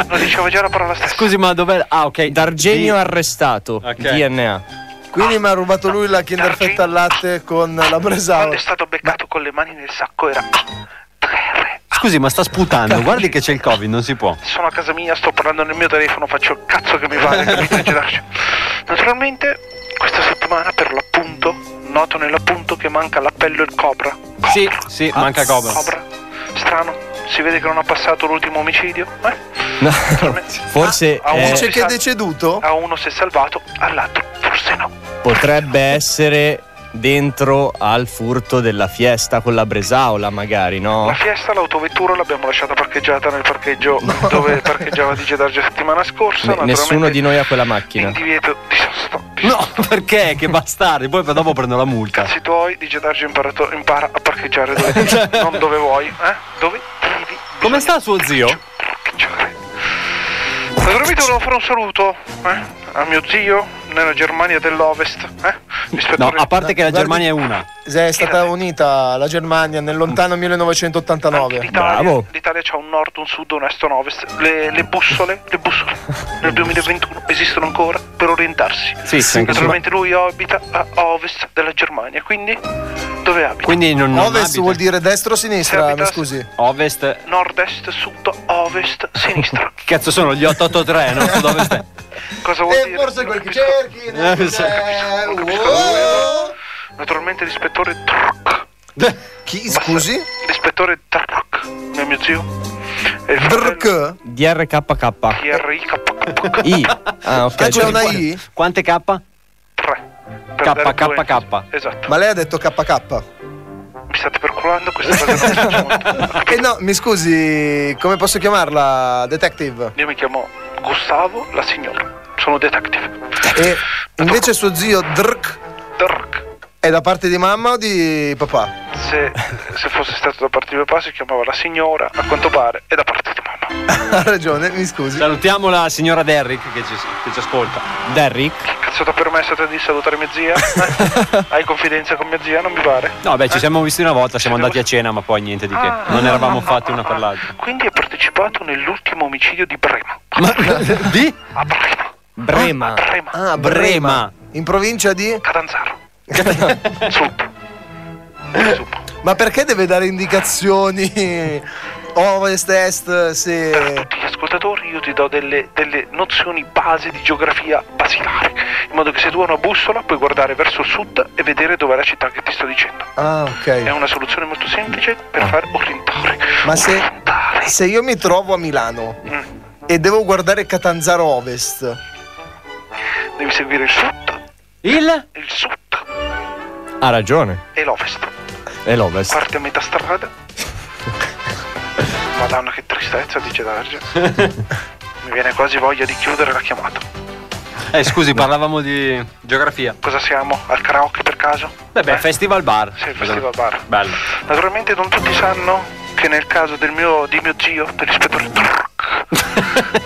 [SPEAKER 11] Lo diceva già la parola
[SPEAKER 9] <laughs>
[SPEAKER 11] stessa.
[SPEAKER 9] Scusi, ma dov'è? Ah, ok.
[SPEAKER 20] D'Argenio
[SPEAKER 9] Di-
[SPEAKER 20] arrestato. DNA.
[SPEAKER 10] Quindi mi ha rubato lui la Kinder Fetta al latte con la
[SPEAKER 11] Quando
[SPEAKER 10] bresaola.
[SPEAKER 11] è stato beccato con le mani nel sacco era. "Ah,
[SPEAKER 9] Scusi, ma sta <laughs> sputando. Guardi che c'è il Covid, non si può.
[SPEAKER 11] sono a casa mia, sto parlando nel mio telefono, faccio il cazzo che mi
[SPEAKER 20] <laughs>
[SPEAKER 11] pare, capito? Gerardo? Naturalmente, questa settimana per l'appunto, noto nell'appunto che manca l'appello il cobra.
[SPEAKER 9] Sì, sì, manca Cobra.
[SPEAKER 11] Cobra. Strano, si vede che non ha passato l'ultimo omicidio. Eh?
[SPEAKER 20] <laughs> Forse
[SPEAKER 11] A
[SPEAKER 20] eh,
[SPEAKER 11] uno
[SPEAKER 10] Dice
[SPEAKER 11] si
[SPEAKER 10] che è
[SPEAKER 11] sa-
[SPEAKER 10] deceduto?
[SPEAKER 11] A uno si è salvato, all'altro forse no.
[SPEAKER 20] potrebbe essere dentro al furto della fiesta con la Bresaola, magari, no?
[SPEAKER 11] La fiesta, l'autovettura l'abbiamo lasciata parcheggiata nel parcheggio <laughs> dove parcheggiava DJ Darge settimana scorsa.
[SPEAKER 20] Ne- nessuno di noi ha quella macchina.
[SPEAKER 11] in divieto di
[SPEAKER 9] No, perché? Che bastardi. Poi dopo prendo la multa.
[SPEAKER 11] cazzi tuoi, DJ Darge imparato- impara a
[SPEAKER 9] <laughs>
[SPEAKER 11] parcheggiare dove non dove vuoi, eh? Dove devi
[SPEAKER 9] Come sta suo zio?
[SPEAKER 11] Naturalmente volevo fare un saluto eh, a mio zio nella Germania dell'Ovest. Eh?
[SPEAKER 9] No,
[SPEAKER 11] Rispetto
[SPEAKER 9] a parte che la Germania è una.
[SPEAKER 8] è stata unita la Germania nel lontano 1989.
[SPEAKER 11] L'Italia, L'Italia ha un nord, un sud, un est, un ovest. Le, le bussole, le bussole nel 2021 esistono ancora per orientarsi.
[SPEAKER 9] Sì, sì, anche
[SPEAKER 11] Naturalmente lui abita a ovest della Germania, quindi dove abita?
[SPEAKER 9] Quindi non, non
[SPEAKER 8] Ovest
[SPEAKER 9] abita-
[SPEAKER 8] vuol dire destra o sinistra,
[SPEAKER 11] Se abita-
[SPEAKER 8] mi scusi.
[SPEAKER 9] Ovest.
[SPEAKER 11] Nord-est, sud, ovest,
[SPEAKER 9] <laughs>
[SPEAKER 11] sinistra.
[SPEAKER 9] Che cazzo sono? Gli 883,
[SPEAKER 8] <laughs>
[SPEAKER 9] no? Dove stai?
[SPEAKER 11] Cosa vuol dire? Eh, Forse quel che cerchi.
[SPEAKER 9] non Eh, so.
[SPEAKER 11] capisco, non capisco nulla. Naturalmente l'ispettore Truck.
[SPEAKER 8] Chi?
[SPEAKER 11] Scusi? L'ispettore Truck, mio, mio zio. E il fratello
[SPEAKER 8] Drk.
[SPEAKER 25] DRKK.
[SPEAKER 11] TRIK.
[SPEAKER 9] <laughs>
[SPEAKER 25] I. Ah, ok.
[SPEAKER 8] Ah, c'è una
[SPEAKER 25] Quante-
[SPEAKER 8] I?
[SPEAKER 9] Quante K?
[SPEAKER 11] 3.
[SPEAKER 9] KKK.
[SPEAKER 11] Esatto.
[SPEAKER 8] Ma lei ha detto KK.
[SPEAKER 11] Mi state perculando questa cosa? non
[SPEAKER 8] E Eh, no, mi scusi, come posso chiamarla? Detective.
[SPEAKER 11] Io mi chiamo Gustavo la signora. Sono detective.
[SPEAKER 8] E invece suo zio Drk. È da parte di mamma o di papà? <laughs>
[SPEAKER 11] Se, se fosse stato da parte di papà si chiamava la signora, a quanto pare, e da parte di mamma.
[SPEAKER 8] Ha ragione, mi scusi.
[SPEAKER 9] Salutiamo la signora Derrick che ci, che ci ascolta.
[SPEAKER 25] Derrick?
[SPEAKER 11] Cazzo, ti ha permesso te di salutare mia zia? Eh? Hai confidenza con mia zia? Non mi pare.
[SPEAKER 9] No, beh, ci siamo visti una volta, siamo andati a cena, ma poi niente di che.
[SPEAKER 11] Ah.
[SPEAKER 9] Non eravamo fatti una per l'altra.
[SPEAKER 11] Quindi hai partecipato nell'ultimo omicidio di Brema.
[SPEAKER 9] Di?
[SPEAKER 11] A Brema.
[SPEAKER 25] <laughs> Brema.
[SPEAKER 11] Brema.
[SPEAKER 8] Ah,
[SPEAKER 9] Brema.
[SPEAKER 8] In provincia di?
[SPEAKER 9] <laughs>
[SPEAKER 11] Catanzaro.
[SPEAKER 8] Ma perché deve dare indicazioni? <laughs> Ovest, est, se.
[SPEAKER 11] Tutti gli ascoltatori io ti do delle, delle nozioni base di geografia basilare, in modo che se tu hai una bussola puoi guardare verso il sud e vedere dov'è la città che ti sto dicendo.
[SPEAKER 8] Ah,
[SPEAKER 11] È
[SPEAKER 8] ok.
[SPEAKER 11] una soluzione molto semplice per far orientare.
[SPEAKER 8] Ma se, se io mi trovo a Milano
[SPEAKER 11] Mm.
[SPEAKER 8] e devo guardare Catanzaro Ovest,
[SPEAKER 11] Devi seguire il sud,
[SPEAKER 9] Il?
[SPEAKER 11] il sud
[SPEAKER 25] Ha ragione.
[SPEAKER 11] e l'ovest.
[SPEAKER 25] È l'Ovest.
[SPEAKER 11] Parte a metà
[SPEAKER 25] <laughs>
[SPEAKER 11] strada. Madonna che tristezza, dice Darge. Mi viene quasi voglia di chiudere la chiamata.
[SPEAKER 9] Eh, scusi, parlavamo di geografia.
[SPEAKER 11] Cosa siamo? Al karaoke per caso?
[SPEAKER 9] Beh, beh, festival bar.
[SPEAKER 11] Sì, il festival
[SPEAKER 25] Esatto.
[SPEAKER 11] bar.
[SPEAKER 9] Bello.
[SPEAKER 11] Naturalmente non tutti sanno che nel caso del mio, di mio zio, dell'ispettore Truck,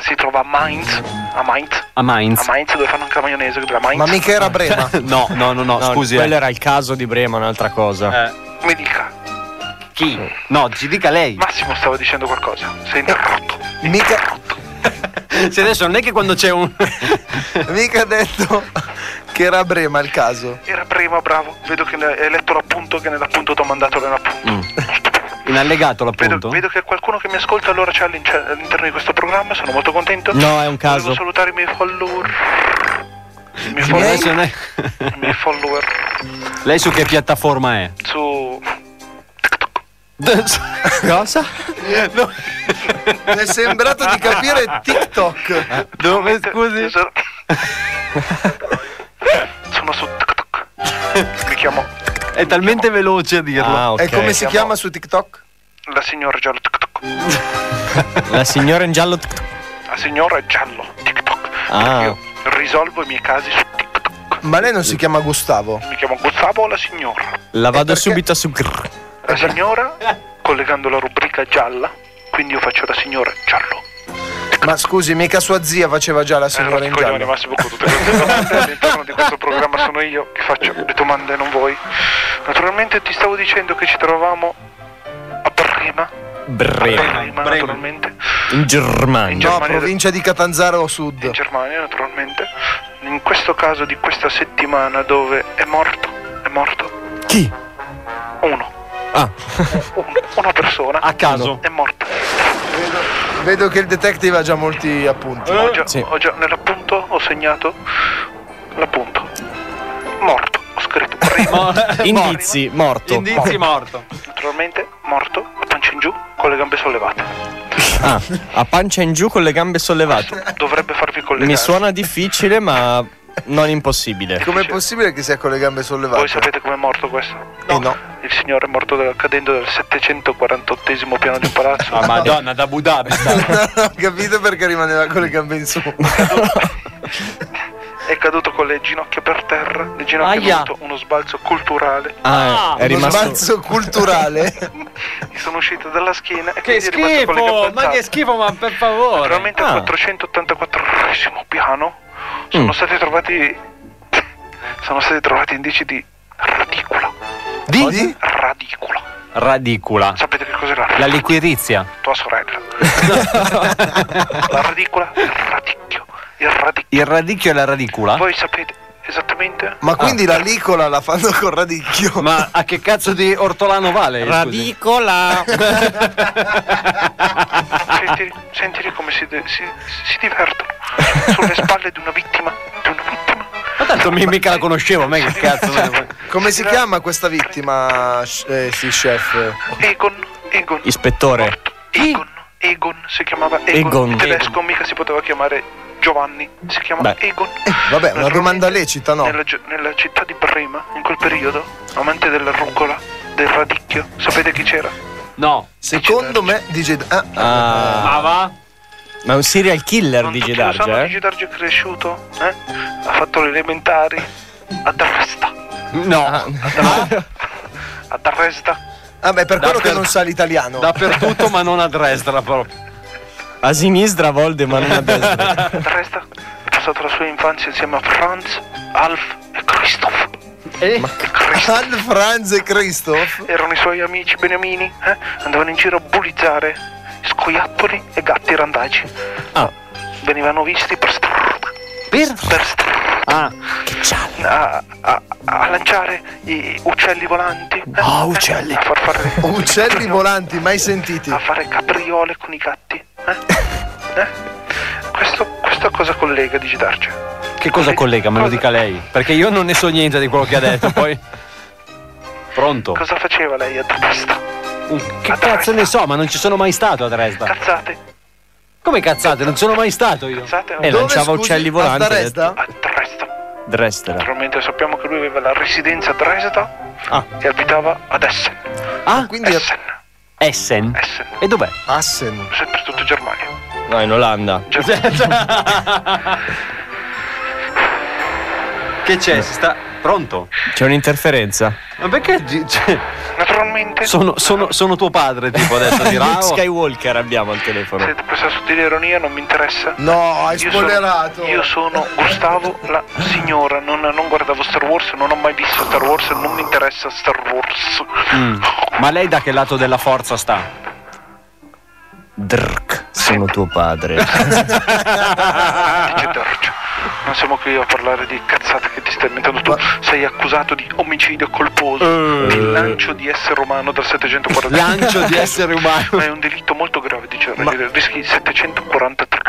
[SPEAKER 11] si trova a Mainz, a Mainz,
[SPEAKER 9] A Mainz.
[SPEAKER 11] a Mainz dove fanno anche la maionese, la Mainz.
[SPEAKER 8] ma mica era Brema.
[SPEAKER 9] No, no, no, no,
[SPEAKER 25] No,
[SPEAKER 9] scusi.
[SPEAKER 25] Quello
[SPEAKER 9] eh.
[SPEAKER 25] era il caso di Brema, un'altra cosa.
[SPEAKER 9] Eh,
[SPEAKER 11] Mi dica,
[SPEAKER 9] chi? No, ci dica lei.
[SPEAKER 11] Massimo stava dicendo qualcosa, sei interrotto.
[SPEAKER 8] Mica,
[SPEAKER 9] Se adesso non è che quando c'è
[SPEAKER 25] <laughs>
[SPEAKER 9] un.
[SPEAKER 8] mica ha detto che era Brema il caso.
[SPEAKER 11] Era prima, bravo. Vedo che ne- hai letto l'appunto, che nell'appunto ti ho mandato l'appunto.
[SPEAKER 9] In allegato
[SPEAKER 11] Vedo,
[SPEAKER 9] l'appunto?
[SPEAKER 11] vedo che qualcuno che mi ascolta allora c'è all'ince- all'interno di questo programma, sono molto contento.
[SPEAKER 25] No, è un caso.
[SPEAKER 11] Devo salutare i miei follower. I miei
[SPEAKER 9] Sì, adesso
[SPEAKER 11] follower,
[SPEAKER 9] non è-
[SPEAKER 11] i miei follower
[SPEAKER 9] Lei su che piattaforma è?
[SPEAKER 11] su
[SPEAKER 25] <laughs> Cosa?
[SPEAKER 8] Mi è sembrato di capire TikTok.
[SPEAKER 9] Dove scusi?
[SPEAKER 11] User-
[SPEAKER 9] <laughs>
[SPEAKER 11] Sono su TikTok. Mi chiamo
[SPEAKER 9] È talmente veloce a dirlo.
[SPEAKER 25] Ah, ok.
[SPEAKER 8] E come si chiama su TikTok?
[SPEAKER 11] la signora giallo TikTok.
[SPEAKER 25] La signora in giallo.
[SPEAKER 11] La signora giallo TikTok.
[SPEAKER 25] Ah.
[SPEAKER 11] Io risolvo i miei casi su TikTok.
[SPEAKER 8] Ma lei non si chiama Gustavo.
[SPEAKER 11] Mi chiamo Gustavo o la signora?
[SPEAKER 25] La vado
[SPEAKER 8] perché?
[SPEAKER 25] subito su. grrr.
[SPEAKER 11] La signora collegando la rubrica gialla, quindi io faccio la signora giallo.
[SPEAKER 8] Ma scusi, mica sua zia faceva già la signora in
[SPEAKER 11] coglione
[SPEAKER 8] giallo.
[SPEAKER 11] Massimo con tutte queste
[SPEAKER 25] <laughs>
[SPEAKER 11] domande all'interno di questo programma sono io che faccio le domande non voi. Naturalmente ti stavo dicendo che ci trovavamo a Brema,
[SPEAKER 25] Brema.
[SPEAKER 11] Brema,
[SPEAKER 9] Brema.
[SPEAKER 11] naturalmente,
[SPEAKER 25] In
[SPEAKER 11] in
[SPEAKER 25] Germania.
[SPEAKER 8] No,
[SPEAKER 11] Germania,
[SPEAKER 8] provincia di Catanzaro
[SPEAKER 11] in
[SPEAKER 25] Esatto.
[SPEAKER 8] Sud.
[SPEAKER 11] Germania naturalmente, in questo caso di questa settimana dove è morto, è morto
[SPEAKER 25] Chi?
[SPEAKER 11] uno,
[SPEAKER 25] Ah.
[SPEAKER 11] un- una persona
[SPEAKER 9] A caso.
[SPEAKER 11] è morta.
[SPEAKER 8] Vedo che il detective ha già molti appunti.
[SPEAKER 11] Ho già,
[SPEAKER 25] sì.
[SPEAKER 11] ho già- nell'appunto ho segnato l'appunto, morto, ho
[SPEAKER 25] <laughs>
[SPEAKER 11] scritto Brema.
[SPEAKER 25] Indizi, morto.
[SPEAKER 9] Indizi morto.
[SPEAKER 11] Naturalmente morto, a pancia in giù, con le gambe sollevate.
[SPEAKER 25] Ah, a pancia in giù con le gambe sollevate.
[SPEAKER 11] Dovrebbe farvi collegare.
[SPEAKER 25] Mi suona difficile, ma non impossibile.
[SPEAKER 8] Com'è possibile che sia con le gambe sollevate?
[SPEAKER 11] Voi sapete com'è morto questo?
[SPEAKER 8] Eh no. <laughs>
[SPEAKER 11] Il signore è morto da- cadendo dal 748 piano di un palazzo.
[SPEAKER 9] Ah, madonna, da Abu Dhabi. sta.
[SPEAKER 8] non ho capito perché rimaneva con le gambe in su.
[SPEAKER 11] È caduto con le ginocchia per terra. Le ginocchia
[SPEAKER 9] Aia.
[SPEAKER 11] hanno avuto uno sbalzo culturale. <laughs>
[SPEAKER 25] Ah, è
[SPEAKER 8] Uno
[SPEAKER 25] rimasto.
[SPEAKER 8] sbalzo culturale.
[SPEAKER 11] Gli sono uscite dalla schiena. E
[SPEAKER 9] Che
[SPEAKER 11] quindi è rimasto con le
[SPEAKER 9] schifo!
[SPEAKER 11] gambe
[SPEAKER 9] Ma che
[SPEAKER 11] alzate.
[SPEAKER 9] schifo, Ah. ma per favore.
[SPEAKER 11] Naturalmente al 484
[SPEAKER 9] Mm.
[SPEAKER 11] <laughs> piano sono stati trovati. Sono stati trovati indici di. radioattività.
[SPEAKER 9] Di?
[SPEAKER 11] Radicola.
[SPEAKER 9] Radicola.
[SPEAKER 11] Sapete che cos'è la radicola?
[SPEAKER 9] La liquirizia.
[SPEAKER 11] Tua sorella. la radicola, il radicchio. Il radicchio.
[SPEAKER 9] Il radicchio e la radicola?
[SPEAKER 11] Voi sapete esattamente?
[SPEAKER 10] Ma quindi la licola la fanno con radicchio.
[SPEAKER 9] <laughs> Ma a che cazzo di ortolano vale? scusi?
[SPEAKER 10] Radicola!
[SPEAKER 11] sentire, sentire come si, de- si, si divertono sulle spalle di una vittima. Di una vittima.
[SPEAKER 9] Ma tanto mi- mica la conoscevo, ma che cazzo.
[SPEAKER 10] Come si chiama questa vittima? sh- eh, sì, chef.
[SPEAKER 11] <laughs> Egon, Egon,
[SPEAKER 20] Ispettore.
[SPEAKER 11] Egon, Egon si chiamava Egon.
[SPEAKER 10] Egon.
[SPEAKER 11] In tedesco mica si poteva chiamare Giovanni, si chiama
[SPEAKER 10] Beh. Eh,
[SPEAKER 11] Egon.
[SPEAKER 10] Vabbè, una domanda lecita, no?
[SPEAKER 11] Nella, gi- nella città di Brema, in quel periodo, amante della rucola, del radicchio, sapete chi c'era?
[SPEAKER 9] No.
[SPEAKER 10] Secondo me DJ... Ah,
[SPEAKER 20] Ah.
[SPEAKER 9] Ma va?
[SPEAKER 20] Ma è un serial killer di
[SPEAKER 11] Lo sanno,
[SPEAKER 20] Gedargia, eh?
[SPEAKER 11] Gigi Darge è cresciuto, eh? ha fatto le elementari, ad Arresta,
[SPEAKER 9] No.
[SPEAKER 11] ad Arresta.
[SPEAKER 10] Vabbè, Ah, per quello che
[SPEAKER 9] Dapper-
[SPEAKER 10] non sa l'italiano.
[SPEAKER 9] Dappertutto, ma non a destra proprio.
[SPEAKER 20] A sinistra a volte, ma non a destra.
[SPEAKER 11] Ha passato la sua infanzia insieme a Franz, Alf e Christoph. Eh?
[SPEAKER 10] Ma Al Franz e Christoph?
[SPEAKER 11] Erano i suoi amici beniamini, eh? andavano in giro a bullizzare scoiattoli e gatti randagi. Venivano visti per strada. Ah. Per? Ah, strada. A, a- a lanciare i uccelli volanti. Ah, uccelli. A far fare <laughs>
[SPEAKER 10] Uccelli volanti, mai sentiti.
[SPEAKER 11] a fare capriole con i gatti. Eh? Eh? Questo, questo cosa collega di Gidarce?
[SPEAKER 9] Che cosa collega? Me lo dica lei. Perché io non ne so niente di quello che ha detto. Poi. Pronto?
[SPEAKER 11] Cosa faceva lei a Dresda?
[SPEAKER 9] Che cazzo ne so, ma non ci sono mai stato a Dresda.
[SPEAKER 11] Cazzate.
[SPEAKER 9] Come cazzate? Non sono mai stato io. E
[SPEAKER 20] Dove,
[SPEAKER 9] lanciava
[SPEAKER 20] scusi,
[SPEAKER 9] uccelli
[SPEAKER 20] a
[SPEAKER 9] volanti. ha detto-
[SPEAKER 10] Dresda?
[SPEAKER 20] Dresdra.
[SPEAKER 11] Naturalmente sappiamo che lui aveva la residenza a Dresda
[SPEAKER 20] Ah.
[SPEAKER 11] e abitava ad Essen.
[SPEAKER 9] Ah,
[SPEAKER 10] quindi
[SPEAKER 11] Essen,
[SPEAKER 9] Essen.
[SPEAKER 11] Essen,
[SPEAKER 9] E dov'è?
[SPEAKER 10] Assen.
[SPEAKER 11] sempre tutto Germania. Cioè,
[SPEAKER 20] No, in Olanda.
[SPEAKER 9] Cioè- <laughs> Che c'è? Si sta. Pronto?
[SPEAKER 20] C'è un'interferenza.
[SPEAKER 9] Ma perché. gi- cioè,
[SPEAKER 11] Naturalmente,
[SPEAKER 9] sono, sono- sono tuo padre,
[SPEAKER 20] <laughs>
[SPEAKER 9] tipo adesso dirà.
[SPEAKER 20] Luke
[SPEAKER 9] "Oh,
[SPEAKER 20] Skywalker abbiamo al telefono.
[SPEAKER 11] senti, questa sottile ironia non mi interessa.
[SPEAKER 10] No, hai
[SPEAKER 11] Io sono-
[SPEAKER 10] spoilerato.
[SPEAKER 11] Io sono Gustavo la signora, non, non guardavo Star Wars, non ho mai visto Star Wars, non mi interessa Star Wars.
[SPEAKER 9] mm, Ma lei da che lato della forza sta?
[SPEAKER 10] Eh,
[SPEAKER 20] Drk, sono tuo padre.
[SPEAKER 11] Dice Darge. Non siamo qui a parlare di cazzate che ti stai inventando tu. Sei accusato di omicidio colposo, di lancio di essere umano dal
[SPEAKER 9] Eh.
[SPEAKER 11] 740.
[SPEAKER 9] Lancio di essere umano.
[SPEAKER 11] Ma è un delitto molto grave, dice il Ranieri, rischi 743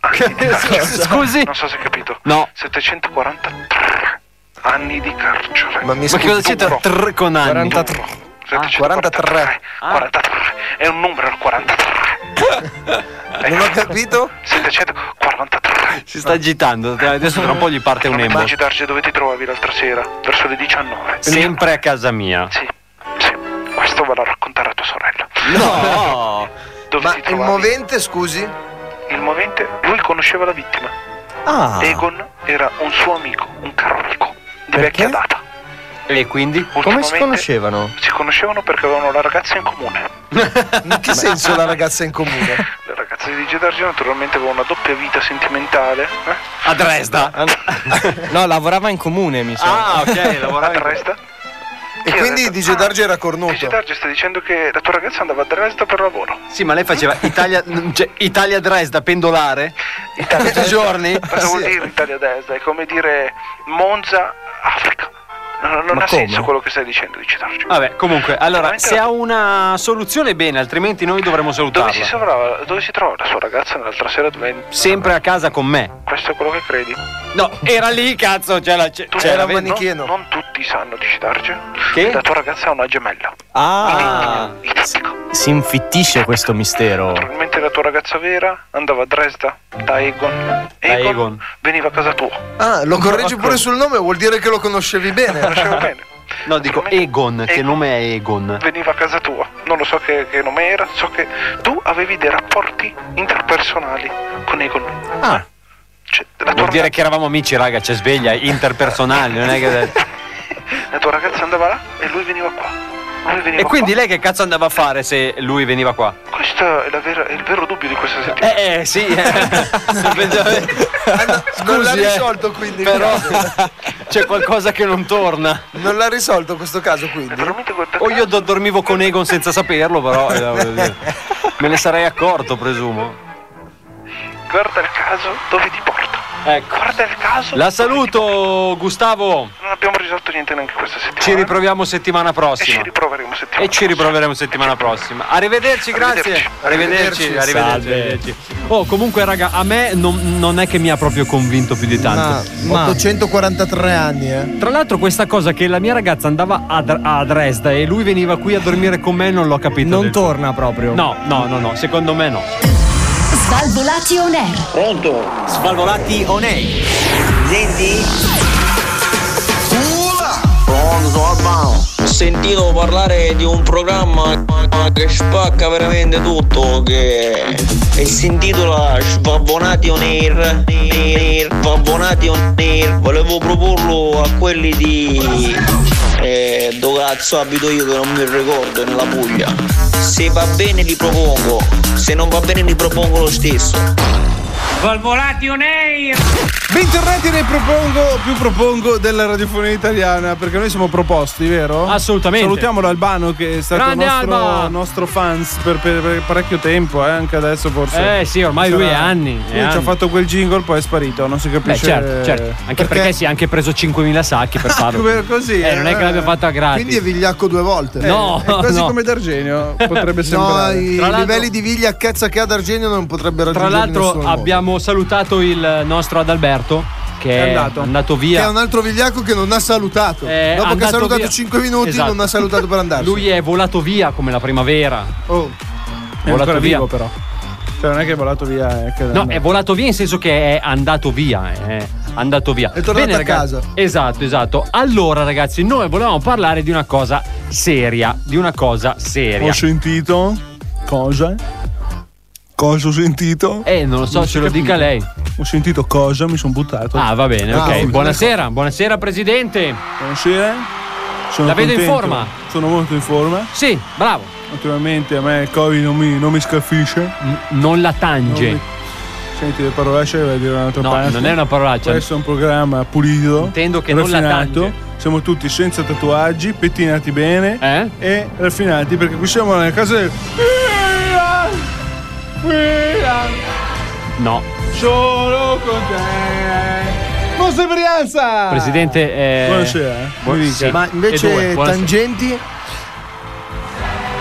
[SPEAKER 11] anni di carcere.
[SPEAKER 9] Scusi?
[SPEAKER 11] Non so se hai capito.
[SPEAKER 9] No.
[SPEAKER 11] 743 anni di carcere.
[SPEAKER 10] Ma mi
[SPEAKER 9] Ma Ah, che cosa
[SPEAKER 10] scusi.
[SPEAKER 9] c'entra
[SPEAKER 11] duro.
[SPEAKER 9] tr con anni?
[SPEAKER 10] 43.
[SPEAKER 11] 743. 43. È un numero il 43.
[SPEAKER 10] Non ho capito?
[SPEAKER 11] 743.
[SPEAKER 9] Si sta agitando, adesso tra un po' gli parte un embo.
[SPEAKER 11] Mangi Darge dove ti trovavi l'altra sera? Verso le 19.
[SPEAKER 9] Sempre a casa mia.
[SPEAKER 11] Sì, sì. Questo ve l'ho raccontare a tua sorella.
[SPEAKER 9] <laughs> No!
[SPEAKER 11] Dove
[SPEAKER 10] Ma
[SPEAKER 11] ti
[SPEAKER 10] il
[SPEAKER 11] trovavi?
[SPEAKER 10] movente, scusi?
[SPEAKER 11] Il movente, lui conosceva la vittima.
[SPEAKER 10] Ah.
[SPEAKER 11] Egon era un suo amico, un caro amico, di vecchia data.
[SPEAKER 9] E quindi?
[SPEAKER 20] Come si
[SPEAKER 11] Ultimamente
[SPEAKER 20] conoscevano?
[SPEAKER 11] Si conoscevano perché avevano la ragazza in comune.
[SPEAKER 10] In che senso la ragazza in comune?
[SPEAKER 11] <laughs> Le ragazze di Gedargio naturalmente avevano una doppia vita sentimentale. Eh?
[SPEAKER 9] A Dresda.
[SPEAKER 20] Ah, no. No, lavorava in comune, mi sa.
[SPEAKER 9] Ah, ok, lavorava
[SPEAKER 11] A
[SPEAKER 9] in
[SPEAKER 11] Dresda.
[SPEAKER 10] E
[SPEAKER 11] Chi
[SPEAKER 10] quindi
[SPEAKER 11] ha detto?
[SPEAKER 10] DJ Darge era
[SPEAKER 11] Dice
[SPEAKER 10] cornuto.
[SPEAKER 11] Darge sta dicendo che la tua ragazza andava a Dresda per lavoro.
[SPEAKER 9] Sì, ma lei faceva Italia, cioè, Italia Dresda pendolare? Tutti i giorni?
[SPEAKER 11] Cosa vuol dire Italia destra? È come dire Monza Africa. Non, non
[SPEAKER 20] Ma
[SPEAKER 11] ha
[SPEAKER 20] come?
[SPEAKER 11] senso quello che stai dicendo, dice Darge.
[SPEAKER 9] Vabbè, comunque, allora, se ha una soluzione bene, altrimenti noi dovremmo
[SPEAKER 11] Dove si,
[SPEAKER 9] salutarla.
[SPEAKER 11] sovrava- dove si trova la sua ragazza l'altra sera? Dove-
[SPEAKER 9] Sempre a casa con me.
[SPEAKER 11] Questo è quello che credi.
[SPEAKER 9] No, era lì, cazzo, c'è la c'è-
[SPEAKER 11] Tu
[SPEAKER 9] c'è la
[SPEAKER 11] non-
[SPEAKER 9] vedi?
[SPEAKER 10] manichino.
[SPEAKER 11] Non, non tutti sanno, dice Darge.
[SPEAKER 9] Che?
[SPEAKER 11] La tua ragazza ha una gemella.
[SPEAKER 20] Ah,
[SPEAKER 11] Identica.
[SPEAKER 20] si infittisce questo mistero.
[SPEAKER 11] Naturalmente la tua ragazza vera andava a Dresda da Egon. Egon,
[SPEAKER 9] Egon.
[SPEAKER 11] veniva a casa
[SPEAKER 9] <laughs>
[SPEAKER 11] tua.
[SPEAKER 10] Ah, lo correggi pure sul nome, vuol dire che lo conoscevi bene.
[SPEAKER 11] Conosceva bene.
[SPEAKER 9] No, dico Egon, che nome è Egon?
[SPEAKER 11] veniva a casa tua. Non lo so che, che nome era, so che tu avevi dei rapporti interpersonali con Egon.
[SPEAKER 9] Ah.
[SPEAKER 11] Cioè, la, tua
[SPEAKER 9] Vuol dire
[SPEAKER 11] ragazza,
[SPEAKER 9] che eravamo amici, raga, c'è
[SPEAKER 11] <laughs>
[SPEAKER 9] sveglia, interpersonale, non è che...
[SPEAKER 11] la tua ragazza andava là e lui veniva qua. Lui veniva
[SPEAKER 9] E quindi
[SPEAKER 11] qua.
[SPEAKER 9] lei che cazzo andava a fare se lui veniva qua?
[SPEAKER 11] Questo è, la vera- è il vero dubbio di questa settimana.
[SPEAKER 9] Eh, <laughs> eh sì.
[SPEAKER 26] non l'ha
[SPEAKER 9] Scusi, eh,
[SPEAKER 26] risolto quindi.
[SPEAKER 9] però c'è qualcosa che non torna.
[SPEAKER 26] Non l'ha risolto questo caso quindi.
[SPEAKER 9] O io do- dormivo con Egon senza saperlo, però eh, voglio dire, me ne sarei accorto, presumo.
[SPEAKER 11] Guarda il caso dove ti porta.
[SPEAKER 9] Ecco.
[SPEAKER 11] Guarda il caso.
[SPEAKER 9] La saluto, Gustavo.
[SPEAKER 11] Non abbiamo risolto niente neanche questa settimana.
[SPEAKER 9] Ci riproviamo settimana prossima. E ci
[SPEAKER 11] riproveremo settimana
[SPEAKER 9] prossima. Arrivederci, grazie. Arrivederci,
[SPEAKER 11] Arrivederci.
[SPEAKER 9] arrivederci.
[SPEAKER 11] Salve.
[SPEAKER 9] arrivederci. Oh, comunque, raga, a me non, non è che mi ha proprio convinto più di
[SPEAKER 10] Ah,
[SPEAKER 9] tanto. Ma-
[SPEAKER 27] 843 anni, eh.
[SPEAKER 9] Tra l'altro questa cosa che la mia ragazza andava a, Dr- a Dresda e lui veniva qui a dormire con me non l'ho capito. Non torna proprio. No, no, no, no, secondo me no.
[SPEAKER 12] Svalvolati on air.
[SPEAKER 9] Pronto? Svalvolati o nei?
[SPEAKER 24] Sentito parlare di un programma che spacca veramente tutto che e si intitola Svabbonati on air Air, Svabbonati on air volevo proporlo a quelli di eh, dove cazzo abito io che non mi ricordo nella Puglia se va bene li propongo se non va bene li propongo lo stesso
[SPEAKER 28] Valvolati on air!
[SPEAKER 8] Bentornati nel propongo, più propongo della radiofonia italiana, perché noi siamo proposti, vero?
[SPEAKER 9] Assolutamente.
[SPEAKER 8] Salutiamo l'Albano che è stato
[SPEAKER 9] Grande Alba!
[SPEAKER 8] nostro, nostro fans per, per- per parecchio tempo, eh, anche adesso forse.
[SPEAKER 9] Eh, sì, ormai lui è anni, è
[SPEAKER 8] Lui ci ha
[SPEAKER 9] anni.
[SPEAKER 8] fatto quel jingle, poi è sparito, non si
[SPEAKER 9] Beh,
[SPEAKER 8] capisce.
[SPEAKER 9] certo, certo. Anche perché, si è anche preso 5.000 sacchi per farlo.
[SPEAKER 8] Come- così,
[SPEAKER 9] Eh, non è che
[SPEAKER 8] eh.
[SPEAKER 9] l'abbia fatta gratis.
[SPEAKER 27] Quindi è vigliacco due volte.
[SPEAKER 9] Eh, <laughs> No,
[SPEAKER 8] è quasi
[SPEAKER 9] no.
[SPEAKER 8] come D'Argenio,
[SPEAKER 27] <laughs> No,
[SPEAKER 8] potrebbe sembrare.
[SPEAKER 27] i
[SPEAKER 9] Tra l'altro-
[SPEAKER 27] livelli di vigliacchezza che ha d'Argenio non potrebbe
[SPEAKER 9] Tra
[SPEAKER 27] raggiungere
[SPEAKER 9] l'altro
[SPEAKER 27] nessuno al mondo.
[SPEAKER 9] abbiamo salutato il nostro Adalberto che
[SPEAKER 27] È
[SPEAKER 9] è
[SPEAKER 27] andato.
[SPEAKER 9] andato,
[SPEAKER 27] Che
[SPEAKER 9] via. Eh,
[SPEAKER 27] è un altro vigliacco che non ha salutato.
[SPEAKER 9] È
[SPEAKER 27] Certo. Dopo che ha
[SPEAKER 9] andato
[SPEAKER 27] salutato
[SPEAKER 9] via.
[SPEAKER 27] 5 minuti,
[SPEAKER 9] Esatto.
[SPEAKER 27] non ha salutato per andarsene.
[SPEAKER 9] Lui è volato via come la primavera.
[SPEAKER 27] Oh,
[SPEAKER 8] È ancora vivo, però. Cioè, non è che è volato via. È che
[SPEAKER 9] No, è volato via in senso che è andato via. eh, È andato via. È
[SPEAKER 27] tornato a
[SPEAKER 9] ragazzi.
[SPEAKER 27] casa.
[SPEAKER 9] Esatto, esatto. Allora, ragazzi, noi volevamo parlare di una cosa seria. Di una cosa seria.
[SPEAKER 27] Oh,
[SPEAKER 8] Ho sentito cosa? Cosa ho sentito?
[SPEAKER 9] Eh, non lo so,
[SPEAKER 8] Non si
[SPEAKER 9] ce lo
[SPEAKER 8] capisce.
[SPEAKER 9] dica lei.
[SPEAKER 8] Ho sentito cosa, mi sono buttato.
[SPEAKER 9] Ah, va bene,
[SPEAKER 8] Ah,
[SPEAKER 9] ok.
[SPEAKER 8] ok.
[SPEAKER 9] Buonasera, buonasera, presidente.
[SPEAKER 8] Buonasera. Sono
[SPEAKER 9] La vedo in
[SPEAKER 8] contento,
[SPEAKER 9] forma.
[SPEAKER 8] Sono molto in forma.
[SPEAKER 9] Sì, bravo.
[SPEAKER 8] Naturalmente a me il Covid non mi, non mi scalfisce.
[SPEAKER 9] non la tange.
[SPEAKER 8] Senti, le parolacce le vai a dire un'altra
[SPEAKER 9] No,
[SPEAKER 8] parte.
[SPEAKER 9] non è una parolaccia.
[SPEAKER 8] Questo è un programma pulito.
[SPEAKER 9] Intendo che non la
[SPEAKER 8] raffinato.
[SPEAKER 9] tange.
[SPEAKER 8] Siamo tutti senza tatuaggi, pettinati bene
[SPEAKER 9] Eh?
[SPEAKER 8] e raffinati perché qui siamo nella casa del.
[SPEAKER 9] No.
[SPEAKER 8] Solo con te. Mostra Brianza!
[SPEAKER 9] Presidente, eh,
[SPEAKER 8] Buonasera. eh.
[SPEAKER 9] buon-
[SPEAKER 8] Mi dica.
[SPEAKER 9] sì.
[SPEAKER 27] Ma invece
[SPEAKER 9] E due, buonasera.
[SPEAKER 27] tangenti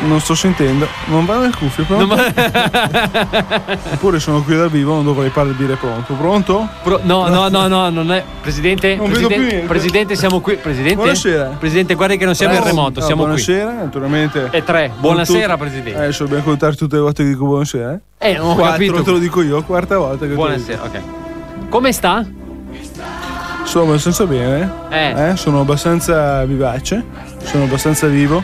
[SPEAKER 8] Non sto sentendo, non vanno le cuffie, pronto?
[SPEAKER 9] <laughs>
[SPEAKER 8] Oppure sono qui dal vivo, non dovrei parlare dire pronto. Pronto?
[SPEAKER 9] Pro- no, no, no, no, non è. Presidente,
[SPEAKER 8] Non vedo
[SPEAKER 9] presidente,
[SPEAKER 8] più niente.
[SPEAKER 9] presidente, siamo qui. Presidente,
[SPEAKER 8] Buonasera.
[SPEAKER 9] Presidente, guardi che non siamo in
[SPEAKER 8] Pronto.
[SPEAKER 9] remoto,
[SPEAKER 8] Ah,
[SPEAKER 9] siamo qui. Eh,
[SPEAKER 8] buonasera, naturalmente.
[SPEAKER 9] E tre.
[SPEAKER 8] Con
[SPEAKER 9] Buonasera,
[SPEAKER 8] tutti-
[SPEAKER 9] presidente.
[SPEAKER 8] Adesso dobbiamo contare tutte le volte che dico buonasera. eh?
[SPEAKER 9] Eh, non ho
[SPEAKER 8] Quattro,
[SPEAKER 9] capito.
[SPEAKER 8] te lo dico io, quarta volta che
[SPEAKER 9] Buonasera, ok. Come sta?
[SPEAKER 8] te lo dico. Sono abbastanza bene,
[SPEAKER 9] Eh.
[SPEAKER 8] eh, sono abbastanza vivace, sono abbastanza vivo.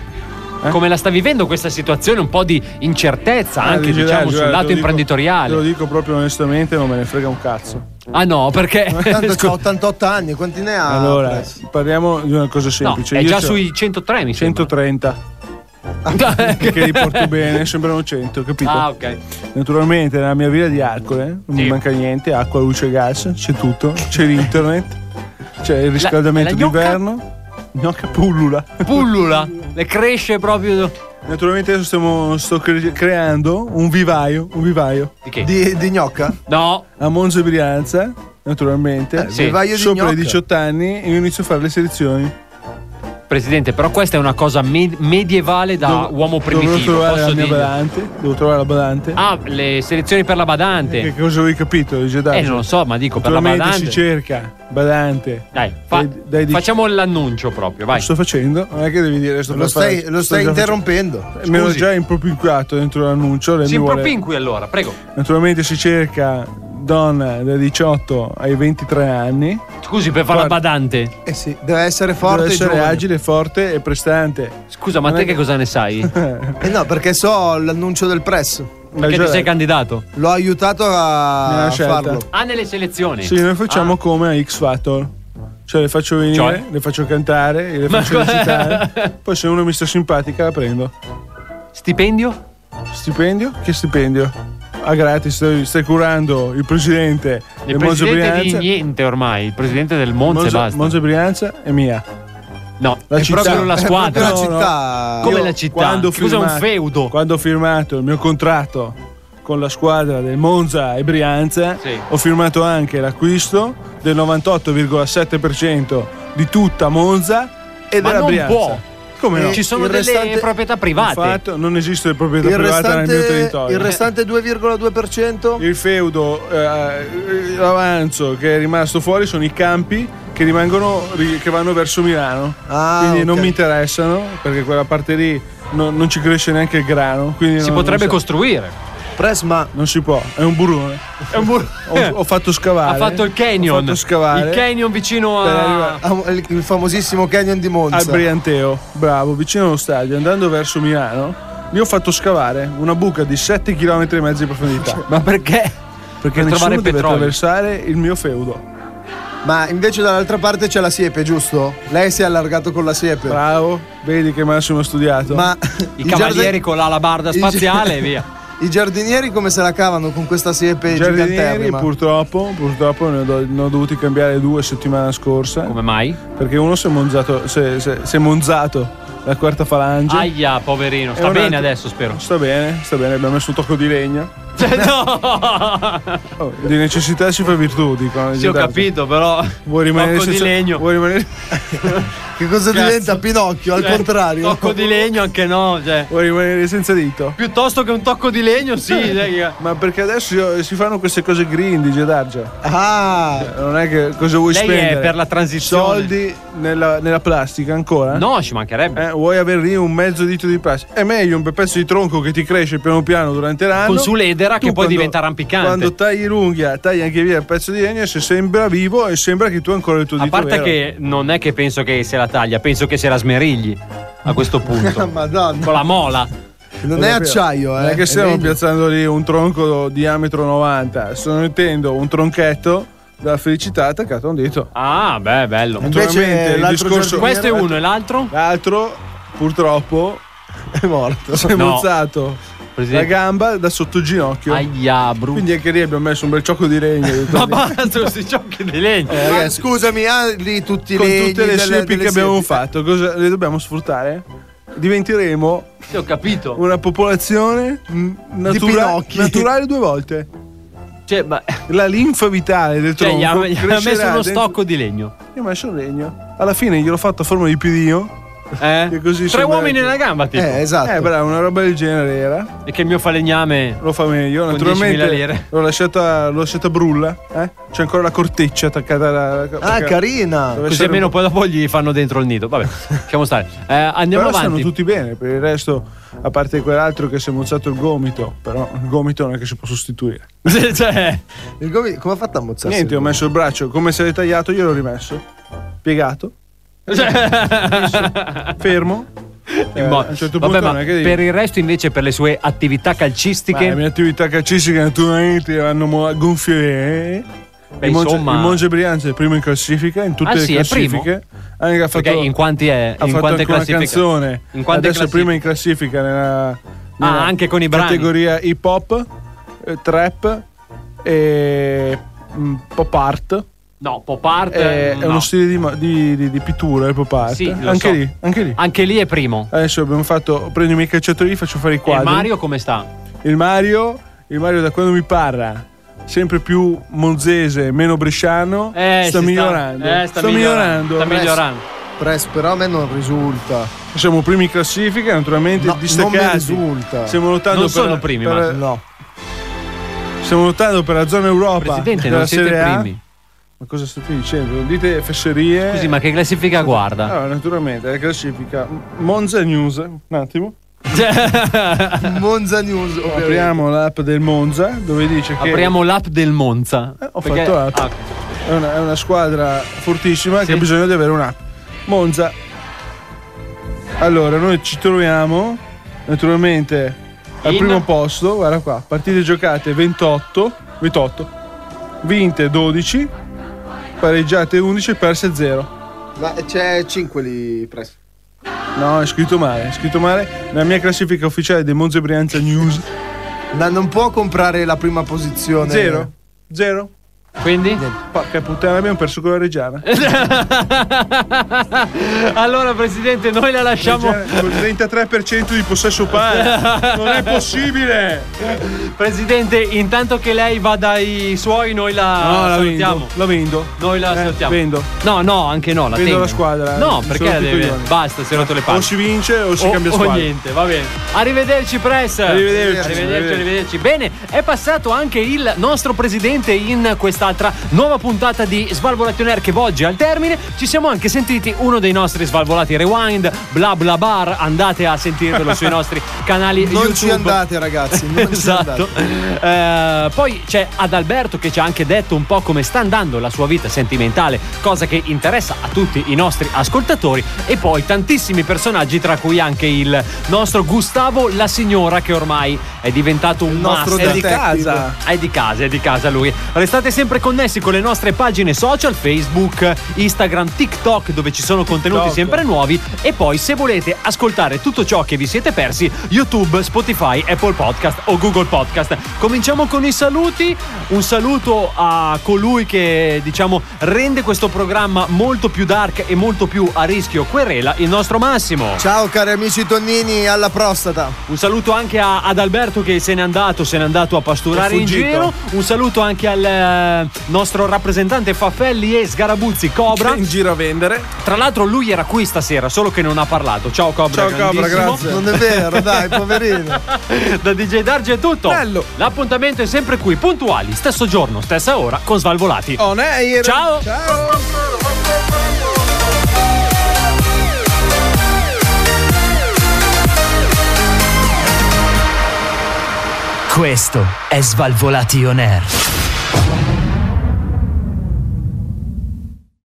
[SPEAKER 8] eh.
[SPEAKER 9] Come la sta vivendo questa situazione? Un po' di incertezza
[SPEAKER 8] Ah,
[SPEAKER 9] anche,
[SPEAKER 8] dici,
[SPEAKER 9] diciamo,
[SPEAKER 8] dai,
[SPEAKER 9] sul
[SPEAKER 8] guarda, te
[SPEAKER 9] lato
[SPEAKER 8] lo dico-
[SPEAKER 9] imprenditoriale.
[SPEAKER 8] Te lo dico proprio onestamente, non me ne frega un cazzo.
[SPEAKER 27] <laughs>
[SPEAKER 9] Ah no, perché. <laughs>
[SPEAKER 27] Tanto c'ha 88 anni, quanti ne ha?
[SPEAKER 8] allora,
[SPEAKER 27] Fred?
[SPEAKER 8] parliamo di una cosa
[SPEAKER 9] No,
[SPEAKER 8] semplice.
[SPEAKER 9] è
[SPEAKER 8] Io
[SPEAKER 9] già
[SPEAKER 8] c'ho-
[SPEAKER 9] sui 103, mi sembra. <laughs>
[SPEAKER 8] 130. <laughs> che li porto bene, sembrano 100, capito?
[SPEAKER 9] Ah, ok.
[SPEAKER 8] Naturalmente nella mia villa di Arcole non mi manca niente, acqua, luce, gas, c'è tutto, c'è l'internet, c'è il riscaldamento
[SPEAKER 9] la gnocca?
[SPEAKER 8] d'inverno, gnocca pullula.
[SPEAKER 9] Pullula, le cresce proprio.
[SPEAKER 8] Naturalmente adesso stiamo, sto cre- creando un vivaio, un vivaio.
[SPEAKER 9] Di che?
[SPEAKER 27] Di, di gnocca?
[SPEAKER 9] No.
[SPEAKER 8] A Monza e Brianza, naturalmente.
[SPEAKER 9] Eh, sì. vivaio di
[SPEAKER 8] Sopra i
[SPEAKER 9] gnocca.
[SPEAKER 8] 18 anni io inizio a fare le selezioni.
[SPEAKER 9] Presidente, però questa è una cosa me- medievale da
[SPEAKER 8] Dov-
[SPEAKER 9] uomo
[SPEAKER 8] Dovrò
[SPEAKER 9] primitivo.
[SPEAKER 8] trovare
[SPEAKER 9] Posso
[SPEAKER 8] la mia
[SPEAKER 9] dirlo.
[SPEAKER 8] badante, devo trovare la badante.
[SPEAKER 9] Ah, le selezioni per la badante.
[SPEAKER 8] Che cosa avevi capito? Jedi?
[SPEAKER 9] Eh, non lo so, ma dico per la
[SPEAKER 8] Naturalmente
[SPEAKER 9] badante.
[SPEAKER 8] si cerca badante.
[SPEAKER 9] Dai, fa-
[SPEAKER 8] diciamo
[SPEAKER 9] facciamo l'annuncio proprio, vai.
[SPEAKER 8] Lo sto facendo, non è che devi dire sto
[SPEAKER 9] Lo
[SPEAKER 8] per
[SPEAKER 9] stai-
[SPEAKER 8] fare-
[SPEAKER 9] lo
[SPEAKER 8] sto
[SPEAKER 9] stai
[SPEAKER 8] già
[SPEAKER 9] interrompendo.
[SPEAKER 8] facendo. Eh, Me l'ho
[SPEAKER 9] Scusi.
[SPEAKER 8] già impropinquato dentro l'annuncio. lei
[SPEAKER 9] Si
[SPEAKER 8] mi vuole-
[SPEAKER 9] impropinqui allora, prego.
[SPEAKER 8] Naturalmente si cerca donna da 18 ai 23 anni.
[SPEAKER 9] Scusi, per fare la
[SPEAKER 8] Guarda.
[SPEAKER 9] badante.
[SPEAKER 27] Eh sì, deve essere forte
[SPEAKER 8] Deve essere
[SPEAKER 27] e giovane.
[SPEAKER 8] agile, forte e prestante.
[SPEAKER 9] Scusa, ma
[SPEAKER 8] Non
[SPEAKER 9] te
[SPEAKER 8] è
[SPEAKER 9] che cosa ne
[SPEAKER 8] <laughs>
[SPEAKER 9] sai?
[SPEAKER 27] Eh no, perché so l'annuncio del press.
[SPEAKER 8] Perché già ti sei detto.
[SPEAKER 9] candidato?
[SPEAKER 27] L'ho aiutato a
[SPEAKER 8] Nella scelta.
[SPEAKER 27] farlo.
[SPEAKER 9] Ah, nelle selezioni.
[SPEAKER 8] Sì, noi facciamo come a X Factor. Cioè le faccio venire,
[SPEAKER 9] Cioè?
[SPEAKER 8] le faccio cantare, e le
[SPEAKER 9] Ma
[SPEAKER 8] faccio
[SPEAKER 9] co-
[SPEAKER 8] recitare. Poi se uno mi sta simpatica la prendo.
[SPEAKER 9] <laughs> Stipendio?
[SPEAKER 8] Stipendio? Che stipendio? Ah gratis, stai, stai curando il presidente
[SPEAKER 9] Il
[SPEAKER 8] del Monza
[SPEAKER 9] presidente di
[SPEAKER 8] Brianza.
[SPEAKER 9] niente ormai, il presidente del Monza e
[SPEAKER 8] Monza-
[SPEAKER 9] basta.
[SPEAKER 8] Monza Brianza è mia.
[SPEAKER 9] No,
[SPEAKER 8] La
[SPEAKER 9] è
[SPEAKER 8] città.
[SPEAKER 9] proprio la
[SPEAKER 8] È
[SPEAKER 9] squadra.
[SPEAKER 8] proprio <laughs> la città.
[SPEAKER 9] Come
[SPEAKER 8] Io
[SPEAKER 9] la città?
[SPEAKER 8] quando ho
[SPEAKER 9] Scusa, è un
[SPEAKER 8] firmato-
[SPEAKER 9] feudo.
[SPEAKER 8] Quando ho firmato il mio contratto con la squadra del Monza e Brianza, ho firmato anche l'acquisto del 98,7% di tutta Monza e
[SPEAKER 9] Ma
[SPEAKER 8] della
[SPEAKER 9] non
[SPEAKER 8] Brianza.
[SPEAKER 9] può.
[SPEAKER 10] Eh,
[SPEAKER 8] Come no?
[SPEAKER 9] Ci sono
[SPEAKER 8] Il
[SPEAKER 9] delle
[SPEAKER 8] restante-
[SPEAKER 9] proprietà private.
[SPEAKER 8] Infatti, non esiste proprietà
[SPEAKER 10] Il
[SPEAKER 8] privata nel mio
[SPEAKER 10] restante,
[SPEAKER 8] territorio.
[SPEAKER 10] il restante 2,2%?
[SPEAKER 8] Il feudo, eh, l'avanzo che è rimasto fuori sono i campi che rimangono ri- che vanno verso Milano. quindi non
[SPEAKER 10] Ah, ok.
[SPEAKER 8] mi interessano perché quella parte lì non, non ci cresce neanche il grano. quindi
[SPEAKER 9] Si
[SPEAKER 8] non-
[SPEAKER 9] potrebbe
[SPEAKER 8] non so.
[SPEAKER 9] costruire.
[SPEAKER 8] Presma non si può, è un burrone. ho, ho fatto
[SPEAKER 9] <laughs> Eh. Ha
[SPEAKER 8] scavare.
[SPEAKER 9] fatto il canyon.
[SPEAKER 8] Ho fatto scavare.
[SPEAKER 9] Il canyon vicino
[SPEAKER 8] Per
[SPEAKER 9] a.
[SPEAKER 8] arrivare-
[SPEAKER 10] Il, il famosissimo Canyon di Monza.
[SPEAKER 8] Ah. al Brianteo, bravo, vicino allo stadio, andando verso Milano, lì ho fatto scavare una buca di 7 km e mezzo di
[SPEAKER 10] <laughs> Cioè,
[SPEAKER 8] profondità.
[SPEAKER 9] Ma perché?
[SPEAKER 8] Perché
[SPEAKER 10] Per
[SPEAKER 8] nessuno
[SPEAKER 10] trovare
[SPEAKER 8] deve
[SPEAKER 10] petrolio.
[SPEAKER 8] attraversare il mio feudo.
[SPEAKER 10] Ma invece dall'altra parte c'è la siepe, giusto? Lei si è allargato con la siepe.
[SPEAKER 8] Bravo, vedi che Massimo ha studiato.
[SPEAKER 10] Ma
[SPEAKER 9] I cavalieri con l'alabarda
[SPEAKER 10] il-
[SPEAKER 9] spaziale e via.
[SPEAKER 8] <laughs>
[SPEAKER 10] I giardinieri come se la cavano con questa siepe
[SPEAKER 8] Giardinieri
[SPEAKER 10] giganterrima?
[SPEAKER 8] purtroppo, purtroppo ne ho, do- ne ho dovuti cambiare due settimana scorsa. Come
[SPEAKER 9] mai?
[SPEAKER 8] Perché uno si è monzato, si è- si è- si è monzato la quarta falange.
[SPEAKER 9] Aia, poverino.
[SPEAKER 8] E
[SPEAKER 9] Sta
[SPEAKER 8] un
[SPEAKER 9] bene
[SPEAKER 8] altro-
[SPEAKER 9] adesso, spero. <laughs> Cioè,
[SPEAKER 8] Sta bene, eh, sta bene, abbiamo messo un tocco di legno.
[SPEAKER 9] no!
[SPEAKER 8] oh, Di necessità si fa virtù, dicono.
[SPEAKER 9] Sì, ho capito, però.
[SPEAKER 8] Vuoi rimanere
[SPEAKER 9] Tocco di
[SPEAKER 8] senza-
[SPEAKER 9] legno.
[SPEAKER 8] Vuoi rimanere...
[SPEAKER 10] Che cosa
[SPEAKER 9] Cazzo.
[SPEAKER 10] diventa Pinocchio? Al
[SPEAKER 9] Eh,
[SPEAKER 10] contrario.
[SPEAKER 9] Tocco di legno anche no. Cioè.
[SPEAKER 8] Vuoi rimanere senza dito?
[SPEAKER 9] Piuttosto che un tocco di legno,
[SPEAKER 8] <laughs>
[SPEAKER 9] sì. sai che-
[SPEAKER 8] Ma perché adesso io- eh, si fanno queste cose green di Gedargia?
[SPEAKER 10] Ah!
[SPEAKER 8] Non è che cosa vuoi
[SPEAKER 9] Lei è
[SPEAKER 8] spendere?
[SPEAKER 9] per la transizione.
[SPEAKER 8] Soldi nella, nella plastica ancora?
[SPEAKER 9] No, ci mancherebbe.
[SPEAKER 8] Eh, vuoi avere lì un mezzo dito di plastica? È meglio un bel pezzo di tronco che ti cresce piano piano durante l'anno.
[SPEAKER 9] Con su l'edera che
[SPEAKER 8] Tu
[SPEAKER 9] poi
[SPEAKER 8] quando-
[SPEAKER 9] diventa rampicante.
[SPEAKER 8] Quando tagli l'unghia, tagli anche via il pezzo di legno e se sembra vivo e sembra che tu hai ancora il tuo
[SPEAKER 9] A
[SPEAKER 8] dito
[SPEAKER 9] parte
[SPEAKER 8] vero.
[SPEAKER 9] che non è che penso che se la taglia, penso che se la smerigli a questo
[SPEAKER 8] <laughs>
[SPEAKER 9] punto.
[SPEAKER 10] Madonna.
[SPEAKER 9] Con la mola.
[SPEAKER 10] Non è acciaio, eh.
[SPEAKER 8] Non è
[SPEAKER 10] È
[SPEAKER 8] che stiamo
[SPEAKER 10] legno.
[SPEAKER 8] piazzando lì un tronco diametro 90, sto mettendo un tronchetto della felicità attaccato a un dito.
[SPEAKER 9] Ah, beh, bello.
[SPEAKER 8] Naturalmente il discorso
[SPEAKER 9] Questo è uno e l'altro?
[SPEAKER 8] L'altro purtroppo
[SPEAKER 10] <laughs> è morto.
[SPEAKER 8] Si è
[SPEAKER 9] No.
[SPEAKER 8] mozzato la
[SPEAKER 9] Presidente.
[SPEAKER 8] gamba da sotto il ginocchio.
[SPEAKER 9] Aia, brutto.
[SPEAKER 8] Quindi anche lì abbiamo messo un bel ciocco di legno. dentro
[SPEAKER 9] Ma
[SPEAKER 8] lì.
[SPEAKER 9] basta questi giochi di legno.
[SPEAKER 8] Eh,
[SPEAKER 10] Ma Eh, scusami, ha lì tutti i
[SPEAKER 8] Con
[SPEAKER 10] legni
[SPEAKER 8] tutte le
[SPEAKER 10] delle-
[SPEAKER 8] siepi
[SPEAKER 10] delle
[SPEAKER 8] che abbiamo
[SPEAKER 10] siepi.
[SPEAKER 8] fatto, cosa- le dobbiamo sfruttare? Diventeremo
[SPEAKER 9] Sì, ho capito.
[SPEAKER 8] una popolazione mm, natura-
[SPEAKER 10] Pinocchi.
[SPEAKER 8] naturale due volte.
[SPEAKER 9] Cioè, ma...
[SPEAKER 8] La linfa vitale del
[SPEAKER 9] Cioè, gli
[SPEAKER 8] tronco
[SPEAKER 9] ha, gli ha messo
[SPEAKER 8] crescerà
[SPEAKER 9] uno
[SPEAKER 8] dentro-
[SPEAKER 9] stocco di legno.
[SPEAKER 8] Io ho messo un legno. Alla fine gliel'ho fatto a forma di piedino.
[SPEAKER 9] Eh?
[SPEAKER 8] Che così
[SPEAKER 9] Tre
[SPEAKER 8] sembra-
[SPEAKER 9] uomini e una gamba, tipo.
[SPEAKER 8] Eh, esatto. Eh, bravo, una roba del genere era.
[SPEAKER 9] E che il mio falegname.
[SPEAKER 8] Lo fa meglio,
[SPEAKER 9] Con
[SPEAKER 8] naturalmente.
[SPEAKER 9] 10.000 lire.
[SPEAKER 8] L'ho lasciata, l'ho lasciata brulla. Eh? C'è ancora la corteccia attaccata alla.
[SPEAKER 10] Ah, carina.
[SPEAKER 9] Così almeno poi dopo gli fanno dentro il nido.
[SPEAKER 8] <laughs>
[SPEAKER 9] Vabbè, lasciamo stare. Eh, andiamo
[SPEAKER 8] però stanno
[SPEAKER 9] avanti. <laughs>
[SPEAKER 8] tutti bene, per il resto, a parte quell'altro che si è mozzato il gomito, però il gomito non è che si può sostituire.
[SPEAKER 9] Sì, cioè,
[SPEAKER 10] Il gomi- come ha fatto a mozzarsi?
[SPEAKER 8] Niente, ho messo il braccio come se l'hai tagliato, io l'ho rimesso. Piegato. Messo. Cioè, fermo. Eh,
[SPEAKER 9] in mo-
[SPEAKER 8] a un certo
[SPEAKER 9] Vabbè,
[SPEAKER 8] punto
[SPEAKER 9] ma
[SPEAKER 8] non è che devi-
[SPEAKER 9] per il resto, invece, per le sue attività calcistiche.
[SPEAKER 8] Beh, le mie attività calcistiche naturalmente vanno mo- a gonfiere.
[SPEAKER 9] Beh,
[SPEAKER 8] il, Monge,
[SPEAKER 9] insomma-
[SPEAKER 8] il Monge Brianza è primo in classifica, in tutte
[SPEAKER 9] Ah,
[SPEAKER 8] le
[SPEAKER 9] sì, è primo?
[SPEAKER 8] classifiche. Anche ha fatto,
[SPEAKER 9] Perché in quanti è?
[SPEAKER 8] ha
[SPEAKER 9] in
[SPEAKER 8] fatto
[SPEAKER 9] quante
[SPEAKER 8] anche una
[SPEAKER 9] classifiche?
[SPEAKER 8] canzone.
[SPEAKER 9] In quante
[SPEAKER 8] Adesso è
[SPEAKER 9] classifiche?
[SPEAKER 8] prima in classifica nella, nella
[SPEAKER 9] anche con i brani.
[SPEAKER 8] categoria hip hop, eh, trap e mm, pop art.
[SPEAKER 9] No, pop art.
[SPEAKER 8] Eh,
[SPEAKER 9] mm,
[SPEAKER 8] è
[SPEAKER 9] no.
[SPEAKER 8] uno stile di, ma- di- di- di pittura, il pop art.
[SPEAKER 9] Sì, lo
[SPEAKER 8] anche
[SPEAKER 9] so. Ah.
[SPEAKER 8] lì, anche lì.
[SPEAKER 9] Anche lì è primo.
[SPEAKER 8] Adesso abbiamo fatto, prendo i miei cacciatori, faccio fare i
[SPEAKER 9] E
[SPEAKER 8] quadri.
[SPEAKER 9] Mario come sta?
[SPEAKER 8] Il Mario, il Mario da quando mi parla, sempre più monzese, meno bresciano,
[SPEAKER 9] Eh, si
[SPEAKER 8] sta
[SPEAKER 9] sta-
[SPEAKER 8] migliorando. Eh,
[SPEAKER 9] eh, sta migliorando, sta
[SPEAKER 8] Pres-
[SPEAKER 9] migliorando.
[SPEAKER 10] Pres, però a me non risulta.
[SPEAKER 8] Siamo primi in classifica, naturalmente
[SPEAKER 10] No,
[SPEAKER 8] distaccati.
[SPEAKER 10] non mi risulta.
[SPEAKER 8] Stiamo lottando
[SPEAKER 9] Non
[SPEAKER 8] per
[SPEAKER 9] sono primi,
[SPEAKER 8] per-
[SPEAKER 9] Massimo.
[SPEAKER 10] No.
[SPEAKER 8] Stiamo lottando per la zona Europa.
[SPEAKER 9] Presidente,
[SPEAKER 8] della
[SPEAKER 9] non siete
[SPEAKER 8] Serie A. Eh.
[SPEAKER 9] primi.
[SPEAKER 8] Ma cosa state dicendo? Non dite fesserie.
[SPEAKER 9] Scusi, ma che classifica guarda?
[SPEAKER 8] Allora, naturalmente, la eh, classifica Monza News. Un attimo.
[SPEAKER 9] Cioè,
[SPEAKER 8] <laughs>
[SPEAKER 10] Monza News. ovviamente.
[SPEAKER 8] Apriamo l'app del Monza dove dice che
[SPEAKER 9] Apriamo Ah. l'app del Monza.
[SPEAKER 8] Eh, ho fatto l'app. È, una, è una squadra fortissima che ha bisogno di avere un'app. Monza. Allora, noi ci troviamo naturalmente al
[SPEAKER 9] In?
[SPEAKER 8] primo posto, guarda qua, partite giocate 28, 28, vinte 12, pareggiate 11, perse 0.
[SPEAKER 10] Ma c'è 5 lì presso.
[SPEAKER 8] No, è scritto male, è scritto male. Nella mia classifica ufficiale dei Monza Brianza News.
[SPEAKER 10] Ma non può comprare la prima posizione.
[SPEAKER 8] Zero. Zero.
[SPEAKER 9] Quindi?
[SPEAKER 8] Porca puttana, abbiamo perso con la Reggiana.
[SPEAKER 9] allora, presidente, noi la lasciamo.
[SPEAKER 8] Con il 33% di possesso pari. Non è possibile.
[SPEAKER 9] Presidente, intanto che lei va dai suoi, noi la
[SPEAKER 8] No, la
[SPEAKER 9] salutiamo.
[SPEAKER 8] vendo, la vendo.
[SPEAKER 9] Noi la
[SPEAKER 8] Eh,
[SPEAKER 9] salutiamo.
[SPEAKER 8] vendo.
[SPEAKER 9] No, no, anche no. La
[SPEAKER 8] Vendo
[SPEAKER 9] tengo.
[SPEAKER 8] la squadra.
[SPEAKER 9] No,
[SPEAKER 8] Mi
[SPEAKER 9] perché
[SPEAKER 8] sono
[SPEAKER 9] la deve-
[SPEAKER 8] tutti coglioni.
[SPEAKER 9] Basta, si è rotto le palle.
[SPEAKER 8] O si vince o si cambia squadra.
[SPEAKER 9] O niente, va bene. Arrivederci, Press.
[SPEAKER 8] Arrivederci.
[SPEAKER 9] Arrivederci, arrivederci. Bene, è passato anche il nostro presidente in quest'altra nuova puntata di Svalvolation Air che oggi è al termine. Ci siamo anche sentiti uno dei nostri svalvolati rewind, bla bla bar. Andate a sentirvelo
[SPEAKER 8] <laughs>
[SPEAKER 9] sui nostri canali
[SPEAKER 10] Non
[SPEAKER 9] YouTube.
[SPEAKER 10] ci andate, ragazzi. Non ci
[SPEAKER 9] <laughs> Esatto.
[SPEAKER 10] andate.
[SPEAKER 9] Eh, poi c'è Adalberto che ci ha anche detto un po' come sta andando la sua vita sentimentale, cosa che interessa a tutti i nostri ascoltatori. E poi tantissimi personaggi, tra cui anche il nostro Gustavo, la signora che ormai è diventato un
[SPEAKER 8] nostro
[SPEAKER 9] master.
[SPEAKER 8] detective. È di casa.
[SPEAKER 9] È di casa, è di casa lui. Restate sempre connessi con le nostre pagine social, Facebook, Instagram, TikTok, dove ci sono contenuti
[SPEAKER 8] TikTok.
[SPEAKER 9] sempre nuovi. E poi, se volete ascoltare tutto ciò che vi siete persi, YouTube, Spotify, Apple Podcast o Google Podcast. Cominciamo con i saluti. Un saluto a colui che, diciamo, rende questo programma molto più dark e molto più a rischio querela, il nostro Massimo.
[SPEAKER 10] Ciao cari amici tonnini alla prostata.
[SPEAKER 9] Un saluto anche a- ad Alberto che se n'è andato, se n'è andato a pasturare
[SPEAKER 10] È
[SPEAKER 9] in
[SPEAKER 10] fuggito.
[SPEAKER 9] giro. Un saluto anche al eh, nostro rappresentante Faffelli e Sgarabuzzi Cobra.
[SPEAKER 8] In giro a vendere.
[SPEAKER 9] Tra l'altro lui era qui stasera, solo che non ha parlato. Ciao Cobra.
[SPEAKER 8] Ciao, Cobra,
[SPEAKER 9] grandissimo.
[SPEAKER 10] Non
[SPEAKER 8] grazie.
[SPEAKER 10] è vero, dai, poverino.
[SPEAKER 9] Da DJ Darge è tutto.
[SPEAKER 8] Bello.
[SPEAKER 9] L'appuntamento è sempre qui, puntuali, stesso giorno, stessa ora, con Svalvolati.
[SPEAKER 8] On air.
[SPEAKER 9] Ciao.
[SPEAKER 8] Ciao.
[SPEAKER 7] Questo è Svalvolati On Air.